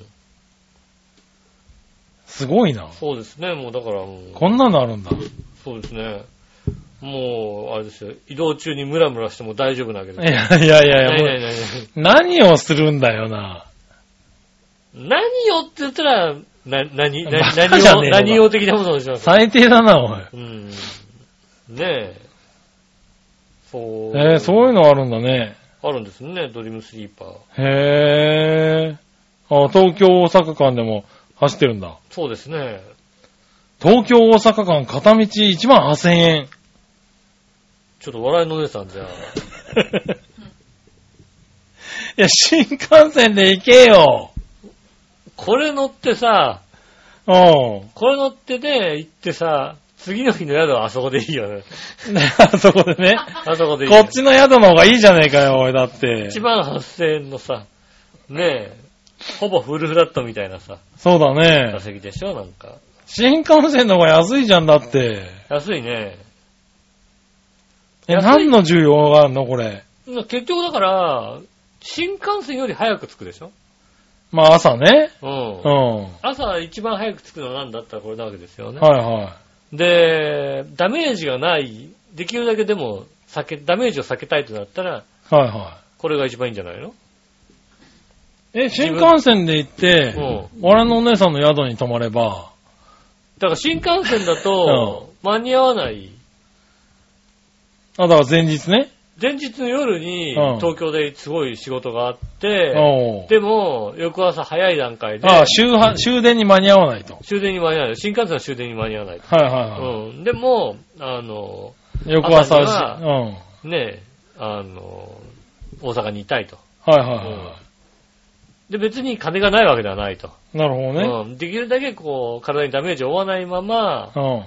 Speaker 3: すごいな。
Speaker 2: そうですね、もうだからもう。
Speaker 3: こんなのあるんだ。
Speaker 2: そうですね。もう、あれですよ。移動中にムラムラしても大丈夫なわけです
Speaker 3: いやいやいや
Speaker 2: ないいな
Speaker 3: や
Speaker 2: い、ないない
Speaker 3: 何をするんだよな。
Speaker 2: 何よって言ったら、な、何、な
Speaker 3: バカ
Speaker 2: 何
Speaker 3: じゃね
Speaker 2: を、
Speaker 3: えのか
Speaker 2: 何を的なものをします。
Speaker 3: 最低だな、おい。
Speaker 2: うん。ねえ。そう。
Speaker 3: えー、そういうのあるんだね。
Speaker 2: あるんですね、ドリームスリーパー。
Speaker 3: へえ。あ、東京大阪間でも走ってるんだ。
Speaker 2: そうですね。
Speaker 3: 東京大阪間片道1万8000円。
Speaker 2: ちょっと笑いのお姉さんじゃあ。
Speaker 3: いや、新幹線で行けよ。
Speaker 2: これ乗ってさ、
Speaker 3: う
Speaker 2: これ乗ってね、行ってさ、次の日の宿はあそこでいいよね。
Speaker 3: ん。あ そこでね。
Speaker 2: あそこでいい、
Speaker 3: こ
Speaker 2: ね。
Speaker 3: っちの宿の方がいいじゃねえかよ、おい、だって。
Speaker 2: 1万8000円のさ、ねえ、ほぼフルフラットみたいなさ、
Speaker 3: そうだ
Speaker 2: 座
Speaker 3: ね。
Speaker 2: 席でしょなんか。
Speaker 3: 新幹線の方が安いじゃんだって。
Speaker 2: 安いね。
Speaker 3: え、
Speaker 2: 安い
Speaker 3: 何の需要があるの、これ。
Speaker 2: 結局だから、新幹線より早く着くでしょ
Speaker 3: まあ、朝ね。
Speaker 2: うん
Speaker 3: うん。。
Speaker 2: 朝一番早く着くのは何だったらこれなわけですよね。
Speaker 3: はいは
Speaker 2: で、ダメージがない、できるだけでも避け、ダメージを避けたいとなったら、
Speaker 3: い。はいは
Speaker 2: これが一番いいんじゃないの
Speaker 3: え、新幹線で行って、
Speaker 2: う
Speaker 3: 俺のお姉さんの宿に泊まれば、
Speaker 2: だから新幹線だと、間に合わない。
Speaker 3: あ、だから前日ね。
Speaker 2: 前日の夜に
Speaker 3: うん、
Speaker 2: 東京ですごい仕事があって、
Speaker 3: おう
Speaker 2: でも、翌朝早い段階で、
Speaker 3: ああ、終は終電に間に合わないと。
Speaker 2: 終電に間に合わない。新幹線の終電に間に合わない。
Speaker 3: はいはいは
Speaker 2: うん。でも、あの、
Speaker 3: い。翌朝、う
Speaker 2: 朝
Speaker 3: ん。
Speaker 2: に
Speaker 3: はい
Speaker 2: ねえ、あの、大阪にいたいと。
Speaker 3: はい
Speaker 2: うん
Speaker 3: は
Speaker 2: で、別に金がないわけではないと。
Speaker 3: い。なるほどね。
Speaker 2: うん。できるだけこう、体にダメージを負わないまま、
Speaker 3: うん。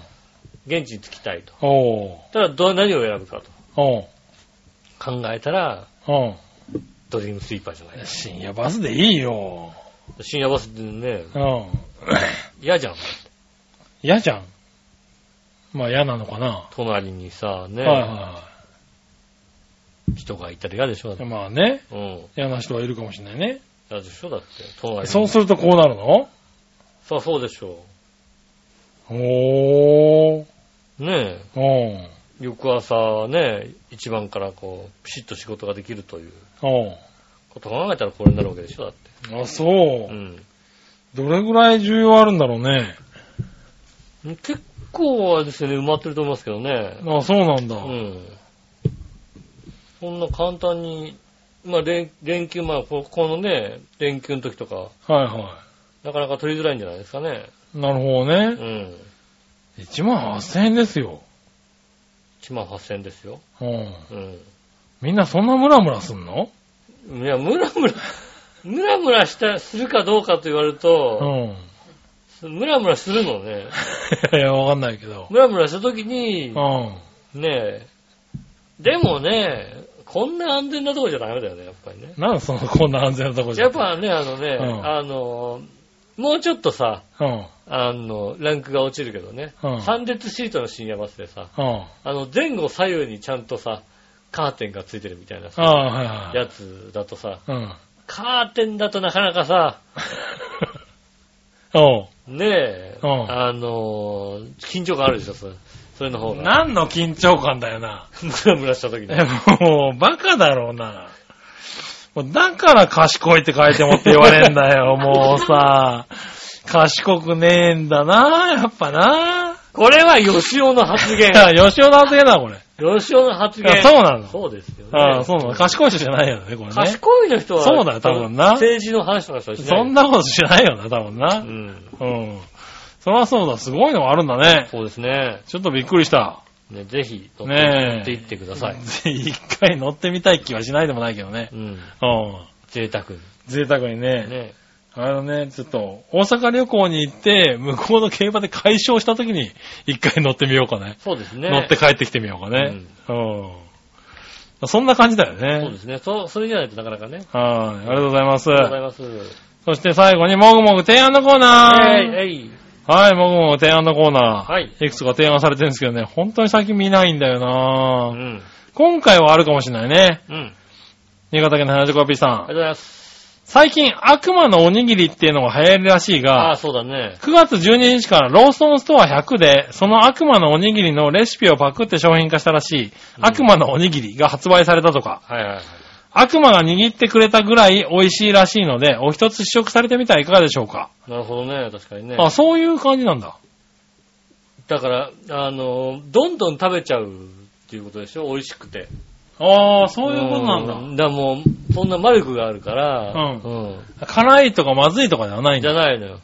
Speaker 2: 現地に着きたいと。
Speaker 3: おう
Speaker 2: ただど、何を選ぶかと
Speaker 3: おう
Speaker 2: 考えたら、
Speaker 3: うん。
Speaker 2: ドリームスリーパーじゃないです
Speaker 3: 深夜バスでいいよ。
Speaker 2: 深夜バスってね、
Speaker 3: うん。
Speaker 2: 嫌じゃん。
Speaker 3: 嫌じゃん。まあ嫌なのかな。
Speaker 2: 隣にさ、ね、
Speaker 3: はいは
Speaker 2: 人がいたら嫌でしょ、だっ
Speaker 3: い。
Speaker 2: て。
Speaker 3: まあね、
Speaker 2: うん。
Speaker 3: 嫌な人はいるかもしれないね。
Speaker 2: 嫌でしょ、だって。隣に。
Speaker 3: そうするとこうなるの
Speaker 2: さあ、そうでしょ
Speaker 3: おー。
Speaker 2: う。ねえ、
Speaker 3: うん。
Speaker 2: 翌朝ね、一番からこう、ピシッと仕事ができるという
Speaker 3: うん。
Speaker 2: ことを考えたらこれになるわけでしょ、だって。
Speaker 3: あ、そうう。
Speaker 2: ん。
Speaker 3: どれぐらい需要あるんだろうね。
Speaker 2: 結構あれですよね、埋まってると思いますけどね。
Speaker 3: あ、そうなんだ。
Speaker 2: うん。そんな簡単に、まあ、連連休、まあ、ここのね、連休の時とか、
Speaker 3: はいは
Speaker 2: なかなか取りづらいんじゃないですかね。
Speaker 3: い。なるほど
Speaker 2: う
Speaker 3: ね。
Speaker 2: ん。
Speaker 3: 1万8000円ですよ。
Speaker 2: 1万8000円ですよ。
Speaker 3: うん。
Speaker 2: う
Speaker 3: みんなそんなムラムラすんの
Speaker 2: ん。いや、ムラムラ、ムラムラした、するかどうかと言われる
Speaker 3: う
Speaker 2: と、
Speaker 3: ん。
Speaker 2: ムラムラするのね。
Speaker 3: いや、わかんないけど。
Speaker 2: ムラムラした時に
Speaker 3: う、ん。
Speaker 2: ねえ、でもね、こんな安全なとこじゃダメだよね、やっぱりね。
Speaker 3: なんでその、こんな安全なとこじゃ。
Speaker 2: やっ、ぱね、あのね、
Speaker 3: うん
Speaker 2: あの、もうちょっとさ、
Speaker 3: うん。
Speaker 2: あの、ランクが落ちるけどね。
Speaker 3: うん
Speaker 2: 三列シートの深夜バスでさ、
Speaker 3: うん。
Speaker 2: あの、前後左右にちゃんとさ、カーテンがついてるみたいな
Speaker 3: あ
Speaker 2: さ、
Speaker 3: あ、はいはい。
Speaker 2: やつだとさ、
Speaker 3: うん。
Speaker 2: カーテンだとなかなかさ、
Speaker 3: お
Speaker 2: ねえ、
Speaker 3: うん
Speaker 2: あのー緊張感あるでしょ、それ。それの方
Speaker 3: う
Speaker 2: が。
Speaker 3: 何の緊張感だよな。
Speaker 2: ムラムラした時に。
Speaker 3: え、もう、バカだろうな。もうだから賢いって書いてもって言われん だよ、もうさ。賢くねえんだな、やっぱな。
Speaker 2: これは吉尾の発言
Speaker 3: い。や、吉尾の発言だ、これ。
Speaker 2: 吉尾の発
Speaker 3: い
Speaker 2: 言。
Speaker 3: やそうなの
Speaker 2: そうですよね。
Speaker 3: ああ、そうなの。賢い人じゃないよね、これね。
Speaker 2: 賢いの人は、
Speaker 3: そうだよ多分な
Speaker 2: 政治の話とかしかしない。
Speaker 3: そんなことしないよな、多分
Speaker 2: う
Speaker 3: な。
Speaker 2: ん。
Speaker 3: うん。そりゃそうだ、すごいのがあるんだね。
Speaker 2: そうですね。
Speaker 3: ちょっとびっくりした。
Speaker 2: ねぜひ、乗って
Speaker 3: ねえ
Speaker 2: 乗っていってください。
Speaker 3: 一回乗ってみたい気はしないでもないけどね
Speaker 2: う。ん。
Speaker 3: うん。
Speaker 2: 贅沢に
Speaker 3: 贅沢にね。
Speaker 2: ね。
Speaker 3: あのね、ちょっと、大阪旅行に行って、向こうの競馬で解消した時に、一回乗ってみようかね。
Speaker 2: そうですね。
Speaker 3: 乗って帰ってきてみようかね。うん。そんな感じだよ
Speaker 2: そうで
Speaker 3: ね。
Speaker 2: すね。そう、それじゃないとなかなかね。
Speaker 3: はい。ありがとうございます
Speaker 2: あ。りがとうございます。
Speaker 3: そして最後に、もぐもぐ提案のコーナー。
Speaker 2: えい、えい。
Speaker 3: はい、もぐもぐ提案のコーナー。
Speaker 2: はい
Speaker 3: いくつか提案されてるんですけどね、本当に最近見ないんだよな
Speaker 2: う
Speaker 3: ぁ
Speaker 2: ん。
Speaker 3: 今回はあるかもしれないね。
Speaker 2: うん。あり
Speaker 3: 新潟県の花子ピーさ
Speaker 2: が
Speaker 3: ん
Speaker 2: とう。ございます。
Speaker 3: 最近、悪魔のおにぎりっていうのが流行りらしい
Speaker 2: ああ、
Speaker 3: が、
Speaker 2: そうだね。
Speaker 3: 9月12日からローソンストア100で、その悪魔のおにぎりのレシピをパクって商品化したらしい、
Speaker 2: うん
Speaker 3: 悪魔のおにぎりが発売されたとか、
Speaker 2: はいはいはい。
Speaker 3: 悪魔が握ってくれたぐらい美味しいらしいので、お一つ試食されてみてはいかがでしょうか。
Speaker 2: なるほどね。確かにね。
Speaker 3: あ、そういう感じなんだ。
Speaker 2: だから、あの、どんどん食べちゃうっていうことでしょ美味しくて。
Speaker 3: ああ、そういうことなんだ。
Speaker 2: んだからもう、そんな魔力があるから、
Speaker 3: うん
Speaker 2: うん。
Speaker 3: 辛いとかまずいとかではないん
Speaker 2: じゃ
Speaker 3: だ。
Speaker 2: ないのよ。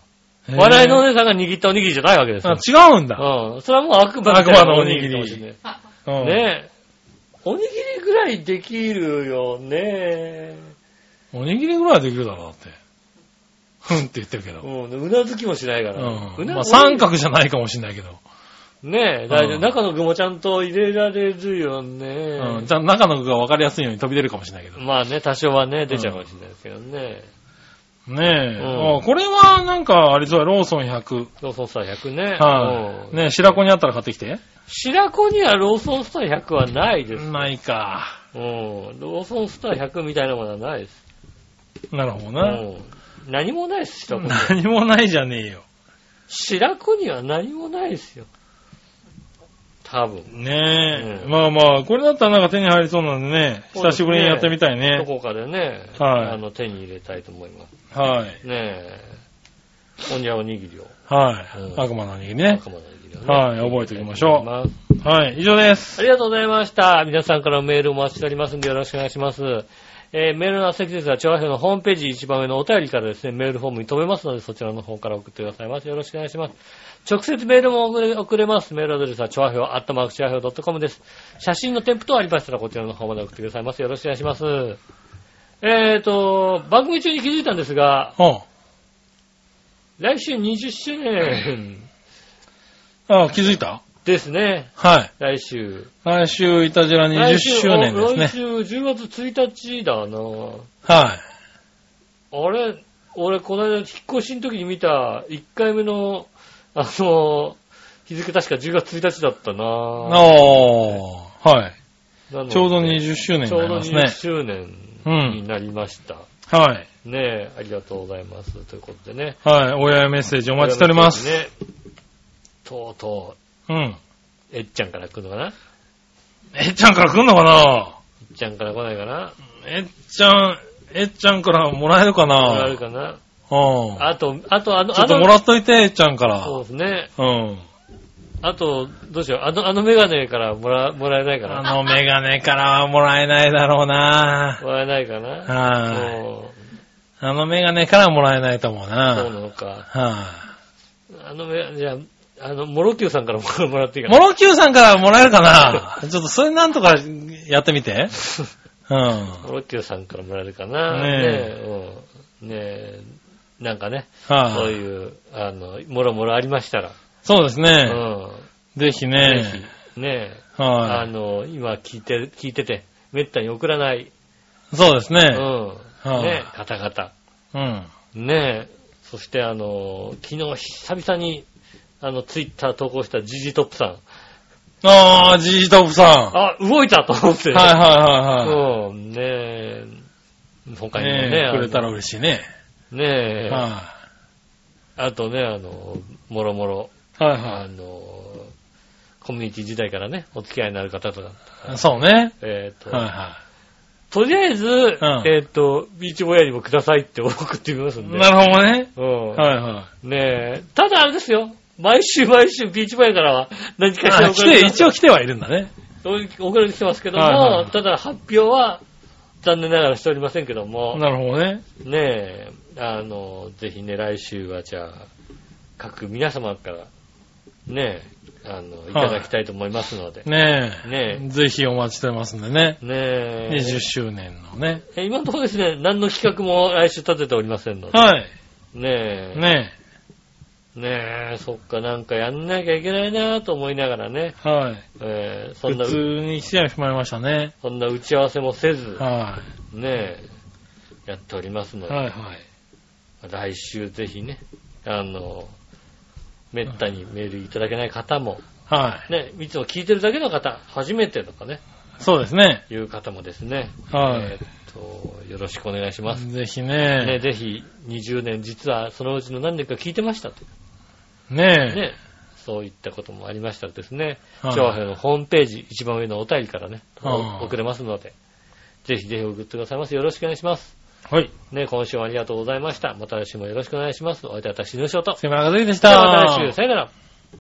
Speaker 3: へー
Speaker 2: 笑いのお姉さんが握ったおにぎりじゃないわけですよ。
Speaker 3: あ違うんだ。
Speaker 2: うん。それはもう悪魔みたいな
Speaker 3: 悪魔のおにぎり
Speaker 2: かもしれない
Speaker 3: うん
Speaker 2: ねえ。おにぎりぐらいできるよね。
Speaker 3: おにぎりぐらいはできるだろう、だって。ふんって言ってるけど。
Speaker 2: うん、うなずきもしないか
Speaker 3: う
Speaker 2: ら。
Speaker 3: ん。
Speaker 2: な
Speaker 3: まあ、三角じゃないかもしれないけど。
Speaker 2: ねえ、大丈
Speaker 3: う
Speaker 2: 夫。
Speaker 3: ん
Speaker 2: 中の具もちゃんと入れられるよ
Speaker 3: うん。
Speaker 2: ね。
Speaker 3: じゃあ中の具が分かりやすいように飛び出るかもしれないけど。
Speaker 2: まあね、多少はね、出ちゃうかもしれないですけどね。
Speaker 3: ねえ。
Speaker 2: うん
Speaker 3: あこれはなんかありそうや。ローソン100。
Speaker 2: ローソンスター100ね。
Speaker 3: はい、
Speaker 2: うん
Speaker 3: ねえ、白子にあったら買ってきて。
Speaker 2: 白子にはローソンスター100はないです。うん。
Speaker 3: ないか。
Speaker 2: ローソンスター100みたいなものはないです。
Speaker 3: なるほど
Speaker 2: う
Speaker 3: な。
Speaker 2: ん。何もないです、白子に。
Speaker 3: 何もないじゃねえよ。
Speaker 2: 白子には何もないですよ。多分。
Speaker 3: ねえ、
Speaker 2: うん
Speaker 3: まあまあ、これだったらなんか手に入りそうなんでね、
Speaker 2: そうで
Speaker 3: 久
Speaker 2: すね
Speaker 3: しぶりにやってみたい
Speaker 2: ど
Speaker 3: ね。
Speaker 2: こかでね、
Speaker 3: はい
Speaker 2: あの、手に入れたいと思います。
Speaker 3: はい。
Speaker 2: ねえ。おにゃおにぎりを。
Speaker 3: はい、
Speaker 2: うん
Speaker 3: 悪魔の握りね。
Speaker 2: 仲間のおにぎりをね
Speaker 3: はい覚えておきましょう
Speaker 2: あ
Speaker 3: はい、以上です。
Speaker 2: りがとうございました。皆さんからメールお待ちしておりますんでよろしくお願いします。えーメールの席ですが、調和表のホームページ一番上のお便りからですね、メールフォームに飛べますので、そちらの方から送ってくださいませ。よろしくお願いします。直接メールも送れ送れます。メールアドレスは、調和表、アットマーク調和表 .com です。写真の添付等ありましたら、こちらの方まで送ってくださいませ。よろしくお願いします。えーと、番組中に気づいたんですが、
Speaker 3: うん。
Speaker 2: 来週20周年
Speaker 3: ああ、気づいた
Speaker 2: ですね。
Speaker 3: はい。
Speaker 2: 来週。
Speaker 3: 来週、いたじら20周年です
Speaker 2: 来
Speaker 3: ね。
Speaker 2: 週、来週10月1日だな
Speaker 3: はい。
Speaker 2: あれ、俺、この間、引っ越しの時に見た、1回目の、あの、日付確か10月1日だったな
Speaker 3: おー。はい。
Speaker 2: なので
Speaker 3: ちょうど20周年
Speaker 2: ち
Speaker 3: に
Speaker 2: ょ
Speaker 3: な
Speaker 2: う
Speaker 3: り
Speaker 2: ど
Speaker 3: ますね
Speaker 2: 20。周年になりました。
Speaker 3: はい。
Speaker 2: ねえ、ありがとうございます。ということでね。
Speaker 3: はい。親へメッセージお待ちしております。
Speaker 2: ね。とうと
Speaker 3: うん。
Speaker 2: う、えっちゃんから来るのかな
Speaker 3: えっちゃんから来んのかな
Speaker 2: えっちゃんから来ないかな
Speaker 3: えっちゃん、えっちゃんからもらえるか
Speaker 2: 来られ
Speaker 3: な
Speaker 2: るかな
Speaker 3: うん。
Speaker 2: あと、あと、あの、
Speaker 3: ちょ
Speaker 2: あ
Speaker 3: っと
Speaker 2: の
Speaker 3: も、らっといて、えっちゃんから。
Speaker 2: そうですね。
Speaker 3: うん。
Speaker 2: あと、どうしよう。あの、あのメガネからもら、もらえないか
Speaker 3: あ
Speaker 2: な
Speaker 3: のメガネからはもらえないだろうな
Speaker 2: もらえないかな
Speaker 3: はい。
Speaker 2: そう
Speaker 3: あのメガネからはもらえないと思う
Speaker 2: そうな
Speaker 3: な
Speaker 2: のか。
Speaker 3: は
Speaker 2: あのメガネ、じゃあ、あの、モロキューさんからも もらっていい
Speaker 3: い。
Speaker 2: かな
Speaker 3: モロキューさんからはもらえるか なちょっとそれなんとかやってみて。うん。
Speaker 2: モロキューさんからもらえるかなね
Speaker 3: ね
Speaker 2: えうんねえなんかね、そう
Speaker 3: はい。
Speaker 2: いう、あの、もろもろありましたら。
Speaker 3: そうです
Speaker 2: う
Speaker 3: ね。
Speaker 2: ん。
Speaker 3: ぜひ
Speaker 2: ぜ
Speaker 3: ね。
Speaker 2: ひ、ねえあ
Speaker 3: は
Speaker 2: の、今聞いて、聞いてて、めったに送らない、
Speaker 3: い。そうです
Speaker 2: う
Speaker 3: ね。
Speaker 2: ん。
Speaker 3: はい
Speaker 2: ねえ方々。
Speaker 3: うん。
Speaker 2: ねえ。そしてあの、昨日久々に、あの、ツイッター投稿したジジトップさん。
Speaker 3: あー、ジートップさん。
Speaker 2: あ、
Speaker 3: は
Speaker 2: 動いたと思って。
Speaker 3: いはいはいは
Speaker 2: うん、ねえ。他
Speaker 3: い。
Speaker 2: にもね。
Speaker 3: ね
Speaker 2: あ
Speaker 3: え
Speaker 2: の
Speaker 3: くれたら嬉しいね。
Speaker 2: ねえ。あ
Speaker 3: は
Speaker 2: とね、あの、もろもろ、
Speaker 3: い。はい
Speaker 2: あ
Speaker 3: は
Speaker 2: の、コミュニティ時代からね、お付き合いになる方とか。
Speaker 3: い。そうね。
Speaker 2: えっ、と、
Speaker 3: はいは
Speaker 2: とりあえず、
Speaker 3: ん
Speaker 2: えっ、と、ビーチボヤにもくださいって送ってみますん
Speaker 3: い。
Speaker 2: で。
Speaker 3: なるほどね。
Speaker 2: うん。
Speaker 3: はいはい。
Speaker 2: ねえ。ただあれですよ。毎週毎週ビーチボヤからは何かしら
Speaker 3: あ、
Speaker 2: 送
Speaker 3: 来
Speaker 2: られ
Speaker 3: て、一応来てはいるんだね。
Speaker 2: 送られてきてますけども、
Speaker 3: はいはいはい
Speaker 2: ただ発表は残念ながらしておりませんけども。
Speaker 3: なるほどね。
Speaker 2: ねえ、あの、ぜひね、来週はじゃあ、各皆様から、ねえ、あの、いただきたいと思いますので。
Speaker 3: ねえ。
Speaker 2: ね
Speaker 3: ぜひお待ちしてますんでね。
Speaker 2: ねえ
Speaker 3: 20周年のね。
Speaker 2: え今のところですね、何の企画も来週立てておりませんので。
Speaker 3: はい。
Speaker 2: ねえ、ね
Speaker 3: ね
Speaker 2: え、そっか、なんかやんなきゃいけないなと思いながらね、
Speaker 3: え。はい。
Speaker 2: えーそんな
Speaker 3: 普、通に来てしまいましたね。
Speaker 2: そんな打ち合わせもせず、
Speaker 3: は
Speaker 2: ねえ、やっております
Speaker 3: い。
Speaker 2: ので、
Speaker 3: はいはい。
Speaker 2: 来週ぜひね、あの、めったにメールいただけない方も、
Speaker 3: は
Speaker 2: ね、いつも聞いてるだけの方、初めてとかね、
Speaker 3: い。そうですね。
Speaker 2: いう方もですね、
Speaker 3: は
Speaker 2: えーっと、よろしくお願いします。
Speaker 3: い。ぜひ
Speaker 2: ね、
Speaker 3: ね。
Speaker 2: ぜひ、20年実はそのうちの何年か聞いてましたと。
Speaker 3: ね
Speaker 2: ね、そういったこともありましたらですね、
Speaker 3: え。
Speaker 2: 調和表のホームページ、一番上のお便りからね、
Speaker 3: はい
Speaker 2: 送れますので、ぜひぜひ送ってくださいませ。よろしくお願いします。
Speaker 3: はい。
Speaker 2: ね、今週はありがとうございました。また来週もよろしくお願いします。お相手は私、ぬしょと。
Speaker 3: 杉村和之でし
Speaker 2: で
Speaker 3: た。
Speaker 2: はまた来週、さよなら。